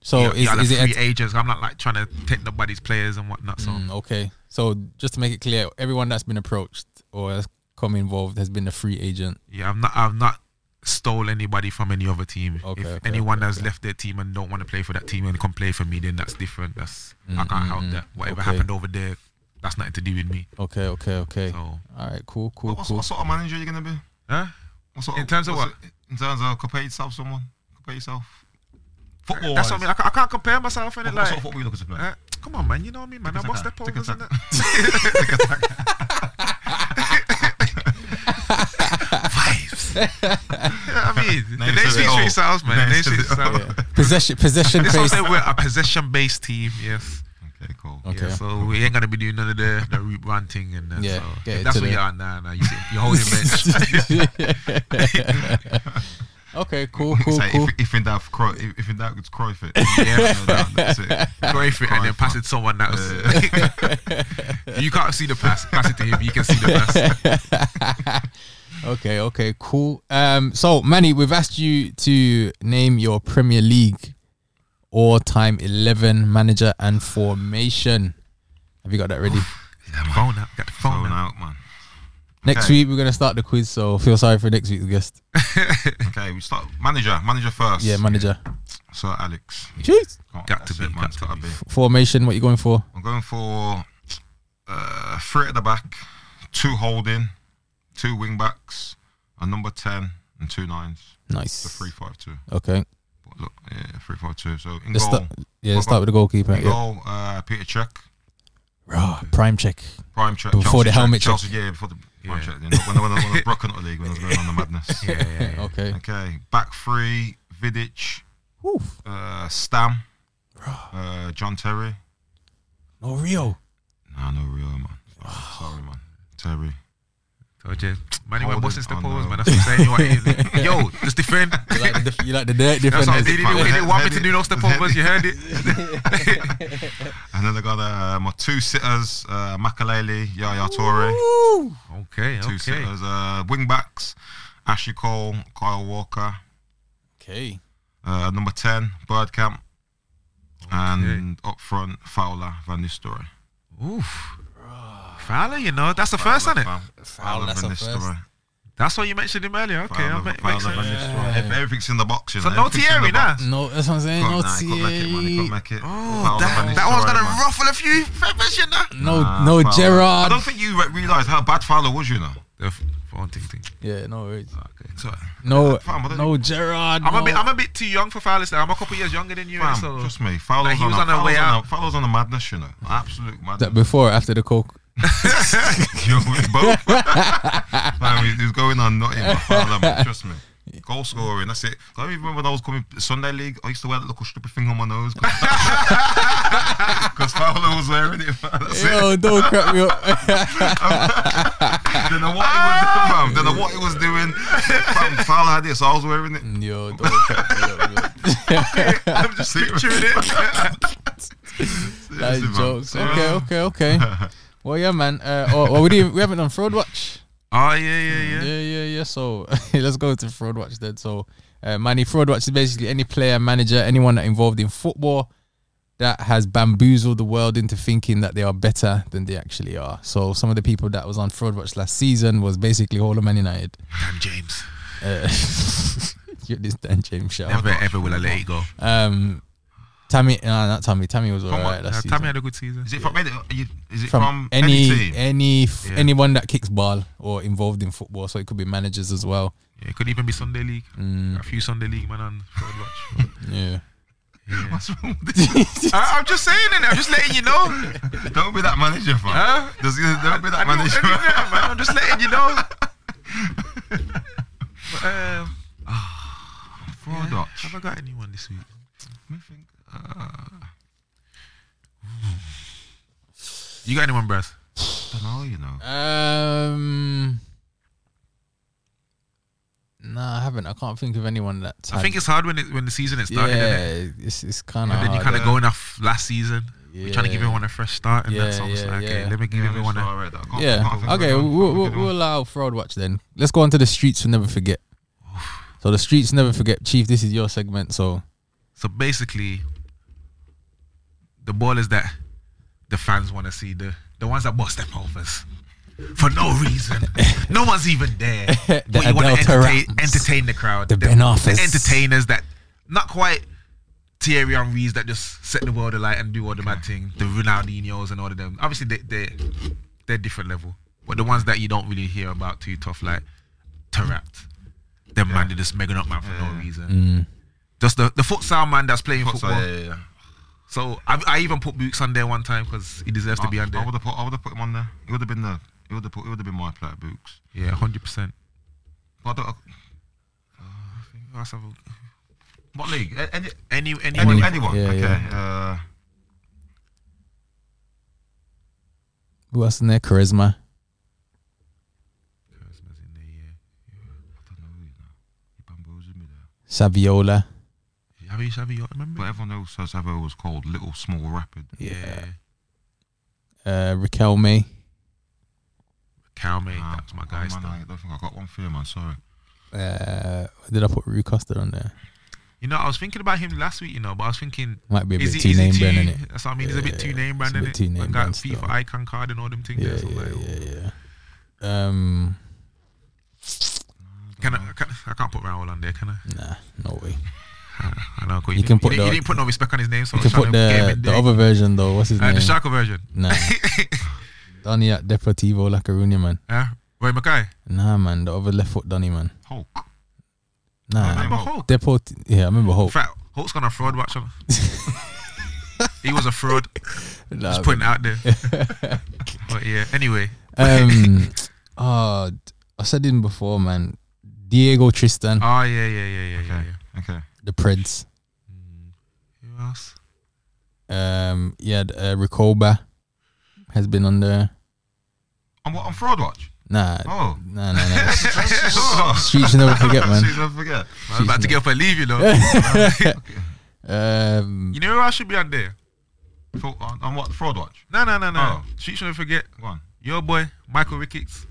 Speaker 3: So
Speaker 5: you know,
Speaker 3: is,
Speaker 5: yeah,
Speaker 3: is
Speaker 5: like
Speaker 3: it
Speaker 5: free
Speaker 3: ent-
Speaker 5: agents? I'm not like trying to take nobody's players and whatnot. So
Speaker 3: Mm, okay. So just to make it clear, everyone that's been approached or has come involved has been a free agent.
Speaker 5: yeah, I'm not. I've not stole anybody from any other team.
Speaker 3: Okay,
Speaker 5: if
Speaker 3: okay,
Speaker 5: anyone has left their team and don't want to play for that team and come play for me, then that's different. That's I can't help that.
Speaker 3: Mm-hmm.
Speaker 5: Whatever
Speaker 3: Okay.
Speaker 5: happened over there, that's nothing to do with me.
Speaker 3: Okay, okay, okay.
Speaker 5: So
Speaker 3: All right, cool, cool,
Speaker 2: What,
Speaker 3: cool.
Speaker 2: what sort of manager are you gonna be?
Speaker 5: huh?
Speaker 2: What sort
Speaker 5: In terms of
Speaker 2: what's it- In terms of compare yourself, someone compare yourself. Football.
Speaker 5: That's what I mean. I, ca- I can't compare myself in it.
Speaker 2: What,
Speaker 5: Like,
Speaker 2: sort of football you looking to play?
Speaker 5: uh, come on, man. You know what I mean, man. I
Speaker 2: Tick-a-tack.
Speaker 5: must step over, isn't
Speaker 2: Tick-a-tack.
Speaker 5: it? Vibes. yeah, I mean,
Speaker 2: Names
Speaker 5: they
Speaker 2: says
Speaker 5: speak
Speaker 2: it
Speaker 5: for
Speaker 2: all.
Speaker 5: yourselves, man. They
Speaker 2: Names
Speaker 5: speak
Speaker 2: says
Speaker 5: for
Speaker 2: it all.
Speaker 5: yourselves.
Speaker 3: Yeah. Possession, possession
Speaker 5: This
Speaker 3: based.
Speaker 5: also we're a possession-based team. Yes.
Speaker 2: Okay, cool.
Speaker 3: Okay.
Speaker 5: Yeah, so we ain't gonna be doing none of the the root ranting and uh,
Speaker 3: Yeah,
Speaker 5: so
Speaker 3: get
Speaker 5: if
Speaker 3: it
Speaker 5: that's
Speaker 3: to
Speaker 5: what
Speaker 3: the-
Speaker 5: you are now. Now you you're holding bench.
Speaker 3: okay, cool,
Speaker 2: Say,
Speaker 3: cool, cool.
Speaker 2: if, if in doubt, Cruyff, if, if in doubt, it's Cruyff it. Yeah, no doubt, that's it.
Speaker 5: Go for it and then pass it to someone else. you can't see the pass. Pass it to him. You can see the pass.
Speaker 3: Okay, okay, cool. Um, so Manny, we've asked you to name your Premier League all-time 11 manager and formation. Have you got that ready?
Speaker 5: Got the phone out. Got the phone
Speaker 2: Going
Speaker 5: out.
Speaker 2: out, man.
Speaker 3: Next
Speaker 2: Okay.
Speaker 3: week we're gonna start the quiz, so feel sorry for next week's guest.
Speaker 2: Okay, we start manager, manager first.
Speaker 3: Yeah, manager.
Speaker 2: Sir Alex.
Speaker 3: Jeez.
Speaker 2: Can't-
Speaker 5: Got to
Speaker 2: that's
Speaker 5: be,
Speaker 2: it, man.
Speaker 5: got
Speaker 2: It's
Speaker 5: to
Speaker 2: gotta
Speaker 5: be.
Speaker 2: be.
Speaker 3: Formation, what you going for?
Speaker 2: I'm going for uh, three at the back, two holding, two wing backs, a number ten and two nines.
Speaker 3: Nice.
Speaker 2: The three five two.
Speaker 3: Okay.
Speaker 2: But look, yeah, three five two. So in
Speaker 3: Let's
Speaker 2: goal,
Speaker 3: start yeah, let's start with the goalkeeper.
Speaker 2: in
Speaker 3: Yeah.
Speaker 2: goal, uh, Peter Check,
Speaker 3: Raw, prime check.
Speaker 2: prime check.
Speaker 3: Before
Speaker 2: Chelsea
Speaker 3: the
Speaker 2: check,
Speaker 3: helmet
Speaker 2: Chelsea, yeah, before the prime
Speaker 5: Yeah.
Speaker 2: check. You know, when, when, when I was broken out the league, when I was going on the madness.
Speaker 5: Yeah, yeah, yeah.
Speaker 3: Okay.
Speaker 2: Okay, back three, Vidic,
Speaker 3: Woof.
Speaker 2: uh, Stam, uh, John Terry.
Speaker 3: No Rio.
Speaker 2: Nah, no real man. Sorry, man. Terry.
Speaker 5: Told you. Man, you went
Speaker 2: Holding,
Speaker 5: busting step
Speaker 2: I
Speaker 5: overs,
Speaker 2: know.
Speaker 5: man. That's what I'm saying. You ain't- Yo, just defend.
Speaker 3: You like the, def- you like the dirt
Speaker 5: That's what I
Speaker 3: defenders.
Speaker 5: did. He didn't, he didn't want me to do no step overs. You heard it.
Speaker 2: And then I got uh, my two sitters, uh, Makaleli, Yaya Torre.
Speaker 5: Okay,
Speaker 2: Two
Speaker 5: okay.
Speaker 2: sitters, uh, wing backs, Ashley Cole, Kyle Walker,
Speaker 3: Okay.
Speaker 2: uh, number 10, Birdcamp, and up front, Fowler, Van Nistelrooy.
Speaker 5: Oof. Fowler, you know, that's the first, isn't it?
Speaker 2: Fowler,
Speaker 3: Fowler, that's
Speaker 2: Van
Speaker 3: a first.
Speaker 2: Nistelrooy.
Speaker 5: That's what you mentioned him earlier. Okay,
Speaker 2: Fowler,
Speaker 5: that ma-
Speaker 2: Fowler,
Speaker 5: makes
Speaker 2: Van
Speaker 5: sense.
Speaker 2: Nistelrooy. If everything's in the box, you know.
Speaker 5: So no
Speaker 2: everything's in
Speaker 5: Thierry,
Speaker 2: the box.
Speaker 5: nah.
Speaker 3: No, that's what I'm saying.
Speaker 2: Can't-
Speaker 3: No
Speaker 2: nah, he couldn't make it, man. He
Speaker 3: Thierry.
Speaker 2: couldn't make it.
Speaker 5: Oh,
Speaker 2: Fowler,
Speaker 5: that,
Speaker 2: Van
Speaker 5: that one's
Speaker 2: Nistelrooy,
Speaker 5: gonna
Speaker 2: man.
Speaker 5: ruffle a few feathers, you know.
Speaker 3: No,
Speaker 2: Nah,
Speaker 3: no
Speaker 2: Fowler. I
Speaker 3: Gerard.
Speaker 2: don't think you re- realised how bad Fowler was, you know.
Speaker 5: The f- phone thing, thing.
Speaker 3: Yeah, no worries.
Speaker 2: Okay. So,
Speaker 3: No,
Speaker 2: Fam, I don't
Speaker 3: no Gerard.
Speaker 5: I'm
Speaker 3: no.
Speaker 5: a bit, I'm a bit too young for Fowler. Still. I'm a couple years younger than you.
Speaker 2: Fam,
Speaker 5: so
Speaker 2: trust me, Fowler's
Speaker 5: Like, he was
Speaker 2: on,
Speaker 5: on
Speaker 2: a,
Speaker 5: the way
Speaker 2: Fowler's on
Speaker 5: out.
Speaker 2: a- Fowler's on a madness, you know. Absolute
Speaker 3: that
Speaker 2: madness.
Speaker 3: before or after the coke.
Speaker 2: Yo, we both. Fam, he- he's going on nothing but Fowler, man, trust me. Goal scoring, that's it. I remember when I was coming Sunday league, I used to wear that little stupid thing on my nose because Fowler was wearing it. Man. That's it.
Speaker 3: Yo, don't crap me up.
Speaker 2: Don't know what he was doing, fam. Don't know what he was doing. Fam, Fowler had it, so I was wearing it.
Speaker 3: Yo, don't crap me up. Yo.
Speaker 2: I'm just picturing it.
Speaker 3: That
Speaker 2: Seriously,
Speaker 3: is
Speaker 2: man.
Speaker 3: jokes. Okay,
Speaker 2: Seriously.
Speaker 3: okay, okay. Well, yeah, man. Uh, oh, well, we didn't, we haven't done fraud watch.
Speaker 5: oh yeah, yeah, yeah.
Speaker 3: Yeah, yeah, yeah. So let's go to fraud watch then. So, uh, Manny, fraud watch is basically any player, manager, anyone that involved in football that has bamboozled the world into thinking that they are better than they actually are. So some of the people that was on fraud watch last season was basically all of Man United.
Speaker 5: Damn, James.
Speaker 3: Uh, you're this Dan James show.
Speaker 5: Never ever will I let it go.
Speaker 3: Um, Tammy, nah, not Tammy. Tammy was
Speaker 2: on,
Speaker 3: alright last
Speaker 5: Uh,
Speaker 3: season.
Speaker 5: Tammy had a good season.
Speaker 2: Is it from, are you- is it
Speaker 3: from,
Speaker 2: from,
Speaker 3: any
Speaker 2: any team?
Speaker 3: any f
Speaker 5: Yeah.
Speaker 3: anyone that kicks ball or involved in football. So it could be managers as well.
Speaker 5: Yeah, it could even be Sunday league.
Speaker 3: Mm,
Speaker 5: A few Sunday league man on Fraud Watch.
Speaker 3: yeah.
Speaker 5: Yeah.
Speaker 2: What's wrong with this?
Speaker 5: I, Uh, I'm just saying it. I'm just letting you know.
Speaker 2: don't be that manager, fam.
Speaker 5: Huh?
Speaker 2: There's- don't be that
Speaker 5: I know,
Speaker 2: manager.
Speaker 5: I know, man. I'm just letting you know. But, um,
Speaker 2: Fraud watch.
Speaker 5: have I got anyone this week?
Speaker 2: Let me think.
Speaker 5: You got anyone, bruv?
Speaker 2: Don't know, you know.
Speaker 3: Um. No, I haven't. I can't think of anyone that.
Speaker 5: I think it's hard when it, when the season is
Speaker 3: yeah.
Speaker 5: starting, innit?
Speaker 3: It's it's kind of.
Speaker 5: And then you kind of
Speaker 2: yeah.
Speaker 5: going off last season. You're trying to give
Speaker 3: Yeah.
Speaker 5: everyone a fresh start, and
Speaker 3: Yeah,
Speaker 5: that's almost
Speaker 3: yeah,
Speaker 5: like, okay,
Speaker 3: yeah.
Speaker 5: let me give
Speaker 2: Yeah,
Speaker 5: everyone
Speaker 2: I'm
Speaker 5: a.
Speaker 2: sorry, I can't- I can't think
Speaker 3: Yeah.
Speaker 2: of
Speaker 3: Okay.
Speaker 2: anyone.
Speaker 3: We'll, we'll,
Speaker 2: Good one.
Speaker 3: we'll allow fraud watch then. Let's go on to the streets. We never forget. So the streets never forget, Chief. This is your segment. So
Speaker 5: So basically, the ball is that the fans want to see the the ones that bust them overs for no reason. no one's even there.
Speaker 3: The
Speaker 5: but you want to
Speaker 3: Adele
Speaker 5: entertain,
Speaker 3: Tarrants.
Speaker 5: entertain the crowd,
Speaker 3: The Ben Offers.
Speaker 5: entertainers that not quite Thierry Henry's that just set the world alight and do all the mad thing. The Ronaldinho's and all of them. Obviously, they they they're different level, but the ones that you don't really hear about too tough, like Tarrant. Them man, they just megging up man for no reason. Just the, the futsal man that's playing
Speaker 2: Fuck, so,
Speaker 5: football.
Speaker 2: yeah, yeah, yeah.
Speaker 5: So I, I even put Books on there one time because he deserves to be on
Speaker 2: Ah, I,
Speaker 5: there.
Speaker 2: would have put. I would have put him on there. It would have been the. It would have put. It would have been my player books.
Speaker 5: Yeah, hundred percent.
Speaker 2: I don't, uh, what league? A- Any,
Speaker 5: Any any
Speaker 2: any,
Speaker 3: Anyone.
Speaker 2: anyone?
Speaker 3: Yeah,
Speaker 2: okay. Uh,
Speaker 3: who else in there? Charisma.
Speaker 2: I don't know. You know, you bamboozled me there.
Speaker 3: Saviola.
Speaker 5: Have you have you remember?
Speaker 2: But everyone else says Evo was called Little Small Rapid.
Speaker 5: Yeah,
Speaker 3: Uh, Raquel May.
Speaker 5: cow mate,
Speaker 2: Nah,
Speaker 5: that's my guy.
Speaker 2: Man,
Speaker 5: Still.
Speaker 2: I don't think I got one for you, man. Sorry.
Speaker 3: Uh, did I put Rue Costa on there?
Speaker 5: You know, I was thinking about him last week, you know, but I was thinking,
Speaker 3: Might be a bit
Speaker 5: is he-
Speaker 3: too
Speaker 5: is he
Speaker 3: name brand, innit?
Speaker 5: That's what I mean. He's a bit too
Speaker 3: Yeah,
Speaker 5: name brand,
Speaker 3: it's a bit
Speaker 5: innit?
Speaker 3: too
Speaker 5: Like
Speaker 3: name
Speaker 5: that
Speaker 3: brand
Speaker 5: FIFA
Speaker 3: stuff.
Speaker 5: icon card and all them things.
Speaker 3: Yeah,
Speaker 5: there, so
Speaker 3: yeah,
Speaker 5: like,
Speaker 3: yeah, yeah. Um,
Speaker 5: Can I, can, I can't put Raul on there, can I?
Speaker 3: nah, no way.
Speaker 5: I know, 'cause
Speaker 3: You can
Speaker 5: didn't-
Speaker 3: put
Speaker 5: you, didn't-
Speaker 3: the-
Speaker 5: you didn't put no respect on his name, so
Speaker 3: You
Speaker 5: I
Speaker 3: can
Speaker 5: was
Speaker 3: put
Speaker 5: trying to get him
Speaker 3: the
Speaker 5: in
Speaker 3: the
Speaker 5: there.
Speaker 3: other version though. What's his
Speaker 5: Uh,
Speaker 3: name?
Speaker 5: the Shaka version.
Speaker 3: Nah, Donny at Deportivo La Coruña, man.
Speaker 5: Yeah, Roy Mackay.
Speaker 3: Nah, man, the other left foot Donny, man.
Speaker 2: Hulk.
Speaker 3: Nah,
Speaker 5: Remember Hulk?
Speaker 3: Deport. Yeah, I remember
Speaker 5: In
Speaker 3: Hope.
Speaker 5: fact, Hulk's gonna fraud watch him. he was a fraud.
Speaker 3: Nah,
Speaker 5: Just putting it out there. but yeah. Anyway,
Speaker 3: um, oh, d- I said him before, man. Diego Tristan,
Speaker 2: Ah.
Speaker 5: oh yeah, yeah, yeah, yeah, yeah.
Speaker 2: Okay.
Speaker 5: yeah.
Speaker 2: Okay.
Speaker 3: the Preds.
Speaker 5: Who else?
Speaker 3: Um, yeah, d- uh, Ricoba has been on there.
Speaker 2: On what? On Fraud Watch?
Speaker 3: Nah,
Speaker 2: Oh.
Speaker 3: nah, nah, nah.
Speaker 2: She's
Speaker 3: Streets you never forget, man.
Speaker 2: never forget.
Speaker 5: I was about to
Speaker 3: not-
Speaker 5: get up and leave you though.
Speaker 3: Um,
Speaker 5: you know who I should be on there?
Speaker 2: For- on, on what? Fraud Watch?
Speaker 5: No, no, no, no.
Speaker 2: Oh.
Speaker 5: She shouldn't forget
Speaker 2: Go on.
Speaker 5: your boy Michael Ricketts.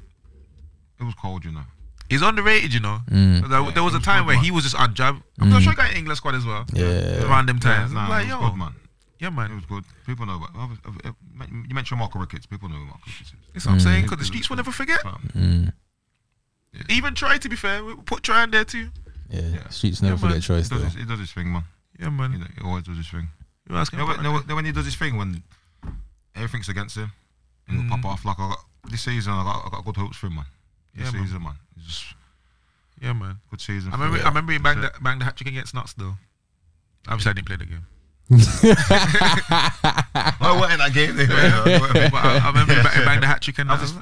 Speaker 2: It was cold, you know.
Speaker 5: He's underrated, you know.
Speaker 3: mm,
Speaker 5: There, there was a
Speaker 2: he's
Speaker 5: time
Speaker 2: good,
Speaker 5: where
Speaker 2: man. Mm.
Speaker 5: he was just on job. I'm not sure he got an England squad as well.
Speaker 3: yeah,
Speaker 5: Around them
Speaker 2: Yeah,
Speaker 5: times.
Speaker 2: nah,
Speaker 5: I'm
Speaker 2: it
Speaker 5: like,
Speaker 2: was
Speaker 5: yo,
Speaker 2: good, man.
Speaker 5: yeah,
Speaker 2: It
Speaker 5: man.
Speaker 2: was good. People know. But, eh, you mentioned Marco Ricketts. People know who Marco Ricketts. Is.
Speaker 5: That's what I'm saying. Because the streets will never forget.
Speaker 2: But,
Speaker 3: mm,
Speaker 5: Even Troy, to be fair, we put Troy on there too.
Speaker 3: yeah.
Speaker 2: Yeah.
Speaker 3: Streets never
Speaker 5: Yeah,
Speaker 3: forget
Speaker 5: man.
Speaker 3: choice
Speaker 2: he, does
Speaker 3: though.
Speaker 2: his, he does his thing, man.
Speaker 5: Yeah,
Speaker 2: He,
Speaker 5: man.
Speaker 2: he always does his thing.
Speaker 5: You ask
Speaker 2: You
Speaker 5: him
Speaker 2: know,
Speaker 5: about
Speaker 2: when, know, when he does his thing, when everything's against him, and
Speaker 3: Mm-hmm.
Speaker 2: he'll pop off. Like I got, this season, I got, I got good hopes for him, man. This
Speaker 5: Yeah, man.
Speaker 2: season, man. It's just
Speaker 5: that. Yeah, man.
Speaker 2: good season.
Speaker 5: I
Speaker 2: for
Speaker 5: remember,
Speaker 2: him.
Speaker 5: I remember he
Speaker 2: That's
Speaker 5: banged
Speaker 2: it.
Speaker 5: the, banged the hat trick against Nuts though. Obviously, I didn't play the game.
Speaker 2: I wasn't in that game. They
Speaker 5: but I, I remember he ba- he banged the hat trick and
Speaker 2: I
Speaker 5: I,
Speaker 2: was-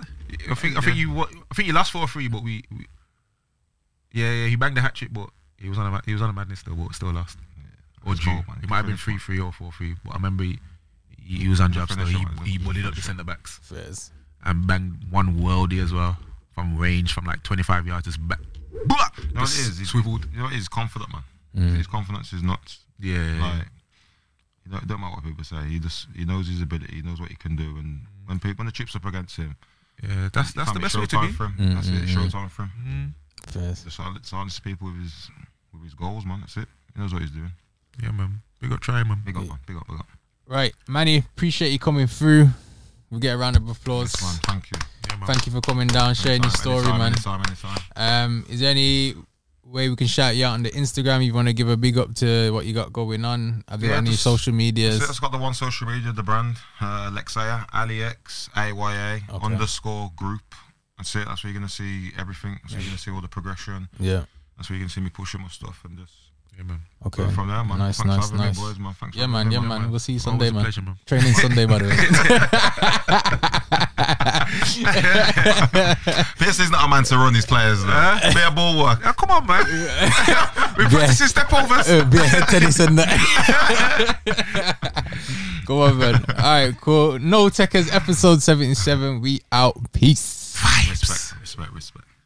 Speaker 5: I think I think you wa- I think you lost four three, but we, we yeah yeah he banged the hat trick, but he was on a ma- he was on a madness still, but still lost. Or
Speaker 2: It's
Speaker 5: drew.
Speaker 2: cold, man. You
Speaker 5: It
Speaker 2: can
Speaker 5: might have been
Speaker 2: finish
Speaker 5: three three or four three, but I remember he, he, he was on jobs though.
Speaker 2: finish
Speaker 5: He
Speaker 2: it, man.
Speaker 5: he bullied up the centre backs
Speaker 3: Fairs.
Speaker 5: and banged one worldie as well from range from like twenty five yards just back.
Speaker 2: No, it is. He's,
Speaker 5: swiveled.
Speaker 2: You know, he's confident, man.
Speaker 3: Mm.
Speaker 2: His confidence is nuts.
Speaker 5: Yeah.
Speaker 2: Like, you know, it don't matter what people say. He just he knows his ability. He knows what he can do. And when people, when the chips up against him,
Speaker 5: Yeah, that's that's
Speaker 2: fam,
Speaker 5: the
Speaker 2: it's
Speaker 5: best way to
Speaker 2: showtime
Speaker 5: be.
Speaker 2: For him.
Speaker 3: Mm,
Speaker 2: That's it. It's
Speaker 3: mm, mm.
Speaker 2: showtime for him.
Speaker 5: Mm,
Speaker 3: Fairs.
Speaker 2: Just sil- silence people with his with his goals, man. That's it. He knows what he's doing.
Speaker 5: yeah, man. We got try, man.
Speaker 2: Big up, man. Big up, big up.
Speaker 3: Right, Manny, appreciate you coming through. We get a round of applause.
Speaker 2: Yes, man. Thank you.
Speaker 5: Yeah, man.
Speaker 3: Thank you for coming down, sharing your
Speaker 2: Anytime,
Speaker 3: story,
Speaker 2: anytime,
Speaker 3: man.
Speaker 2: Anytime, anytime.
Speaker 3: Um, is there any way we can shout you out on the Instagram? You want to give a big up to what you got going on? Have you
Speaker 2: Yeah,
Speaker 3: got any
Speaker 2: just-
Speaker 3: social medias?
Speaker 2: So that's got the one social media, the brand, uh, Alexia, Alix, AYA,
Speaker 3: Okay.
Speaker 2: underscore group. That's it. That's where you're going to see everything. That's where you're going to see all the progression.
Speaker 3: yeah.
Speaker 2: That's where you can see me pushing my stuff and just
Speaker 5: Yeah, man.
Speaker 3: Okay.
Speaker 2: go from there, man.
Speaker 3: Nice,
Speaker 2: Thanks
Speaker 3: nice,
Speaker 2: for having
Speaker 3: nice.
Speaker 2: me, boys, man. Thanks
Speaker 3: Yeah,
Speaker 2: for
Speaker 3: man.
Speaker 2: having
Speaker 3: Yeah,
Speaker 2: me,
Speaker 3: man. We'll see you
Speaker 5: Always
Speaker 3: Sunday,
Speaker 5: a
Speaker 3: man.
Speaker 5: pleasure, man.
Speaker 3: Training Sunday, by the way.
Speaker 2: This is not a man to run these players, though.
Speaker 3: Eh?
Speaker 2: They are ball work.
Speaker 5: Ah, come on, man. we practicing step overs.
Speaker 3: Uh, bit of head tennis and that. Go on, man. All right, cool. No Techers, episode 77. We out. Peace.
Speaker 2: Respect, respect, respect.